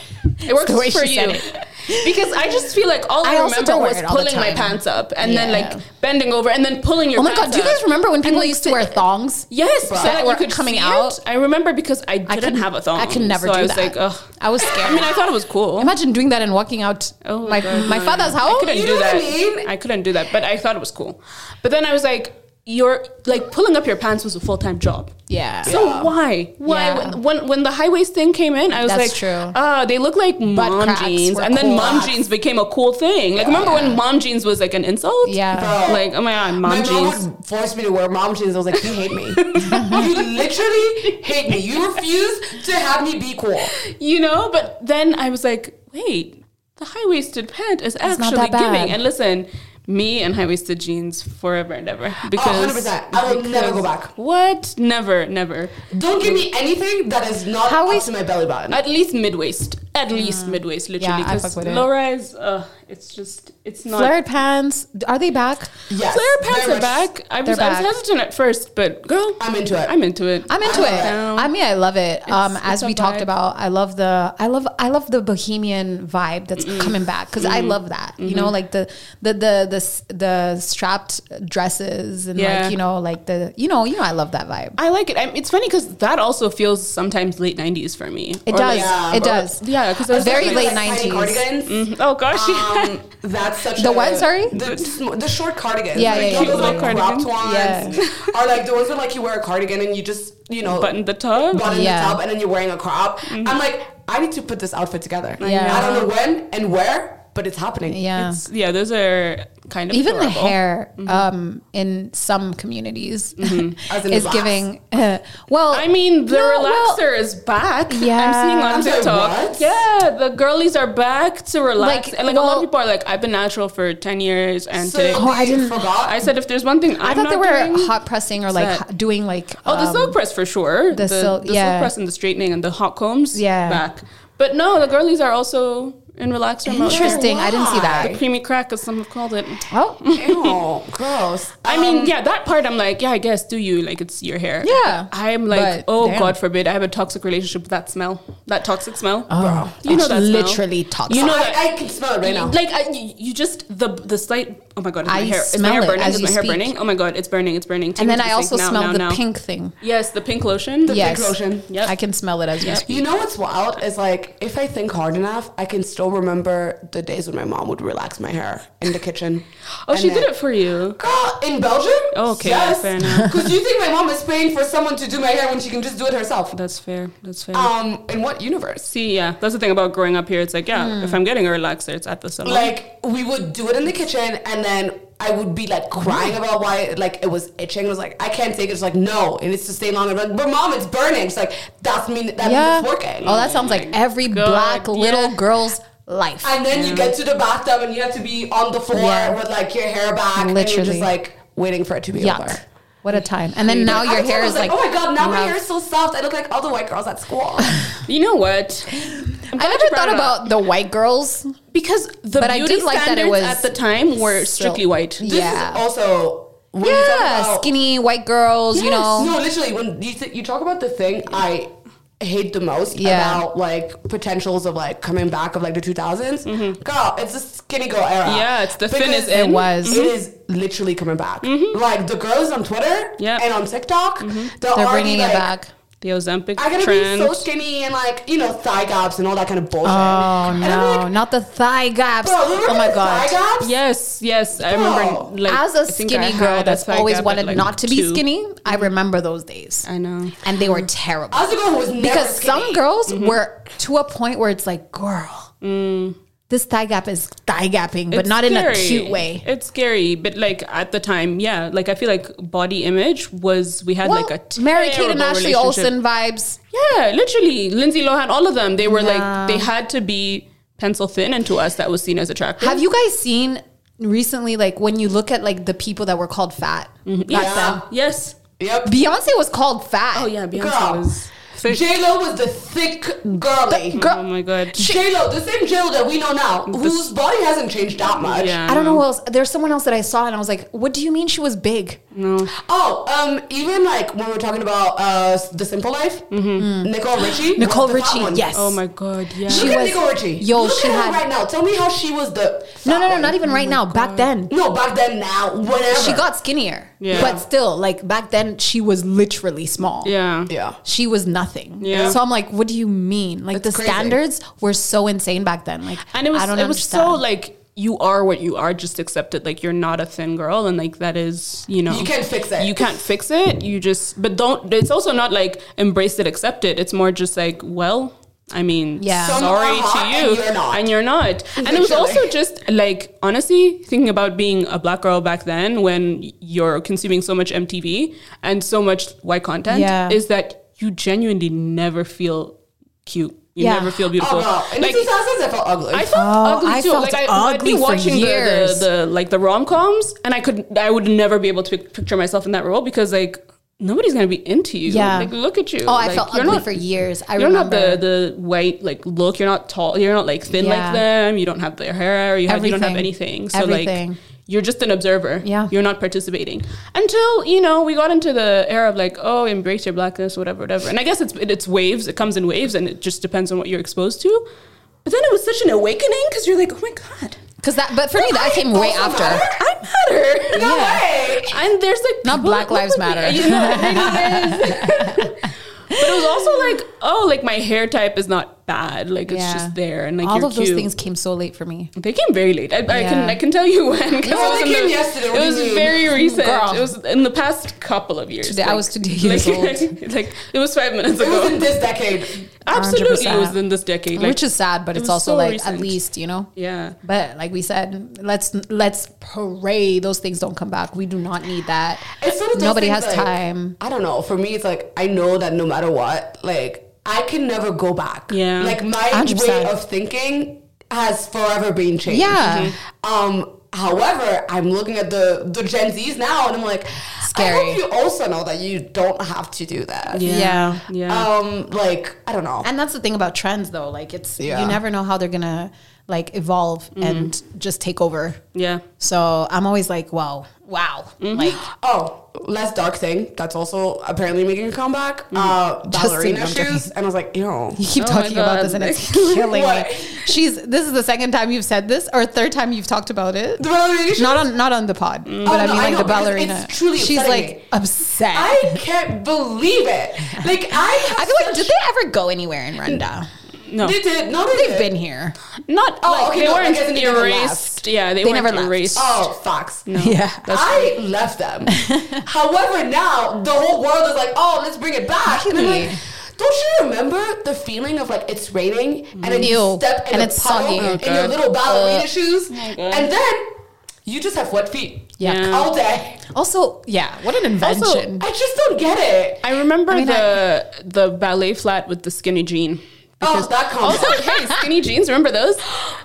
[SPEAKER 3] It
[SPEAKER 1] (laughs)
[SPEAKER 3] works
[SPEAKER 1] the way
[SPEAKER 3] for
[SPEAKER 1] she
[SPEAKER 3] you.
[SPEAKER 1] said
[SPEAKER 3] Because I just feel like all
[SPEAKER 1] I
[SPEAKER 3] I,
[SPEAKER 1] also
[SPEAKER 3] remember
[SPEAKER 1] don't wear
[SPEAKER 3] was
[SPEAKER 1] it all the
[SPEAKER 3] pulling my
[SPEAKER 1] time.
[SPEAKER 3] pants up and then
[SPEAKER 1] Yeah.
[SPEAKER 3] like bending over and then pulling your
[SPEAKER 1] oh my
[SPEAKER 3] pants
[SPEAKER 1] god do you guys
[SPEAKER 3] up.
[SPEAKER 1] remember when
[SPEAKER 3] And,
[SPEAKER 1] people
[SPEAKER 3] like,
[SPEAKER 1] used to
[SPEAKER 3] sit-
[SPEAKER 1] wear thongs
[SPEAKER 3] Yes, so
[SPEAKER 1] Bruh.
[SPEAKER 3] that
[SPEAKER 1] That were
[SPEAKER 3] you could
[SPEAKER 1] coming
[SPEAKER 3] see
[SPEAKER 1] out?
[SPEAKER 3] it. I remember because I didn't
[SPEAKER 1] couldn't-
[SPEAKER 3] have a thong.
[SPEAKER 1] I could never
[SPEAKER 3] so
[SPEAKER 1] do
[SPEAKER 3] I was
[SPEAKER 1] that.
[SPEAKER 3] like, ugh.
[SPEAKER 1] I was scared.
[SPEAKER 3] I mean, I thought it was cool.
[SPEAKER 1] imagine doing that and walking out
[SPEAKER 3] Oh
[SPEAKER 1] my,
[SPEAKER 3] God.
[SPEAKER 1] my father's
[SPEAKER 3] I
[SPEAKER 1] house
[SPEAKER 3] couldn't
[SPEAKER 2] You
[SPEAKER 3] do
[SPEAKER 2] know what
[SPEAKER 3] that.
[SPEAKER 2] I mean?
[SPEAKER 3] I couldn't do that, but I thought it was cool. But then I was like, you're like pulling up your pants was a full time job.
[SPEAKER 1] yeah
[SPEAKER 3] So why? Why
[SPEAKER 1] Yeah.
[SPEAKER 3] when- when when the high waist thing came in, I was
[SPEAKER 1] That's
[SPEAKER 3] like,
[SPEAKER 1] true.
[SPEAKER 3] oh, they look like mom
[SPEAKER 1] cracks
[SPEAKER 3] jeans,
[SPEAKER 1] were
[SPEAKER 3] and then
[SPEAKER 1] cool.
[SPEAKER 3] mom jeans became a cool thing. Like remember when mom jeans was like an insult?
[SPEAKER 1] Yeah.
[SPEAKER 2] Bro.
[SPEAKER 3] Like oh my god, mom
[SPEAKER 2] My
[SPEAKER 3] jeans.
[SPEAKER 2] mom would force me to wear mom jeans. I was like, you hate
[SPEAKER 3] (laughs)
[SPEAKER 2] me. you literally hate me. You refuse to have me be cool.
[SPEAKER 3] you know but then i was like wait the high-waisted pant is
[SPEAKER 1] not
[SPEAKER 3] actually
[SPEAKER 1] that bad.
[SPEAKER 3] giving and listen me and high-waisted jeans forever and ever
[SPEAKER 1] Oh,
[SPEAKER 3] because
[SPEAKER 2] 100%. I will never go back.
[SPEAKER 3] what never never
[SPEAKER 2] Don't give me anything that is not
[SPEAKER 1] How
[SPEAKER 2] up
[SPEAKER 1] is-
[SPEAKER 2] to my belly button.
[SPEAKER 3] at least mid-waist at least mid-waist literally
[SPEAKER 1] Yeah, I
[SPEAKER 3] because
[SPEAKER 1] fuck with it.
[SPEAKER 3] low-rise uh, it's just it's not
[SPEAKER 1] flared pants are they back
[SPEAKER 2] yes,
[SPEAKER 3] flare pants
[SPEAKER 2] very
[SPEAKER 3] are
[SPEAKER 2] much-
[SPEAKER 3] back I was,
[SPEAKER 1] They're
[SPEAKER 3] I
[SPEAKER 1] back.
[SPEAKER 3] was hesitant at first but girl
[SPEAKER 2] I'm into it.
[SPEAKER 3] i'm into it
[SPEAKER 1] i'm into
[SPEAKER 2] I
[SPEAKER 1] it
[SPEAKER 3] love it.
[SPEAKER 1] i mean i love it um
[SPEAKER 3] It's-
[SPEAKER 1] as
[SPEAKER 3] it's a
[SPEAKER 1] we talked
[SPEAKER 3] vibe.
[SPEAKER 1] about i love the i love i love the bohemian vibe that's
[SPEAKER 3] Mm.
[SPEAKER 1] coming back because i
[SPEAKER 3] Mm-hmm.
[SPEAKER 1] love that you know like the the the the, s- the strapped dresses and
[SPEAKER 3] Yeah.
[SPEAKER 1] like you know like the you know you know i love that vibe
[SPEAKER 3] I like it. I it's funny because that also feels sometimes late '90s for me.
[SPEAKER 1] it
[SPEAKER 3] Or
[SPEAKER 1] does
[SPEAKER 3] like-
[SPEAKER 2] yeah,
[SPEAKER 1] it
[SPEAKER 2] bro.
[SPEAKER 1] does
[SPEAKER 3] yeah, because there's
[SPEAKER 1] very
[SPEAKER 3] definitely-
[SPEAKER 1] late Ah.
[SPEAKER 2] Like tiny
[SPEAKER 1] 90s.
[SPEAKER 2] cardigans.
[SPEAKER 3] Oh gosh, yeah.
[SPEAKER 2] Um, that's such
[SPEAKER 1] The
[SPEAKER 2] a,
[SPEAKER 1] what, sorry?
[SPEAKER 2] the, sm- the short cardigans.
[SPEAKER 1] Yeah,
[SPEAKER 2] like,
[SPEAKER 1] yeah, yeah.
[SPEAKER 2] you know Those
[SPEAKER 3] Little
[SPEAKER 2] like cropped
[SPEAKER 3] cardigans.
[SPEAKER 2] ones,
[SPEAKER 1] Yeah.
[SPEAKER 2] or like the ones where like you wear a cardigan and you just you know
[SPEAKER 3] button Mm-hmm. the tub.
[SPEAKER 2] button
[SPEAKER 1] Yeah.
[SPEAKER 2] the top and then you're wearing a crop. I'm like, I need to put this outfit together.
[SPEAKER 1] Yeah.
[SPEAKER 2] I don't know when and where, but it's happening.
[SPEAKER 1] yeah
[SPEAKER 3] It's- yeah, those are kind of
[SPEAKER 1] even the
[SPEAKER 3] adorable. Mm-hmm.
[SPEAKER 1] hair um, in some communities
[SPEAKER 2] As
[SPEAKER 1] (laughs)
[SPEAKER 2] in
[SPEAKER 1] is
[SPEAKER 2] relaxed.
[SPEAKER 1] giving uh, well
[SPEAKER 3] I mean, the
[SPEAKER 1] no, well,
[SPEAKER 3] relaxer is back. I'm
[SPEAKER 1] Yeah.
[SPEAKER 3] seeing on
[SPEAKER 2] I'm sorry,
[SPEAKER 3] TikTok.
[SPEAKER 2] what?
[SPEAKER 3] Yeah, the girlies are back to relax,
[SPEAKER 1] Like,
[SPEAKER 3] and like a lot
[SPEAKER 1] well-
[SPEAKER 3] of people are like, "I've been natural for ten years," and
[SPEAKER 2] So
[SPEAKER 3] today
[SPEAKER 1] Oh, I
[SPEAKER 2] they
[SPEAKER 1] didn't-
[SPEAKER 2] forgot.
[SPEAKER 3] I said, "If there's one thing I'm
[SPEAKER 1] I thought
[SPEAKER 3] not
[SPEAKER 1] they were
[SPEAKER 3] doing,
[SPEAKER 1] hot pressing or like
[SPEAKER 3] that?
[SPEAKER 1] hot- doing like
[SPEAKER 3] oh, the
[SPEAKER 1] um,
[SPEAKER 3] silk press for sure, the,
[SPEAKER 1] silk-
[SPEAKER 3] the
[SPEAKER 1] yeah.
[SPEAKER 3] silk press and the straightening and the hot combs,
[SPEAKER 1] Yeah.
[SPEAKER 3] back." But no, the girlies are also in relaxer
[SPEAKER 1] um,
[SPEAKER 3] mode.
[SPEAKER 1] Interesting. I didn't see
[SPEAKER 3] The
[SPEAKER 1] that.
[SPEAKER 3] creamy crack, as some have called it.
[SPEAKER 1] Oh,
[SPEAKER 2] Ew, gross.
[SPEAKER 3] I
[SPEAKER 1] Um,
[SPEAKER 3] mean, yeah, that part I'm like, yeah, I guess do you like it's your hair.
[SPEAKER 1] Yeah.
[SPEAKER 3] I'm like,
[SPEAKER 1] But
[SPEAKER 3] oh
[SPEAKER 1] damn.
[SPEAKER 3] God forbid, I have a toxic relationship with that smell, that toxic smell.
[SPEAKER 1] oh
[SPEAKER 3] You know that smell.
[SPEAKER 1] literally toxic.
[SPEAKER 3] You know
[SPEAKER 2] I,
[SPEAKER 3] that-
[SPEAKER 2] I can smell it right now.
[SPEAKER 3] Like I, you you just the the slight. Oh my god, is my
[SPEAKER 1] I
[SPEAKER 3] hair is my
[SPEAKER 1] smell
[SPEAKER 3] hair
[SPEAKER 1] it
[SPEAKER 3] burning?
[SPEAKER 1] as
[SPEAKER 3] Is
[SPEAKER 1] you
[SPEAKER 3] my hair
[SPEAKER 1] speak.
[SPEAKER 3] burning? Oh my god, it's burning! It's burning! Take
[SPEAKER 1] and
[SPEAKER 3] me
[SPEAKER 1] then I
[SPEAKER 3] to sink
[SPEAKER 1] also
[SPEAKER 3] now,
[SPEAKER 1] smell
[SPEAKER 3] now,
[SPEAKER 1] the
[SPEAKER 3] now.
[SPEAKER 1] pink thing.
[SPEAKER 3] Yes, the pink lotion. The
[SPEAKER 1] yes,
[SPEAKER 2] pink lotion.
[SPEAKER 3] Yep.
[SPEAKER 1] I can smell it as we
[SPEAKER 3] Yep.
[SPEAKER 1] speak.
[SPEAKER 2] You know what's wild is like if I think hard enough, I can still remember the days when my mom would relax my hair in the kitchen.
[SPEAKER 3] Oh,
[SPEAKER 2] And
[SPEAKER 3] she
[SPEAKER 2] then-
[SPEAKER 3] did it for you.
[SPEAKER 2] Girl, in Belgium?
[SPEAKER 3] Okay, yeah, fair
[SPEAKER 2] (laughs)
[SPEAKER 3] enough.
[SPEAKER 2] Because you think my mom is paying for someone to do my hair when she can just do it herself?
[SPEAKER 3] That's fair. That's fair.
[SPEAKER 1] Uh,
[SPEAKER 2] Um, in what universe?
[SPEAKER 3] See, yeah, that's the thing about
[SPEAKER 1] Hmm.
[SPEAKER 3] growing up here. It's like, yeah, if I'm getting a relaxer, it's at the salon.
[SPEAKER 2] Like we would do it in the kitchen, and then I would be like crying about why like it was itching. It was like I can't take it. It's like no, and it's to stay longer. But, but mom, it's burning. It's like that's mean that
[SPEAKER 1] yeah.
[SPEAKER 2] means it's working.
[SPEAKER 1] Oh, that sounds like every
[SPEAKER 3] God,
[SPEAKER 1] black
[SPEAKER 3] yeah.
[SPEAKER 1] little girl's life.
[SPEAKER 2] and then you get to the bathtub and you have to be on the floor
[SPEAKER 1] Yeah.
[SPEAKER 2] with like your hair back, and you're
[SPEAKER 1] Literally.
[SPEAKER 2] just like waiting for it to be over.
[SPEAKER 1] Yuck. What a time. And then now
[SPEAKER 2] Like, I
[SPEAKER 1] your
[SPEAKER 2] was
[SPEAKER 1] hair
[SPEAKER 2] always
[SPEAKER 1] is like,
[SPEAKER 2] oh my god, now my
[SPEAKER 1] rough.
[SPEAKER 2] hair is so soft. I look like all the white girls at school.
[SPEAKER 1] (laughs)
[SPEAKER 3] You know
[SPEAKER 1] (gasps)
[SPEAKER 3] what? I'm
[SPEAKER 1] I
[SPEAKER 3] glad you
[SPEAKER 1] never
[SPEAKER 3] brought
[SPEAKER 1] thought
[SPEAKER 3] it up.
[SPEAKER 1] about the white girls.
[SPEAKER 3] because the
[SPEAKER 1] But I
[SPEAKER 3] beauty
[SPEAKER 1] did like that it
[SPEAKER 3] standards
[SPEAKER 1] was
[SPEAKER 3] at the time were strictly
[SPEAKER 1] So-
[SPEAKER 3] white.
[SPEAKER 2] This
[SPEAKER 1] Yeah.
[SPEAKER 2] is also when you talk
[SPEAKER 1] yeah,
[SPEAKER 2] about-
[SPEAKER 1] skinny white girls, you
[SPEAKER 3] Yes.
[SPEAKER 1] know.
[SPEAKER 2] No, literally, when you th- you talk about the thing I hate the most
[SPEAKER 1] Yeah.
[SPEAKER 2] about like potentials of like coming back of like the 2000s, girl, it's the skinny girl era.
[SPEAKER 3] Yeah, it's the
[SPEAKER 2] Because
[SPEAKER 3] fin is in.
[SPEAKER 1] Mm-hmm. It was.
[SPEAKER 3] Mm-hmm.
[SPEAKER 2] It is literally coming back. Like the girls on Twitter
[SPEAKER 3] Yeah.
[SPEAKER 2] and on TikTok, they're,
[SPEAKER 1] Mm-hmm. They're
[SPEAKER 2] already,
[SPEAKER 1] bringing
[SPEAKER 2] like,
[SPEAKER 1] it back.
[SPEAKER 3] The Ozempic
[SPEAKER 2] I gotta
[SPEAKER 3] trend.
[SPEAKER 2] be so skinny and like you know thigh gaps and all that kind of bullshit.
[SPEAKER 1] Oh
[SPEAKER 2] and I'm
[SPEAKER 1] no,
[SPEAKER 2] like,
[SPEAKER 1] not the thigh gaps.
[SPEAKER 2] bro, remember
[SPEAKER 1] oh my
[SPEAKER 2] the
[SPEAKER 1] god.
[SPEAKER 2] thigh gaps?
[SPEAKER 3] yes, yes, I remember.
[SPEAKER 2] Oh.
[SPEAKER 3] Like,
[SPEAKER 1] As
[SPEAKER 3] I
[SPEAKER 1] a
[SPEAKER 3] think I
[SPEAKER 1] skinny
[SPEAKER 3] had
[SPEAKER 1] girl
[SPEAKER 3] a
[SPEAKER 1] that's
[SPEAKER 3] spike
[SPEAKER 1] always
[SPEAKER 3] up at,
[SPEAKER 1] wanted
[SPEAKER 3] like,
[SPEAKER 1] not to be
[SPEAKER 3] two. Mm-hmm.
[SPEAKER 1] skinny, I remember those days.
[SPEAKER 3] I know.
[SPEAKER 1] And they were terrible.
[SPEAKER 2] As a girl who was never
[SPEAKER 1] because
[SPEAKER 2] skinny.
[SPEAKER 1] some girls
[SPEAKER 3] Mm-hmm.
[SPEAKER 1] were to a point where it's like, girl, this thigh gap is thigh gapping, but
[SPEAKER 3] Mm. It's
[SPEAKER 1] not in a
[SPEAKER 3] scary.
[SPEAKER 1] cute way.
[SPEAKER 3] It's scary, but like at the time, yeah. Like I feel like body image was we had
[SPEAKER 1] well,
[SPEAKER 3] like a terrible
[SPEAKER 1] Mary Kate and Ashley
[SPEAKER 3] relationship.
[SPEAKER 1] Olsen vibes.
[SPEAKER 3] Yeah, literally, Lindsay Lohan, all of them. They were
[SPEAKER 1] Yeah.
[SPEAKER 3] like they had to be pencil thin, and to us that was seen as attractive.
[SPEAKER 1] Have you guys seen recently, like when you look at like the people that were called fat?
[SPEAKER 3] Yeah.
[SPEAKER 1] Back then.
[SPEAKER 3] Yes.
[SPEAKER 2] Yep.
[SPEAKER 1] Beyonce was called fat.
[SPEAKER 3] Oh yeah, Beyonce
[SPEAKER 2] Girl.
[SPEAKER 3] was. thick.
[SPEAKER 2] J Lo was the thick girly.
[SPEAKER 1] Girl,
[SPEAKER 3] oh my god.
[SPEAKER 2] J Lo, the same J Lo that we know now, whose body hasn't changed that much.
[SPEAKER 1] I don't know who else. There's someone else that I saw, and I was like, "What do you mean she was big?"
[SPEAKER 3] Mm.
[SPEAKER 2] Oh, um, even like when we're talking about uh the Simple Life, Nicole Richie. was
[SPEAKER 1] Mm-hmm. Mm. Nicole
[SPEAKER 2] the fat
[SPEAKER 1] Richie,
[SPEAKER 2] one.
[SPEAKER 1] yes.
[SPEAKER 3] Oh my god. Yeah.
[SPEAKER 1] She
[SPEAKER 2] Look at
[SPEAKER 1] was-
[SPEAKER 2] Nicole Richie.
[SPEAKER 1] yo,
[SPEAKER 2] Look
[SPEAKER 1] she
[SPEAKER 2] at her
[SPEAKER 1] had-
[SPEAKER 2] right now. Tell me how she was the.
[SPEAKER 1] No,
[SPEAKER 2] fat
[SPEAKER 1] no, no,
[SPEAKER 2] one.
[SPEAKER 1] not even right now. Back then,
[SPEAKER 2] No, back then, now, whatever.
[SPEAKER 1] she got skinnier,
[SPEAKER 3] Yeah.
[SPEAKER 1] but still, like back then, she was literally small.
[SPEAKER 3] yeah.
[SPEAKER 2] Yeah.
[SPEAKER 1] She was nothing.
[SPEAKER 3] Yeah.
[SPEAKER 1] So I'm like, what do you mean? Like the
[SPEAKER 2] That's crazy.
[SPEAKER 1] standards were so insane back then. Like
[SPEAKER 3] And it was
[SPEAKER 1] I don't
[SPEAKER 3] it
[SPEAKER 1] understand.
[SPEAKER 3] was so like you are what you are, just accept it. Like you're not a thin girl and like that is, you know
[SPEAKER 2] You can't fix it.
[SPEAKER 3] You can't fix it. You just but don't it's also not like embrace it, accept it. It's more just like, well, I mean,
[SPEAKER 1] Yeah. Some
[SPEAKER 3] sorry
[SPEAKER 2] are hot
[SPEAKER 3] to
[SPEAKER 2] and
[SPEAKER 3] you.
[SPEAKER 2] you're not.
[SPEAKER 3] And you're not. And it was
[SPEAKER 2] Literally.
[SPEAKER 3] also just like honestly thinking about being a black girl back then when you're consuming so much MTV and so much white content
[SPEAKER 1] Yeah.
[SPEAKER 3] is that you genuinely never feel cute. You
[SPEAKER 1] Yeah.
[SPEAKER 3] never feel beautiful.
[SPEAKER 2] Oh no! In
[SPEAKER 3] Like,
[SPEAKER 2] the 2000s, I felt ugly.
[SPEAKER 3] I felt
[SPEAKER 1] Oh,
[SPEAKER 3] ugly
[SPEAKER 1] I
[SPEAKER 3] too.
[SPEAKER 1] felt
[SPEAKER 3] like I,
[SPEAKER 1] ugly
[SPEAKER 3] I'd
[SPEAKER 1] for
[SPEAKER 3] be watching the,
[SPEAKER 1] years.
[SPEAKER 3] the, the like the rom coms, and I could I would never be able to pic- picture myself in that role because like nobody's gonna be into you.
[SPEAKER 1] Yeah.
[SPEAKER 3] like look at you.
[SPEAKER 1] oh, I
[SPEAKER 3] Like,
[SPEAKER 1] felt
[SPEAKER 3] you're
[SPEAKER 1] ugly
[SPEAKER 3] not-
[SPEAKER 1] for years. I
[SPEAKER 3] You're
[SPEAKER 1] remember.
[SPEAKER 3] not the the white like look. You're not tall. You're not like thin
[SPEAKER 1] Yeah.
[SPEAKER 3] like them. You don't have their hair. You, have, you don't have
[SPEAKER 1] Everything.
[SPEAKER 3] anything. So
[SPEAKER 1] Everything.
[SPEAKER 3] like you're just an observer.
[SPEAKER 1] Yeah.
[SPEAKER 3] you're not participating until you know we got into the era of like oh embrace your blackness whatever whatever. And I guess it's it- it's waves. It comes in waves, and it just depends on what you're exposed to. But then it was such an awakening because you're like oh my god
[SPEAKER 1] Cause that, but for me, that came way after.
[SPEAKER 3] I (laughs) matter.
[SPEAKER 2] No
[SPEAKER 1] Yeah.
[SPEAKER 2] way.
[SPEAKER 3] And there's like
[SPEAKER 1] Not
[SPEAKER 3] people
[SPEAKER 1] Black
[SPEAKER 3] that look
[SPEAKER 1] Lives
[SPEAKER 3] like me.
[SPEAKER 1] Matter.
[SPEAKER 3] You know,
[SPEAKER 1] (laughs)
[SPEAKER 3] it really is. but it was also like, oh, like my hair type is not bad. Like it's
[SPEAKER 1] Yeah.
[SPEAKER 3] just there, and like
[SPEAKER 1] all
[SPEAKER 3] you're
[SPEAKER 1] of those
[SPEAKER 3] cute.
[SPEAKER 1] things came so late for me.
[SPEAKER 3] They came very late. I, I
[SPEAKER 1] Yeah.
[SPEAKER 3] can I can tell you when. 'cause
[SPEAKER 2] No,
[SPEAKER 3] it was
[SPEAKER 2] they
[SPEAKER 3] in
[SPEAKER 2] came yesterday. What
[SPEAKER 3] It
[SPEAKER 2] do you
[SPEAKER 3] was
[SPEAKER 2] mean?
[SPEAKER 3] very recent.
[SPEAKER 1] Girl.
[SPEAKER 3] It was in the past couple of years.
[SPEAKER 1] Today- I was today years
[SPEAKER 3] like, (laughs) like it was five minutes
[SPEAKER 2] It
[SPEAKER 3] ago.
[SPEAKER 2] was in this decade.
[SPEAKER 3] (laughs) Absolutely, it was
[SPEAKER 1] 100%.
[SPEAKER 3] in this decade. Like,
[SPEAKER 1] Which is sad, but
[SPEAKER 3] it
[SPEAKER 1] it's
[SPEAKER 3] was
[SPEAKER 1] also
[SPEAKER 3] so
[SPEAKER 1] like at
[SPEAKER 3] recent.
[SPEAKER 1] least you know.
[SPEAKER 3] yeah.
[SPEAKER 1] But like we said, let's let's pray those things don't come back. We do not need that.
[SPEAKER 2] It's one of those
[SPEAKER 1] Nobody
[SPEAKER 2] things,
[SPEAKER 1] has
[SPEAKER 2] like,
[SPEAKER 1] time.
[SPEAKER 2] I don't know. For me, it's like I know that no matter what, like I can never go back.
[SPEAKER 3] Yeah.
[SPEAKER 2] Like my
[SPEAKER 1] 100%.
[SPEAKER 2] way of thinking has forever been changed.
[SPEAKER 1] Yeah. Mhm.
[SPEAKER 2] Um. However, I'm looking at the the Gen Zs now, and I'm like, I
[SPEAKER 1] Scary.
[SPEAKER 2] hope you also know that you don't have to do that.
[SPEAKER 3] Yeah.
[SPEAKER 1] Yeah.
[SPEAKER 3] Yeah.
[SPEAKER 2] Um. Like I don't know.
[SPEAKER 1] And that's the thing about trends, though. Like it's
[SPEAKER 2] Yeah. Mm-hmm.
[SPEAKER 1] you never know how they're gonna like evolve and just take over.
[SPEAKER 3] yeah.
[SPEAKER 1] So I'm always like, wow, wow, like
[SPEAKER 2] Oh, less dark thing. That's also apparently making a comeback.
[SPEAKER 1] Mm-hmm.
[SPEAKER 2] Uh, ballerina
[SPEAKER 1] Justin, I'm joking.
[SPEAKER 2] shoes, and I was like, yo.
[SPEAKER 1] you keep
[SPEAKER 3] Oh my
[SPEAKER 1] talking about this
[SPEAKER 3] God.
[SPEAKER 1] and it's
[SPEAKER 2] (laughs)
[SPEAKER 1] killing me.
[SPEAKER 2] What?
[SPEAKER 1] She's this is the second time you've said this or third time you've talked about it.
[SPEAKER 2] The ballerina shoes.
[SPEAKER 1] Not on not on the pod, but
[SPEAKER 2] Oh,
[SPEAKER 1] I
[SPEAKER 2] no,
[SPEAKER 1] mean
[SPEAKER 2] I
[SPEAKER 1] like
[SPEAKER 2] know,
[SPEAKER 1] the
[SPEAKER 2] because
[SPEAKER 1] ballerina.
[SPEAKER 2] it's truly
[SPEAKER 1] She's
[SPEAKER 2] upsetting
[SPEAKER 1] like
[SPEAKER 2] me.
[SPEAKER 1] upset. I, (laughs)
[SPEAKER 2] I can't believe it. Like I, have
[SPEAKER 1] feel like
[SPEAKER 2] such-
[SPEAKER 1] did they ever go anywhere in Renda?
[SPEAKER 3] No.
[SPEAKER 2] They did. No, they
[SPEAKER 1] They've
[SPEAKER 2] did.
[SPEAKER 1] been here.
[SPEAKER 3] Not
[SPEAKER 2] Oh,
[SPEAKER 3] like
[SPEAKER 2] okay,
[SPEAKER 3] they
[SPEAKER 2] no, I
[SPEAKER 3] weren't
[SPEAKER 2] guess they never
[SPEAKER 3] erased.
[SPEAKER 2] left.
[SPEAKER 3] Yeah, they,
[SPEAKER 1] They
[SPEAKER 3] weren't
[SPEAKER 1] never left.
[SPEAKER 3] erased.
[SPEAKER 2] Oh, Fox. No. (laughs)
[SPEAKER 1] Yeah.
[SPEAKER 2] I left
[SPEAKER 1] (laughs)
[SPEAKER 2] them. However, now the whole world is like, oh, let's bring it back. And I'm
[SPEAKER 1] Really?
[SPEAKER 2] like, don't you remember the feeling of like it's raining and then
[SPEAKER 1] Ew.
[SPEAKER 2] you step in
[SPEAKER 1] and
[SPEAKER 2] a
[SPEAKER 1] it's
[SPEAKER 2] puddle
[SPEAKER 1] soggy.
[SPEAKER 2] in
[SPEAKER 1] Oh,
[SPEAKER 2] your
[SPEAKER 3] God.
[SPEAKER 2] little ballerina shoes,
[SPEAKER 3] God.
[SPEAKER 2] and then you just have wet feet.
[SPEAKER 1] Yeah.
[SPEAKER 3] Yeah.
[SPEAKER 2] All day.
[SPEAKER 1] Also, yeah, what an invention.
[SPEAKER 2] I just don't get it.
[SPEAKER 3] I remember
[SPEAKER 1] I mean,
[SPEAKER 3] the the ballet flat with the skinny jean.
[SPEAKER 2] Oh, that comes.
[SPEAKER 3] (laughs) Also, hey, skinny jeans. Remember those?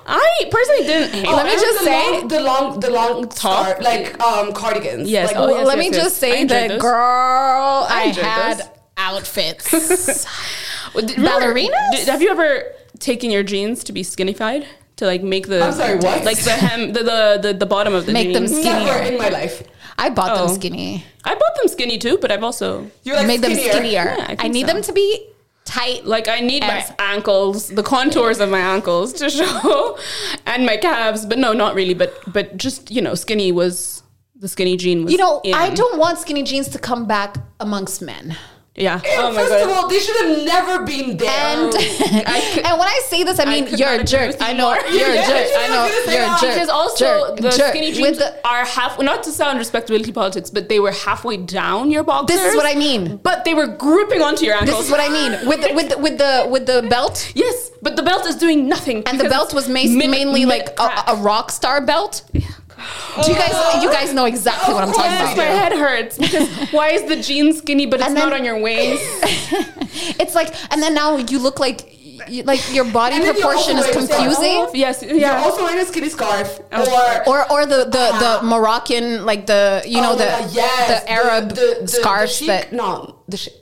[SPEAKER 3] I personally didn't. Hate
[SPEAKER 2] Oh,
[SPEAKER 1] Let me
[SPEAKER 2] and
[SPEAKER 1] just
[SPEAKER 2] the
[SPEAKER 1] say-
[SPEAKER 2] long, the long, the long
[SPEAKER 3] Top?
[SPEAKER 2] scarf, like um cardigans.
[SPEAKER 3] Yes,
[SPEAKER 2] Like,
[SPEAKER 3] oh,
[SPEAKER 1] Well,
[SPEAKER 3] yes,
[SPEAKER 1] let
[SPEAKER 3] yes,
[SPEAKER 1] me
[SPEAKER 3] yes.
[SPEAKER 1] just
[SPEAKER 3] I
[SPEAKER 1] say
[SPEAKER 3] enjoyed
[SPEAKER 1] that,
[SPEAKER 3] those.
[SPEAKER 1] girl, I,
[SPEAKER 3] enjoyed
[SPEAKER 1] had
[SPEAKER 3] those.
[SPEAKER 1] outfits.
[SPEAKER 3] Well, did- remember-
[SPEAKER 1] Ballerinas?
[SPEAKER 3] did- have you ever taken your jeans to be skinnified to like make the?
[SPEAKER 2] I'm sorry, what?
[SPEAKER 3] Like the hem, the the, the, the bottom of the
[SPEAKER 1] Make them
[SPEAKER 3] jeans.
[SPEAKER 1] skinny.
[SPEAKER 2] Never
[SPEAKER 1] skinnier.
[SPEAKER 2] in my life.
[SPEAKER 1] I bought
[SPEAKER 3] Oh.
[SPEAKER 1] them skinny.
[SPEAKER 3] I bought them skinny too, but I've also
[SPEAKER 2] You're like
[SPEAKER 1] made
[SPEAKER 2] skinnier.
[SPEAKER 1] them skinnier.
[SPEAKER 3] Yeah, I
[SPEAKER 1] I,
[SPEAKER 3] think
[SPEAKER 1] need
[SPEAKER 3] so.
[SPEAKER 1] them to be tight.
[SPEAKER 3] like I need my
[SPEAKER 1] Eh.
[SPEAKER 3] ankles, the contours of my ankles to (laughs) show, and my calves. But no, not really. But but just you know, skinny was the skinny jean was.
[SPEAKER 1] you know,
[SPEAKER 3] in.
[SPEAKER 1] I don't want skinny jeans to come back amongst men.
[SPEAKER 3] Yeah. Oh
[SPEAKER 2] Ew, first of all, they should have never been there.
[SPEAKER 1] (laughs) And, and when I say this, I mean
[SPEAKER 3] could
[SPEAKER 1] you're a
[SPEAKER 3] not agree
[SPEAKER 1] jerk.
[SPEAKER 3] with you
[SPEAKER 1] I know
[SPEAKER 3] more.
[SPEAKER 1] you're (laughs) a
[SPEAKER 3] (laughs)
[SPEAKER 2] Yeah,
[SPEAKER 1] jerk.
[SPEAKER 2] you
[SPEAKER 1] I
[SPEAKER 2] were gonna
[SPEAKER 1] know
[SPEAKER 2] say
[SPEAKER 1] you're a
[SPEAKER 2] that.
[SPEAKER 1] jerk.
[SPEAKER 3] Because also
[SPEAKER 1] jerk,
[SPEAKER 3] the
[SPEAKER 1] jerk.
[SPEAKER 3] skinny
[SPEAKER 1] With
[SPEAKER 3] jeans
[SPEAKER 1] the-
[SPEAKER 3] are half not to sound respectability politics, but they were halfway down your boxers.
[SPEAKER 1] what I mean.
[SPEAKER 3] But they were gripping onto your ankles.
[SPEAKER 1] This is what I mean with the, with the, with the with the belt.
[SPEAKER 3] (gasps) Yes, but the belt is doing nothing.
[SPEAKER 1] And the belt
[SPEAKER 3] because
[SPEAKER 1] was ma-
[SPEAKER 3] it's mid-
[SPEAKER 1] mainly
[SPEAKER 3] mid
[SPEAKER 1] like
[SPEAKER 3] crack.
[SPEAKER 1] a, a rock star belt. Do you guys you guys know exactly what I'm talking
[SPEAKER 2] Yes,
[SPEAKER 1] about?
[SPEAKER 3] Yes, my head hurts
[SPEAKER 1] (laughs)
[SPEAKER 3] because why is the jean skinny but it's
[SPEAKER 1] And
[SPEAKER 3] not
[SPEAKER 1] then-
[SPEAKER 3] on your waist?
[SPEAKER 1] It's like, and then now you look like you, like your body
[SPEAKER 2] And then you're
[SPEAKER 1] proportion is
[SPEAKER 2] overweight, so-
[SPEAKER 1] confusing.
[SPEAKER 3] Yes,
[SPEAKER 2] You're
[SPEAKER 3] yeah.
[SPEAKER 2] also wearing a skinny scarf
[SPEAKER 3] Oh.
[SPEAKER 2] or
[SPEAKER 1] Or, or the, the, the Moroccan like the you know
[SPEAKER 2] Oh my
[SPEAKER 1] the
[SPEAKER 2] God, yes,
[SPEAKER 1] the Arab scarves
[SPEAKER 2] chic-
[SPEAKER 1] that
[SPEAKER 2] no the chic-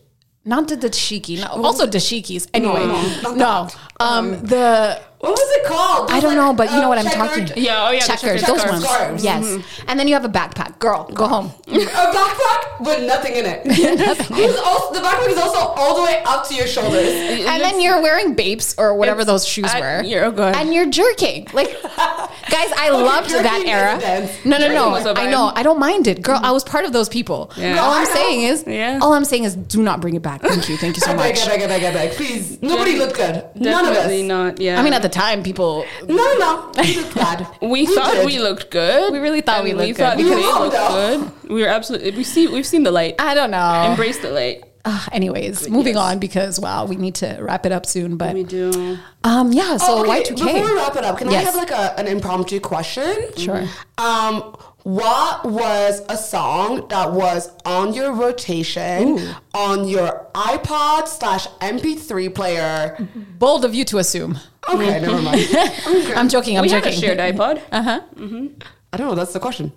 [SPEAKER 1] not the dashiki no, also dashikis anyway
[SPEAKER 2] no,
[SPEAKER 1] no,
[SPEAKER 2] not that.
[SPEAKER 1] um the
[SPEAKER 2] what was it called?
[SPEAKER 1] I don't know but you know what I'm talking
[SPEAKER 2] about.
[SPEAKER 3] Yeah, oh yeah, the
[SPEAKER 1] checkers
[SPEAKER 3] checkered
[SPEAKER 1] those
[SPEAKER 3] scarves.
[SPEAKER 1] ones
[SPEAKER 2] Scarves.
[SPEAKER 1] yes and then you have a backpack girl go home (laughs)
[SPEAKER 2] A backpack with nothing in it. (laughs) It's also, the backpack is also all the way up to your
[SPEAKER 1] (laughs)
[SPEAKER 2] shoulders.
[SPEAKER 1] and then you're wearing babes or whatever
[SPEAKER 3] It's-
[SPEAKER 1] those shoes
[SPEAKER 3] I-
[SPEAKER 1] were.
[SPEAKER 3] you're- oh, go ahead.
[SPEAKER 1] And you're jerking. Like, guys, I
[SPEAKER 2] Okay,
[SPEAKER 1] loved that
[SPEAKER 2] jerking is
[SPEAKER 1] era.
[SPEAKER 2] dance.
[SPEAKER 1] No, no,
[SPEAKER 3] Jerking was
[SPEAKER 1] no.
[SPEAKER 3] a
[SPEAKER 1] I know.
[SPEAKER 3] vibe.
[SPEAKER 1] I don't mind it. Girl, I was part of those people.
[SPEAKER 3] Yeah.
[SPEAKER 1] All
[SPEAKER 2] No,
[SPEAKER 1] I'm
[SPEAKER 2] I know.
[SPEAKER 1] saying is,
[SPEAKER 3] Yeah.
[SPEAKER 1] all I'm saying is do not bring it back. Thank you. Thank you so
[SPEAKER 2] (laughs) I beg,
[SPEAKER 1] much.
[SPEAKER 2] I beg, I beg, I beg. Please. Nobody looked good. None of us.
[SPEAKER 3] Definitely not. Yeah.
[SPEAKER 1] I mean, at the time, people,
[SPEAKER 2] No, no. We
[SPEAKER 1] (laughs)
[SPEAKER 2] looked bad.
[SPEAKER 3] we, thought
[SPEAKER 2] did.
[SPEAKER 3] we looked good.
[SPEAKER 1] We really thought
[SPEAKER 3] and
[SPEAKER 1] we
[SPEAKER 3] We
[SPEAKER 1] looked
[SPEAKER 3] thought
[SPEAKER 1] good.
[SPEAKER 2] We
[SPEAKER 1] (laughs)
[SPEAKER 3] they
[SPEAKER 2] were wrong,
[SPEAKER 3] looked
[SPEAKER 2] though.
[SPEAKER 3] good. We were absolutely. We see. We've seen the light.
[SPEAKER 1] I don't know.
[SPEAKER 3] Embrace the light.
[SPEAKER 1] Ugh, anyways, moving
[SPEAKER 3] Yes.
[SPEAKER 1] on because, wow, we need to wrap it up soon. But,
[SPEAKER 3] We do.
[SPEAKER 1] um, yeah, so
[SPEAKER 2] Oh, okay, Before we
[SPEAKER 1] Y2K.
[SPEAKER 2] wrap it up, can I
[SPEAKER 1] Yes.
[SPEAKER 2] have like a, an impromptu question?
[SPEAKER 1] Sure.
[SPEAKER 2] Um, what was a song that was on your rotation on your iPod slash MP3 player?
[SPEAKER 1] Mm-hmm. Bold of you to assume.
[SPEAKER 2] Okay, never mind.
[SPEAKER 1] (laughs) I'm joking. I'm
[SPEAKER 3] we
[SPEAKER 1] joking. Uh-huh.
[SPEAKER 3] had a
[SPEAKER 1] (laughs)
[SPEAKER 3] shared iPod.
[SPEAKER 2] I don't know. That's the question.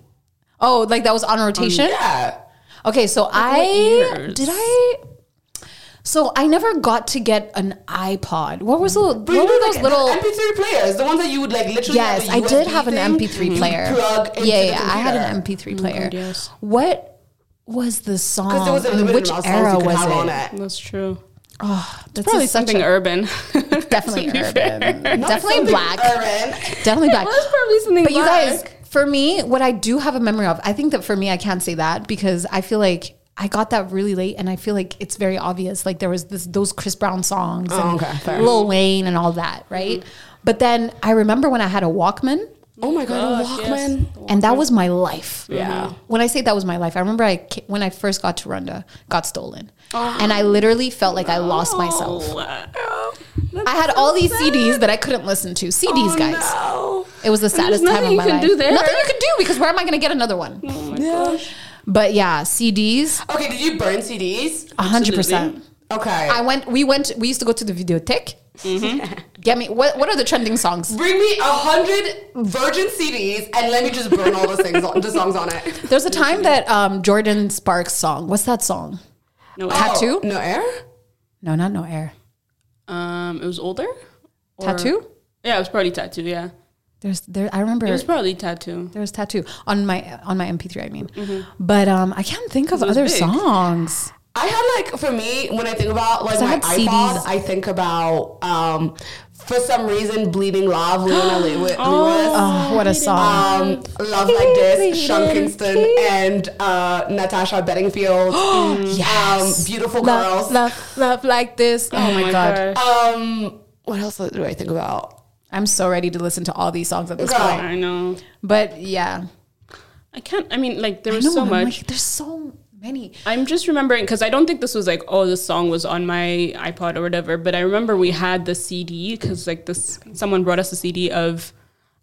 [SPEAKER 1] Oh, like that was on
[SPEAKER 2] Um,
[SPEAKER 1] rotation?
[SPEAKER 2] Yeah.
[SPEAKER 1] Okay, so I
[SPEAKER 3] years?
[SPEAKER 1] did I. So I never got to get an iPod. What was the what
[SPEAKER 2] Mm. But you
[SPEAKER 1] were
[SPEAKER 2] know,
[SPEAKER 1] those
[SPEAKER 2] like,
[SPEAKER 1] little?
[SPEAKER 2] the MP3 players, the ones that you would like literally. have
[SPEAKER 1] yes,
[SPEAKER 2] the
[SPEAKER 1] I did
[SPEAKER 2] USB
[SPEAKER 1] have an
[SPEAKER 2] thing
[SPEAKER 1] MP3
[SPEAKER 2] you
[SPEAKER 1] player.
[SPEAKER 2] Plug
[SPEAKER 1] Yeah,
[SPEAKER 2] into
[SPEAKER 1] yeah,
[SPEAKER 2] the
[SPEAKER 1] yeah, I had an
[SPEAKER 2] computer. Mm,
[SPEAKER 1] MP3 player.
[SPEAKER 3] yes.
[SPEAKER 1] What was the song?
[SPEAKER 2] 'Cause there was a
[SPEAKER 1] and Um,
[SPEAKER 2] limited
[SPEAKER 1] which
[SPEAKER 2] amount of songs
[SPEAKER 1] era
[SPEAKER 2] you could
[SPEAKER 1] was
[SPEAKER 2] have
[SPEAKER 1] it?
[SPEAKER 2] on it.
[SPEAKER 3] That's true.
[SPEAKER 1] Oh, that's
[SPEAKER 3] Probably
[SPEAKER 1] just such
[SPEAKER 3] something
[SPEAKER 1] a-
[SPEAKER 3] urban. (laughs)
[SPEAKER 1] definitely
[SPEAKER 2] (laughs)
[SPEAKER 3] to be
[SPEAKER 1] urban,
[SPEAKER 3] fair.
[SPEAKER 2] Not
[SPEAKER 1] definitely
[SPEAKER 2] something
[SPEAKER 1] black,
[SPEAKER 2] urban.
[SPEAKER 1] definitely black.
[SPEAKER 3] was probably something
[SPEAKER 1] But you guys,
[SPEAKER 3] black.
[SPEAKER 1] for me, what I do have a memory of, I think that for me, I can't say that because I feel like I got that really late, and I feel like it's very obvious. Like there was this those Chris Brown songs, and
[SPEAKER 2] Oh, okay, fair. Mm-hmm.
[SPEAKER 1] Lil Wayne, and all that, right? But then I remember when I had a Walkman,
[SPEAKER 2] Oh my god,
[SPEAKER 3] Gosh, yes.
[SPEAKER 2] Walkman.
[SPEAKER 1] and that was my life.
[SPEAKER 2] Yeah.
[SPEAKER 1] When I say that was my life, I remember I ca- when I first got to Rwanda, got stolen,
[SPEAKER 2] Oh.
[SPEAKER 1] and I literally felt like I lost myself.
[SPEAKER 3] Oh,
[SPEAKER 1] I had all these CDs that I couldn't listen to. CDs,
[SPEAKER 2] Oh,
[SPEAKER 1] guys.
[SPEAKER 2] no.
[SPEAKER 1] It was the
[SPEAKER 3] there's
[SPEAKER 1] saddest time of
[SPEAKER 3] nothing you
[SPEAKER 1] my
[SPEAKER 3] can
[SPEAKER 1] life.
[SPEAKER 3] do there. Mm.
[SPEAKER 1] Nothing you can do because where am I going to get another one?
[SPEAKER 2] Yeah.
[SPEAKER 1] But yeah, CDs,
[SPEAKER 2] Okay, did you burn CDs?
[SPEAKER 1] hundred percent.
[SPEAKER 3] Absolutely.
[SPEAKER 2] Okay.
[SPEAKER 1] I went. We went. We used to go to the videotheque.
[SPEAKER 3] Mm-hmm.
[SPEAKER 1] Get me. What What are the trending songs?
[SPEAKER 2] Bring me a hundred virgin CDs and let me just burn all the things, on, the songs on
[SPEAKER 1] (laughs)
[SPEAKER 2] it.
[SPEAKER 1] There's a time that um, Jordan Sparks song. What's that song?
[SPEAKER 3] No,
[SPEAKER 1] Tattoo?
[SPEAKER 2] Oh, no air.
[SPEAKER 1] No, not No Air.
[SPEAKER 3] um, it was older. Or-
[SPEAKER 1] Tattoo.
[SPEAKER 3] Yeah, it was probably tattoo. Yeah,
[SPEAKER 1] There's there. I remember.
[SPEAKER 3] it was probably tattoo.
[SPEAKER 1] there was tattoo on my on my MP3. I mean, but um, I can't think of
[SPEAKER 3] Mm-hmm. It was
[SPEAKER 1] other
[SPEAKER 3] big.
[SPEAKER 1] songs. Oh,
[SPEAKER 2] I had like for me when I think about like
[SPEAKER 1] So I
[SPEAKER 2] my
[SPEAKER 1] had
[SPEAKER 2] iPod,
[SPEAKER 1] CDs.
[SPEAKER 2] I think about um for some reason bleeding love, Leona
[SPEAKER 1] (gasps)
[SPEAKER 2] Lew- Lewis.
[SPEAKER 1] Oh, what a song!
[SPEAKER 2] Um, Love Like This, Sean Kingston, and uh, Natasha Bedingfield.
[SPEAKER 1] (gasps) Yes.
[SPEAKER 2] Um, beautiful
[SPEAKER 1] Love,
[SPEAKER 2] girls.
[SPEAKER 1] love, love like this. Oh, my god.
[SPEAKER 2] Um, what else do I think about?
[SPEAKER 1] I'm so ready to listen to all these songs at this
[SPEAKER 2] Girl.
[SPEAKER 1] point.
[SPEAKER 3] I know.
[SPEAKER 1] But yeah,
[SPEAKER 3] I can't. I mean, like there
[SPEAKER 1] I
[SPEAKER 3] was
[SPEAKER 1] know,
[SPEAKER 3] so
[SPEAKER 1] I'm
[SPEAKER 3] much.
[SPEAKER 1] like, there's so many.
[SPEAKER 3] I'm just remembering because I don't think this was like, oh, this song was on my iPod or whatever. But I remember we had the CD because like this, someone brought us a CD of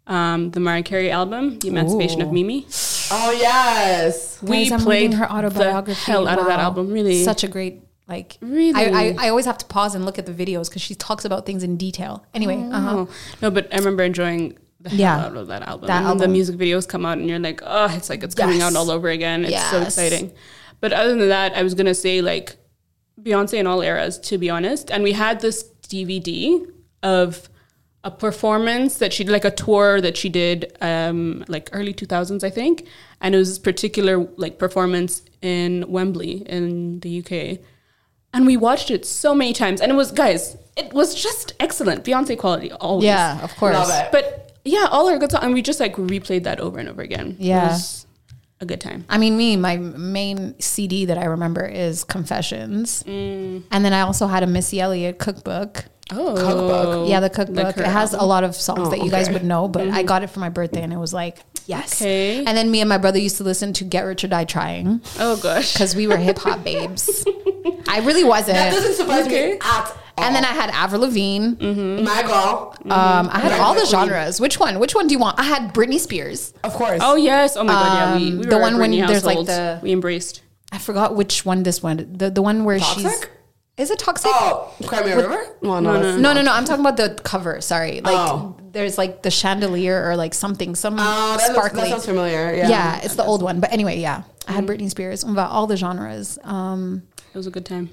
[SPEAKER 3] um, the Mariah Carey album, The Emancipation of Mimi.
[SPEAKER 2] Oh yes.
[SPEAKER 3] We
[SPEAKER 1] Guys, I'm
[SPEAKER 3] played
[SPEAKER 1] reading her autobiography.
[SPEAKER 3] the hell out of that
[SPEAKER 1] Wow.
[SPEAKER 3] album. Really,
[SPEAKER 1] such a great like.
[SPEAKER 3] Really?
[SPEAKER 1] I, I, I always have to pause and look at the videos because she talks about things in detail. Anyway, uh-huh.
[SPEAKER 3] Oh, no, but I remember enjoying the hell
[SPEAKER 1] Yeah.
[SPEAKER 3] out of that album.
[SPEAKER 1] That
[SPEAKER 3] And The
[SPEAKER 1] album.
[SPEAKER 3] music videos come out, and you're like, oh, it's like it's coming out
[SPEAKER 1] Yes.
[SPEAKER 3] all over again. It's so
[SPEAKER 1] Yes.
[SPEAKER 3] exciting. But other than that, I was gonna say like Beyonce in all eras, to be honest. And we had this DVD of a performance that she did, like a tour that she did, um, like early 2000s, I think. And it was this particular like performance in Wembley in the UK. And we watched it so many times. And it was, guys, it was just excellent. Beyonce quality always.
[SPEAKER 1] yeah, of course.
[SPEAKER 2] Love it.
[SPEAKER 3] But yeah, all our good songs. And we just like replayed that over and over again.
[SPEAKER 1] Yeah.
[SPEAKER 3] It was a good time.
[SPEAKER 1] I mean, me, my main CD that I remember is Confessions,
[SPEAKER 3] Mm.
[SPEAKER 1] and then I also had a Missy Elliott cookbook.
[SPEAKER 3] Oh.
[SPEAKER 2] Cookbook.
[SPEAKER 1] yeah, the cookbook.
[SPEAKER 3] her
[SPEAKER 1] it has a lot of songs
[SPEAKER 2] Oh,
[SPEAKER 1] that you guys
[SPEAKER 2] okay.
[SPEAKER 1] would know, but I got it for my birthday, and it was like yes.
[SPEAKER 3] Mm-hmm. Okay.
[SPEAKER 1] And then me and my brother used to listen to Get Rich or Die Trying
[SPEAKER 3] Oh,
[SPEAKER 1] (laughs)
[SPEAKER 3] gosh.
[SPEAKER 1] because we were hip hop
[SPEAKER 2] (laughs)
[SPEAKER 1] babes. I really wasn't.
[SPEAKER 2] That doesn't Mm-hmm. surprise me
[SPEAKER 3] Okay.
[SPEAKER 2] at all.
[SPEAKER 1] and then I had Avril Lavigne.
[SPEAKER 2] my girl,
[SPEAKER 1] Um, I had
[SPEAKER 2] Right,
[SPEAKER 1] all the
[SPEAKER 2] like,
[SPEAKER 1] genres. Which one? Which one do you want? I had Britney Spears.
[SPEAKER 2] of course.
[SPEAKER 3] Oh yes! Oh my god! Yeah, we, we
[SPEAKER 1] Um, the
[SPEAKER 3] were
[SPEAKER 1] one
[SPEAKER 3] a
[SPEAKER 1] when
[SPEAKER 3] Britney
[SPEAKER 1] there's, like,
[SPEAKER 3] household.
[SPEAKER 1] the-
[SPEAKER 3] we embraced.
[SPEAKER 1] I forgot which one. This one. The the one where she's
[SPEAKER 2] Toxic?
[SPEAKER 1] is it toxic?
[SPEAKER 2] Oh, Crimea River? No, no, that's-
[SPEAKER 1] No, no, no. I'm talking about the cover. Sorry. Like
[SPEAKER 2] Oh.
[SPEAKER 1] there's like the chandelier or like something, some
[SPEAKER 2] Oh, that, looks,
[SPEAKER 1] sparkly.
[SPEAKER 2] that sounds familiar. Mm-hmm.
[SPEAKER 1] yeah.
[SPEAKER 2] Yeah.
[SPEAKER 1] it's the old one. But anyway, yeah. I had Britney Spears about all the genres. Um,
[SPEAKER 3] It was a good time.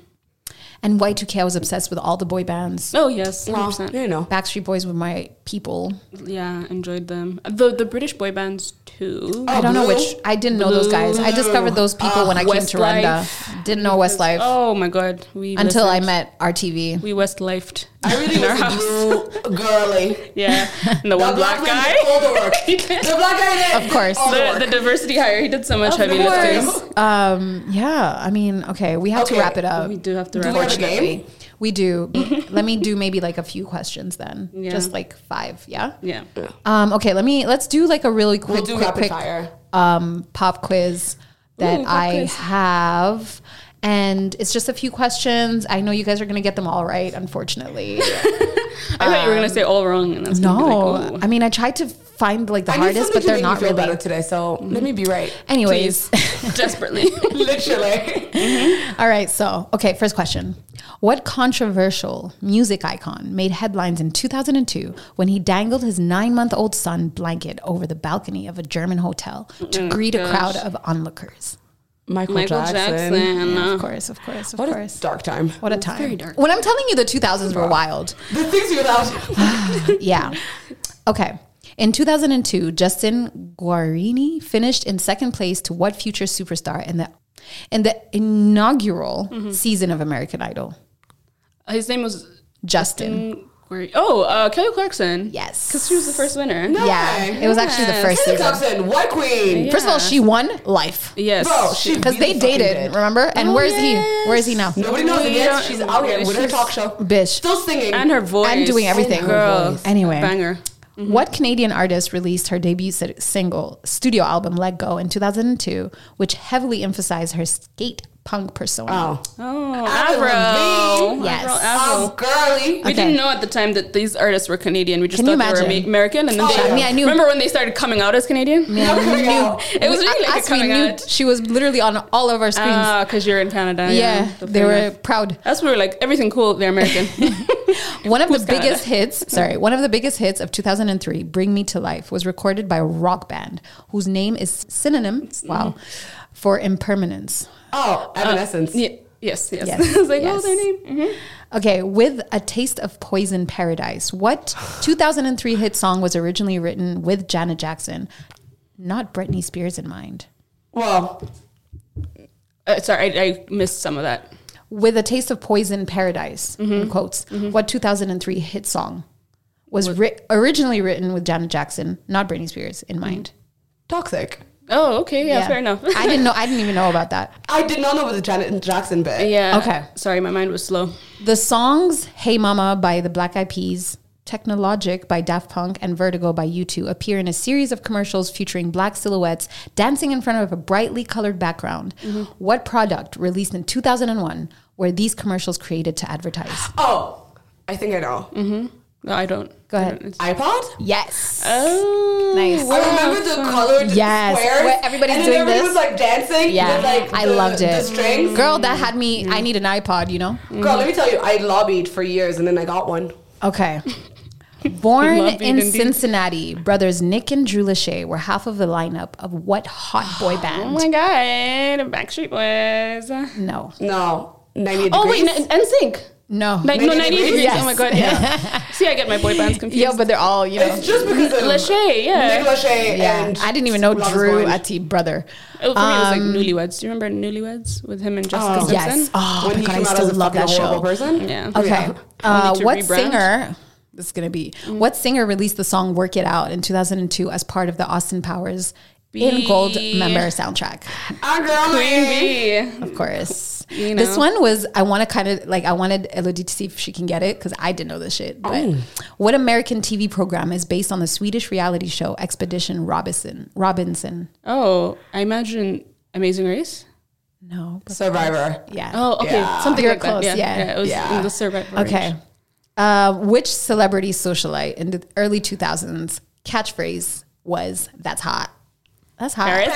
[SPEAKER 1] and Y2K, I was obsessed with all the boy bands.
[SPEAKER 3] Oh yes, hundred
[SPEAKER 2] Well,
[SPEAKER 3] percent.
[SPEAKER 2] you know.
[SPEAKER 1] Backstreet Boys were my people.
[SPEAKER 3] Yeah, enjoyed them. The the British boy bands too.
[SPEAKER 1] I don't know
[SPEAKER 2] Oh, Blue?
[SPEAKER 1] which. I didn't know those guys. I discovered those people when I came to
[SPEAKER 3] Ah, Westlife.
[SPEAKER 1] Rwanda. Didn't know Westlife
[SPEAKER 3] Oh my god, we
[SPEAKER 1] until
[SPEAKER 3] listened-
[SPEAKER 1] I met RTV.
[SPEAKER 3] we West lifed.
[SPEAKER 2] I really was a blue girly.
[SPEAKER 3] (laughs) Yeah, and the
[SPEAKER 2] The
[SPEAKER 3] one black,
[SPEAKER 2] man
[SPEAKER 3] guy.
[SPEAKER 2] did all the work.
[SPEAKER 3] He did.
[SPEAKER 2] The black guy did
[SPEAKER 1] Of course.
[SPEAKER 2] all the
[SPEAKER 3] The, the
[SPEAKER 2] work.
[SPEAKER 3] diversity hire. He did so much heavy lifting.
[SPEAKER 1] Um, yeah, I mean, okay, we have to
[SPEAKER 2] Okay,
[SPEAKER 1] wrap it up.
[SPEAKER 3] We do have to
[SPEAKER 2] Do
[SPEAKER 3] wrap.
[SPEAKER 2] we
[SPEAKER 3] up.
[SPEAKER 2] have a game?
[SPEAKER 1] We
[SPEAKER 2] (laughs)
[SPEAKER 1] do. let me do maybe like a few questions then.
[SPEAKER 3] Yeah.
[SPEAKER 1] Just like five. Yeah.
[SPEAKER 3] Yeah.
[SPEAKER 1] Um, okay, let me let's do like a really quick
[SPEAKER 2] We'll do
[SPEAKER 1] quick,
[SPEAKER 2] rapid
[SPEAKER 1] quick,
[SPEAKER 2] fire.
[SPEAKER 1] um pop quiz that
[SPEAKER 3] Ooh, pop
[SPEAKER 1] I
[SPEAKER 3] quiz.
[SPEAKER 1] have. And it's just a few questions. I know you guys are gonna get them all right,
[SPEAKER 3] (laughs)
[SPEAKER 1] unfortunately.
[SPEAKER 3] I thought you were gonna say all wrong, and that's
[SPEAKER 1] Um, no.
[SPEAKER 3] Gonna be like,
[SPEAKER 1] I mean I tried to find like the
[SPEAKER 2] I need
[SPEAKER 1] hardest,
[SPEAKER 2] something
[SPEAKER 1] but
[SPEAKER 2] to
[SPEAKER 1] they're
[SPEAKER 2] make me
[SPEAKER 1] not
[SPEAKER 2] feel
[SPEAKER 1] really.
[SPEAKER 2] better today, so let me be right.
[SPEAKER 1] Anyways.
[SPEAKER 3] oh, (laughs) desperately.
[SPEAKER 2] Literally.
[SPEAKER 1] (laughs) All right, so okay, first question. What controversial music icon made headlines in 2002 when he dangled his nine month old son blanket over the balcony of a German hotel to
[SPEAKER 2] Mm,
[SPEAKER 1] greet a crowd of onlookers?
[SPEAKER 2] Michael,
[SPEAKER 3] Michael
[SPEAKER 2] Jackson.
[SPEAKER 3] Jackson.
[SPEAKER 1] Yeah, of course, of course, of
[SPEAKER 2] Uh. What a
[SPEAKER 1] course.
[SPEAKER 2] dark time.
[SPEAKER 1] what a time. When I'm telling you the 2000s were wild.
[SPEAKER 2] The things you allowed.
[SPEAKER 1] yeah. Okay. In 2002, Justin Guarini finished in second place to what future superstar in the in the inaugural
[SPEAKER 3] Mm-hmm.
[SPEAKER 1] season of American Idol?
[SPEAKER 3] Uh, His name was.
[SPEAKER 1] Justin.
[SPEAKER 3] Oh, uh, Kelly Clarkson.
[SPEAKER 1] Yes.
[SPEAKER 3] because she was the first winner.
[SPEAKER 2] No
[SPEAKER 1] Yeah,
[SPEAKER 2] way.
[SPEAKER 1] it was actually the
[SPEAKER 3] Mm. Yes.
[SPEAKER 1] first
[SPEAKER 2] Kelly
[SPEAKER 1] season.
[SPEAKER 2] Clarkson, white queen.
[SPEAKER 1] First of all,
[SPEAKER 3] Yeah.
[SPEAKER 1] she won life
[SPEAKER 3] Yes.
[SPEAKER 2] Bro, she
[SPEAKER 1] because
[SPEAKER 2] really
[SPEAKER 1] they
[SPEAKER 2] fucking
[SPEAKER 1] dated.
[SPEAKER 2] did.
[SPEAKER 1] Remember? And
[SPEAKER 3] Oh,
[SPEAKER 1] where's
[SPEAKER 3] yes.
[SPEAKER 1] he? Where's he now?
[SPEAKER 2] Nobody knows the
[SPEAKER 3] We
[SPEAKER 2] dance.
[SPEAKER 3] don't-
[SPEAKER 2] She's out here with her
[SPEAKER 3] she's-
[SPEAKER 2] talk show.
[SPEAKER 1] Bitch.
[SPEAKER 2] Still singing.
[SPEAKER 3] and her voice
[SPEAKER 1] And Oh, doing everything.
[SPEAKER 3] Girl,
[SPEAKER 1] Anyway.
[SPEAKER 3] banger. Mm-hmm.
[SPEAKER 1] What Canadian artist released her debut si- single, studio album "Let Go" in 2002, which heavily emphasized her skate punk persona?
[SPEAKER 2] Oh.
[SPEAKER 3] Oh,
[SPEAKER 2] Avril
[SPEAKER 3] Avril.
[SPEAKER 2] Lavigne.
[SPEAKER 1] Yes.
[SPEAKER 3] Avril, Avril.
[SPEAKER 2] Oh, girly.
[SPEAKER 3] We
[SPEAKER 1] Okay.
[SPEAKER 3] didn't know at the time that these artists were Canadian. We just
[SPEAKER 1] Can you
[SPEAKER 3] thought they were
[SPEAKER 1] imagine?
[SPEAKER 3] Ama- American, and then
[SPEAKER 2] Oh,
[SPEAKER 3] they,
[SPEAKER 2] yeah.
[SPEAKER 1] Me, I knew-
[SPEAKER 3] Remember when they started coming out as Canadian?
[SPEAKER 2] (laughs)
[SPEAKER 1] Yeah,
[SPEAKER 2] Not
[SPEAKER 1] we
[SPEAKER 2] coming
[SPEAKER 1] knew-
[SPEAKER 2] out.
[SPEAKER 3] (laughs) It was
[SPEAKER 1] we-
[SPEAKER 3] really like a
[SPEAKER 1] us, we
[SPEAKER 3] coming
[SPEAKER 1] knew
[SPEAKER 3] out.
[SPEAKER 1] She was literally on all of our screens.
[SPEAKER 3] Ah, because you're in Canada.
[SPEAKER 1] yeah,
[SPEAKER 3] the
[SPEAKER 1] they
[SPEAKER 3] fair
[SPEAKER 1] were
[SPEAKER 3] enough.
[SPEAKER 1] proud.
[SPEAKER 3] That's where we were like everything cool. They're
[SPEAKER 1] (laughs)
[SPEAKER 3] American. (laughs)
[SPEAKER 1] One of the
[SPEAKER 3] Who's Canada?
[SPEAKER 1] biggest hits, sorry, one of the biggest hits of 2003, Bring Me to Life, was recorded by a rock band whose name is synonym, wow, for impermanence.
[SPEAKER 2] Oh, Evanescence.
[SPEAKER 3] Ye- yes, yes. (laughs)
[SPEAKER 1] Yes,
[SPEAKER 3] I was like,
[SPEAKER 1] yes. Mm-hmm.
[SPEAKER 3] oh, their name.
[SPEAKER 1] Okay, with A Taste of Poison Paradise,
[SPEAKER 3] (sighs)
[SPEAKER 1] what 2003 hit song was originally written with Janet Jackson, not Britney Spears in mind?
[SPEAKER 2] Well,
[SPEAKER 3] Uh, sorry, I, I missed some of that.
[SPEAKER 1] With A Taste of Poison Paradise,
[SPEAKER 3] Mm-hmm.
[SPEAKER 1] in quotes, what 2003 hit song was ri- originally written with Janet Jackson, not Britney Spears in mind?
[SPEAKER 2] toxic.
[SPEAKER 3] Oh, okay. Mm-hmm. Yeah,
[SPEAKER 1] Yeah.
[SPEAKER 3] fair enough.
[SPEAKER 1] I didn't know. I didn't even know about that.
[SPEAKER 2] I did not know it was a Janet Jackson bit.
[SPEAKER 3] (laughs) yeah.
[SPEAKER 1] Okay.
[SPEAKER 3] Sorry, my mind was slow.
[SPEAKER 1] The songs "Hey Mama" by the Black Eyed Peas, "Technologic" by Daft Punk, and "Vertigo" by U2 appear in a series of commercials featuring black silhouettes dancing in front of a brightly colored background.
[SPEAKER 3] Mm-hmm.
[SPEAKER 1] What product released in 2001 were these commercials created to advertise?
[SPEAKER 2] Oh, I think I know. Mm-hmm.
[SPEAKER 3] No, I don't.
[SPEAKER 1] Go
[SPEAKER 3] I
[SPEAKER 1] ahead.
[SPEAKER 3] don't. It's-
[SPEAKER 2] iPod?
[SPEAKER 1] Yes.
[SPEAKER 3] Oh,
[SPEAKER 1] Nice.
[SPEAKER 2] I remember the colored
[SPEAKER 1] Yes,
[SPEAKER 2] squares.
[SPEAKER 1] where everybody's
[SPEAKER 2] and then
[SPEAKER 1] doing
[SPEAKER 2] everybody
[SPEAKER 1] this.
[SPEAKER 2] was like dancing.
[SPEAKER 1] yeah.
[SPEAKER 2] with, like,
[SPEAKER 1] I
[SPEAKER 2] the-
[SPEAKER 1] loved it.
[SPEAKER 2] The strings. Girl,
[SPEAKER 1] Girl, that had me. I need an iPod, you know?
[SPEAKER 2] let me tell you, I lobbied for years and then I got one.
[SPEAKER 1] Okay. (laughs) Born
[SPEAKER 3] Love
[SPEAKER 1] in
[SPEAKER 3] it indeed.
[SPEAKER 1] Cincinnati, brothers Nick and Drew Lachey were half of the lineup of what hot
[SPEAKER 2] (gasps)
[SPEAKER 1] boy
[SPEAKER 3] Oh
[SPEAKER 1] band?
[SPEAKER 3] my god, Backstreet Boys.
[SPEAKER 1] no.
[SPEAKER 2] No, 98
[SPEAKER 3] Oh wait,
[SPEAKER 2] degrees.
[SPEAKER 3] N- NSYNC.
[SPEAKER 1] No.
[SPEAKER 3] Like, no,
[SPEAKER 2] 98
[SPEAKER 3] 98 degrees.
[SPEAKER 2] Degrees.
[SPEAKER 3] Oh my god,
[SPEAKER 1] (laughs)
[SPEAKER 3] yeah. See, I get my boy bands confused.
[SPEAKER 1] yeah, but they're all, you know.
[SPEAKER 2] It's just because of
[SPEAKER 3] Lachey, yeah.
[SPEAKER 2] Nick Lachey
[SPEAKER 1] Yeah.
[SPEAKER 2] and
[SPEAKER 1] I didn't even know
[SPEAKER 2] Love is
[SPEAKER 1] Drew
[SPEAKER 2] Blind.
[SPEAKER 1] Ati brother.
[SPEAKER 3] Oh, for me, it was like Newlyweds. Do you remember Newlyweds with him and Jessica
[SPEAKER 1] Um, Oh,
[SPEAKER 3] Simpson?
[SPEAKER 1] yes. Oh,
[SPEAKER 2] when
[SPEAKER 1] my
[SPEAKER 2] he
[SPEAKER 1] God, I
[SPEAKER 2] came out
[SPEAKER 1] still
[SPEAKER 2] as a
[SPEAKER 1] love that
[SPEAKER 2] fucking
[SPEAKER 1] show.
[SPEAKER 2] horrible person.
[SPEAKER 3] Yeah.
[SPEAKER 1] Okay.
[SPEAKER 2] Yeah.
[SPEAKER 1] Uh,
[SPEAKER 3] Only to
[SPEAKER 1] what
[SPEAKER 3] rebrand.
[SPEAKER 1] singer? This is gonna be
[SPEAKER 2] Mm.
[SPEAKER 1] what singer released the song "Work It Out" in 2002 as part of the Austin Powers in Gold
[SPEAKER 3] Bee.
[SPEAKER 1] member soundtrack?
[SPEAKER 2] Our Ah, girl
[SPEAKER 3] Queen
[SPEAKER 2] Queen
[SPEAKER 3] Bee.
[SPEAKER 1] Of course.
[SPEAKER 3] (laughs) You
[SPEAKER 1] This
[SPEAKER 3] know.
[SPEAKER 1] one was I want to kind of like I wanted Elodie to see if she can get it because I didn't know this shit. But
[SPEAKER 3] Oh.
[SPEAKER 1] what American TV program is based on the Swedish reality show Expedition Robinson? Robinson.
[SPEAKER 3] Oh, I imagine Amazing Race.
[SPEAKER 1] No. but-
[SPEAKER 2] Survivor.
[SPEAKER 1] yeah.
[SPEAKER 3] Oh, okay,
[SPEAKER 2] Yeah.
[SPEAKER 3] something
[SPEAKER 1] You're
[SPEAKER 3] like
[SPEAKER 1] close,
[SPEAKER 3] that.
[SPEAKER 1] yeah.
[SPEAKER 3] it was
[SPEAKER 2] Yeah.
[SPEAKER 3] in the Survivor. range.
[SPEAKER 1] Okay. Uh, which celebrity socialite in the early 2000s catchphrase was "That's hot." That's hot.
[SPEAKER 3] Paris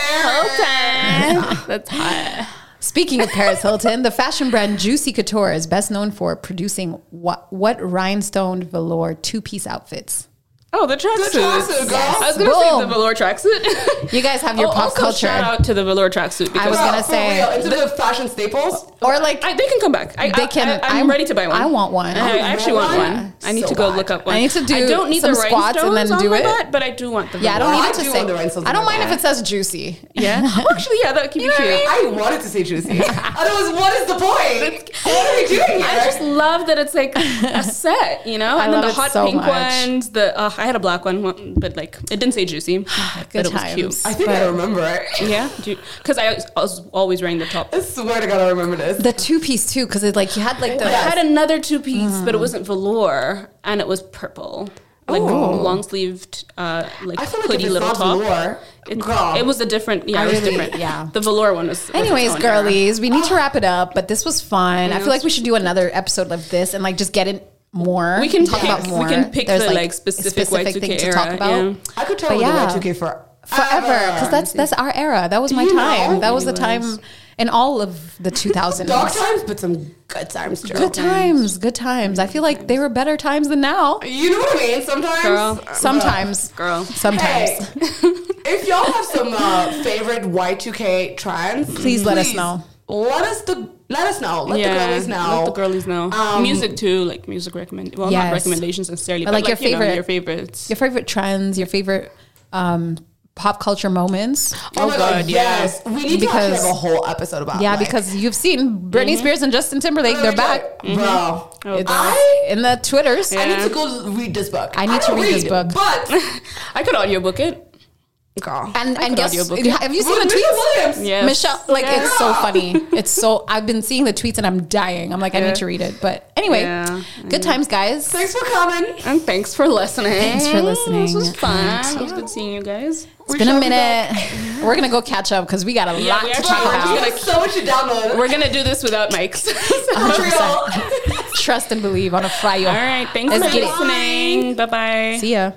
[SPEAKER 1] (laughs)
[SPEAKER 3] Hilton. That's hot.
[SPEAKER 1] Speaking of Paris Hilton, the fashion brand Juicy Couture is best known for producing what what rhinestone velour two piece outfits.
[SPEAKER 3] Oh, the tracksuit.
[SPEAKER 2] The tracksuit, girl.
[SPEAKER 3] I was gonna say
[SPEAKER 1] Boom.
[SPEAKER 3] the velour tracksuit.
[SPEAKER 1] You guys have your
[SPEAKER 3] oh,
[SPEAKER 1] pop
[SPEAKER 3] also
[SPEAKER 1] culture.
[SPEAKER 3] Shout out to the velour tracksuit because
[SPEAKER 1] I was
[SPEAKER 2] Girl,
[SPEAKER 1] gonna
[SPEAKER 2] for
[SPEAKER 1] say-
[SPEAKER 2] real, into the fashion staples.
[SPEAKER 1] Or like
[SPEAKER 3] I, they can come back. I,
[SPEAKER 1] They can-
[SPEAKER 3] I, am
[SPEAKER 1] I'm-
[SPEAKER 3] ready to buy one.
[SPEAKER 1] I want one. Oh,
[SPEAKER 3] I,
[SPEAKER 1] I
[SPEAKER 3] I actually want
[SPEAKER 2] want
[SPEAKER 3] one.
[SPEAKER 2] one.
[SPEAKER 3] I need
[SPEAKER 2] So
[SPEAKER 3] to go
[SPEAKER 2] bad.
[SPEAKER 3] look up one.
[SPEAKER 1] I need to do
[SPEAKER 3] I don't need
[SPEAKER 1] some
[SPEAKER 3] the
[SPEAKER 1] squats and then
[SPEAKER 3] rhinestones
[SPEAKER 1] do
[SPEAKER 3] on my
[SPEAKER 1] it.
[SPEAKER 3] butt, but I do want the.
[SPEAKER 1] yeah, I don't
[SPEAKER 2] Well,
[SPEAKER 1] need
[SPEAKER 2] I
[SPEAKER 1] it to
[SPEAKER 2] do
[SPEAKER 1] say.
[SPEAKER 2] want the rhinestones
[SPEAKER 1] I don't
[SPEAKER 2] on my
[SPEAKER 1] mind if
[SPEAKER 2] back.
[SPEAKER 1] it says juicy.
[SPEAKER 3] Yeah.
[SPEAKER 1] (laughs)
[SPEAKER 3] actually, yeah, that could be
[SPEAKER 1] know what I
[SPEAKER 3] cute.
[SPEAKER 1] mean?
[SPEAKER 2] I wanted to say juicy. Otherwise, what is the point?
[SPEAKER 1] (laughs)
[SPEAKER 2] What are we doing here?
[SPEAKER 3] I just love that it's like a set, you know?
[SPEAKER 1] I
[SPEAKER 3] and then
[SPEAKER 1] love
[SPEAKER 3] the
[SPEAKER 1] it
[SPEAKER 3] hot
[SPEAKER 1] so
[SPEAKER 3] pink
[SPEAKER 1] much.
[SPEAKER 3] ones, the uh, I had a black one, but like it didn't
[SPEAKER 1] (sighs)
[SPEAKER 3] say juicy, but it was
[SPEAKER 1] times.
[SPEAKER 3] cute.
[SPEAKER 2] I think I remember it.
[SPEAKER 3] yeah, because I was- I was always wearing the top.
[SPEAKER 2] I swear to God, I remember this.
[SPEAKER 1] The two piece too, because it like you had like the
[SPEAKER 3] I had another two piece, but it
[SPEAKER 1] Mm.
[SPEAKER 3] wasn't velour and it was purple, like
[SPEAKER 2] Oh.
[SPEAKER 3] long sleeved, uh, like
[SPEAKER 2] I feel like
[SPEAKER 3] hoodie
[SPEAKER 2] if it's
[SPEAKER 3] little
[SPEAKER 2] not
[SPEAKER 3] top.
[SPEAKER 2] velour,
[SPEAKER 3] It,
[SPEAKER 2] girl.
[SPEAKER 3] it was a different, yeah,
[SPEAKER 1] I
[SPEAKER 3] it was
[SPEAKER 1] really-
[SPEAKER 3] different.
[SPEAKER 1] yeah.
[SPEAKER 3] the velour one was. was its
[SPEAKER 1] Anyways,
[SPEAKER 3] own era.
[SPEAKER 1] girlies, we need to wrap it up, but this was fun. I feel like
[SPEAKER 3] it's-
[SPEAKER 1] we should do another episode of this and like just get it more.
[SPEAKER 3] We can
[SPEAKER 1] talk
[SPEAKER 3] pick-
[SPEAKER 1] about
[SPEAKER 3] we
[SPEAKER 1] more.
[SPEAKER 3] can pick the, like,
[SPEAKER 1] a
[SPEAKER 3] specific Y2K era, yeah. Uh,
[SPEAKER 2] I could
[SPEAKER 1] But
[SPEAKER 2] totally
[SPEAKER 1] yeah.
[SPEAKER 2] yeah. 2K for
[SPEAKER 1] Forever, because that's that's our era. That was my
[SPEAKER 2] You know?
[SPEAKER 1] time. That was the time
[SPEAKER 3] Anyways.
[SPEAKER 1] in all of the 2000s.
[SPEAKER 2] dog times, but some good times, Joe.
[SPEAKER 1] Good times, good times. I feel like they were better times than now.
[SPEAKER 2] You know what I mean? Sometimes.
[SPEAKER 3] Girl.
[SPEAKER 1] Sometimes,
[SPEAKER 3] Girl.
[SPEAKER 1] sometimes.
[SPEAKER 2] Hey, if y'all have some uh, favorite Y2K trends,
[SPEAKER 1] Please let us know.
[SPEAKER 2] Let us the let us know. Let the girlies know.
[SPEAKER 3] Let the girlies know.
[SPEAKER 2] Um,
[SPEAKER 3] music too, like music recommend. Well,
[SPEAKER 1] Yes.
[SPEAKER 3] not recommendations necessarily,
[SPEAKER 1] But
[SPEAKER 3] but,
[SPEAKER 1] like
[SPEAKER 3] like,
[SPEAKER 1] your
[SPEAKER 3] you know,
[SPEAKER 1] favorite-
[SPEAKER 3] your favorites.
[SPEAKER 1] Your favorite trends, your favorite um, pop culture moments.
[SPEAKER 2] Oh, my god,
[SPEAKER 3] God, yeah.
[SPEAKER 2] yes. We need to
[SPEAKER 1] Because-
[SPEAKER 2] actually have a whole episode about
[SPEAKER 1] Yeah,
[SPEAKER 2] like,
[SPEAKER 1] because you've seen Britney
[SPEAKER 3] Mm-hmm.
[SPEAKER 1] Spears and Justin Timberlake. They're back. Mm-hmm.
[SPEAKER 2] Bro.
[SPEAKER 1] It's
[SPEAKER 2] I-
[SPEAKER 1] in the Twitters.
[SPEAKER 2] I
[SPEAKER 3] Yeah.
[SPEAKER 2] need to go read this book.
[SPEAKER 1] I need to
[SPEAKER 2] don't
[SPEAKER 1] read this book.
[SPEAKER 2] But
[SPEAKER 3] (laughs) I could audiobook it.
[SPEAKER 2] girl.
[SPEAKER 1] And and
[SPEAKER 3] could
[SPEAKER 1] guess
[SPEAKER 3] audiobook it.
[SPEAKER 1] have you seen
[SPEAKER 2] Well,
[SPEAKER 1] the
[SPEAKER 2] Michelle
[SPEAKER 1] tweets?
[SPEAKER 2] Williams.
[SPEAKER 3] Yes.
[SPEAKER 1] Michelle, like it's
[SPEAKER 3] Yes.
[SPEAKER 1] so
[SPEAKER 3] (laughs)
[SPEAKER 1] funny. It's so I've been seeing the tweets and I'm dying. I'm like, I
[SPEAKER 3] Yeah.
[SPEAKER 1] need to read it. But anyway,
[SPEAKER 3] Yeah,
[SPEAKER 1] good times, guys.
[SPEAKER 2] Thanks for coming.
[SPEAKER 3] And thanks for listening.
[SPEAKER 1] Thanks for listening.
[SPEAKER 3] This was fun.
[SPEAKER 1] And,
[SPEAKER 3] It was good seeing you guys.
[SPEAKER 1] It's been a minute. (laughs) We're gonna go catch up because we got a
[SPEAKER 3] Yeah,
[SPEAKER 1] lot
[SPEAKER 3] we
[SPEAKER 1] to
[SPEAKER 3] actually-
[SPEAKER 1] talk
[SPEAKER 2] Bro,
[SPEAKER 1] about.
[SPEAKER 2] you got so much to download.
[SPEAKER 3] We're gonna do this without mics. (laughs)
[SPEAKER 2] Real.
[SPEAKER 1] Trust and believe on a Friday.
[SPEAKER 3] All right. Thanks
[SPEAKER 1] Let's
[SPEAKER 3] for
[SPEAKER 1] get it.
[SPEAKER 3] listening. Bye bye.
[SPEAKER 1] See ya.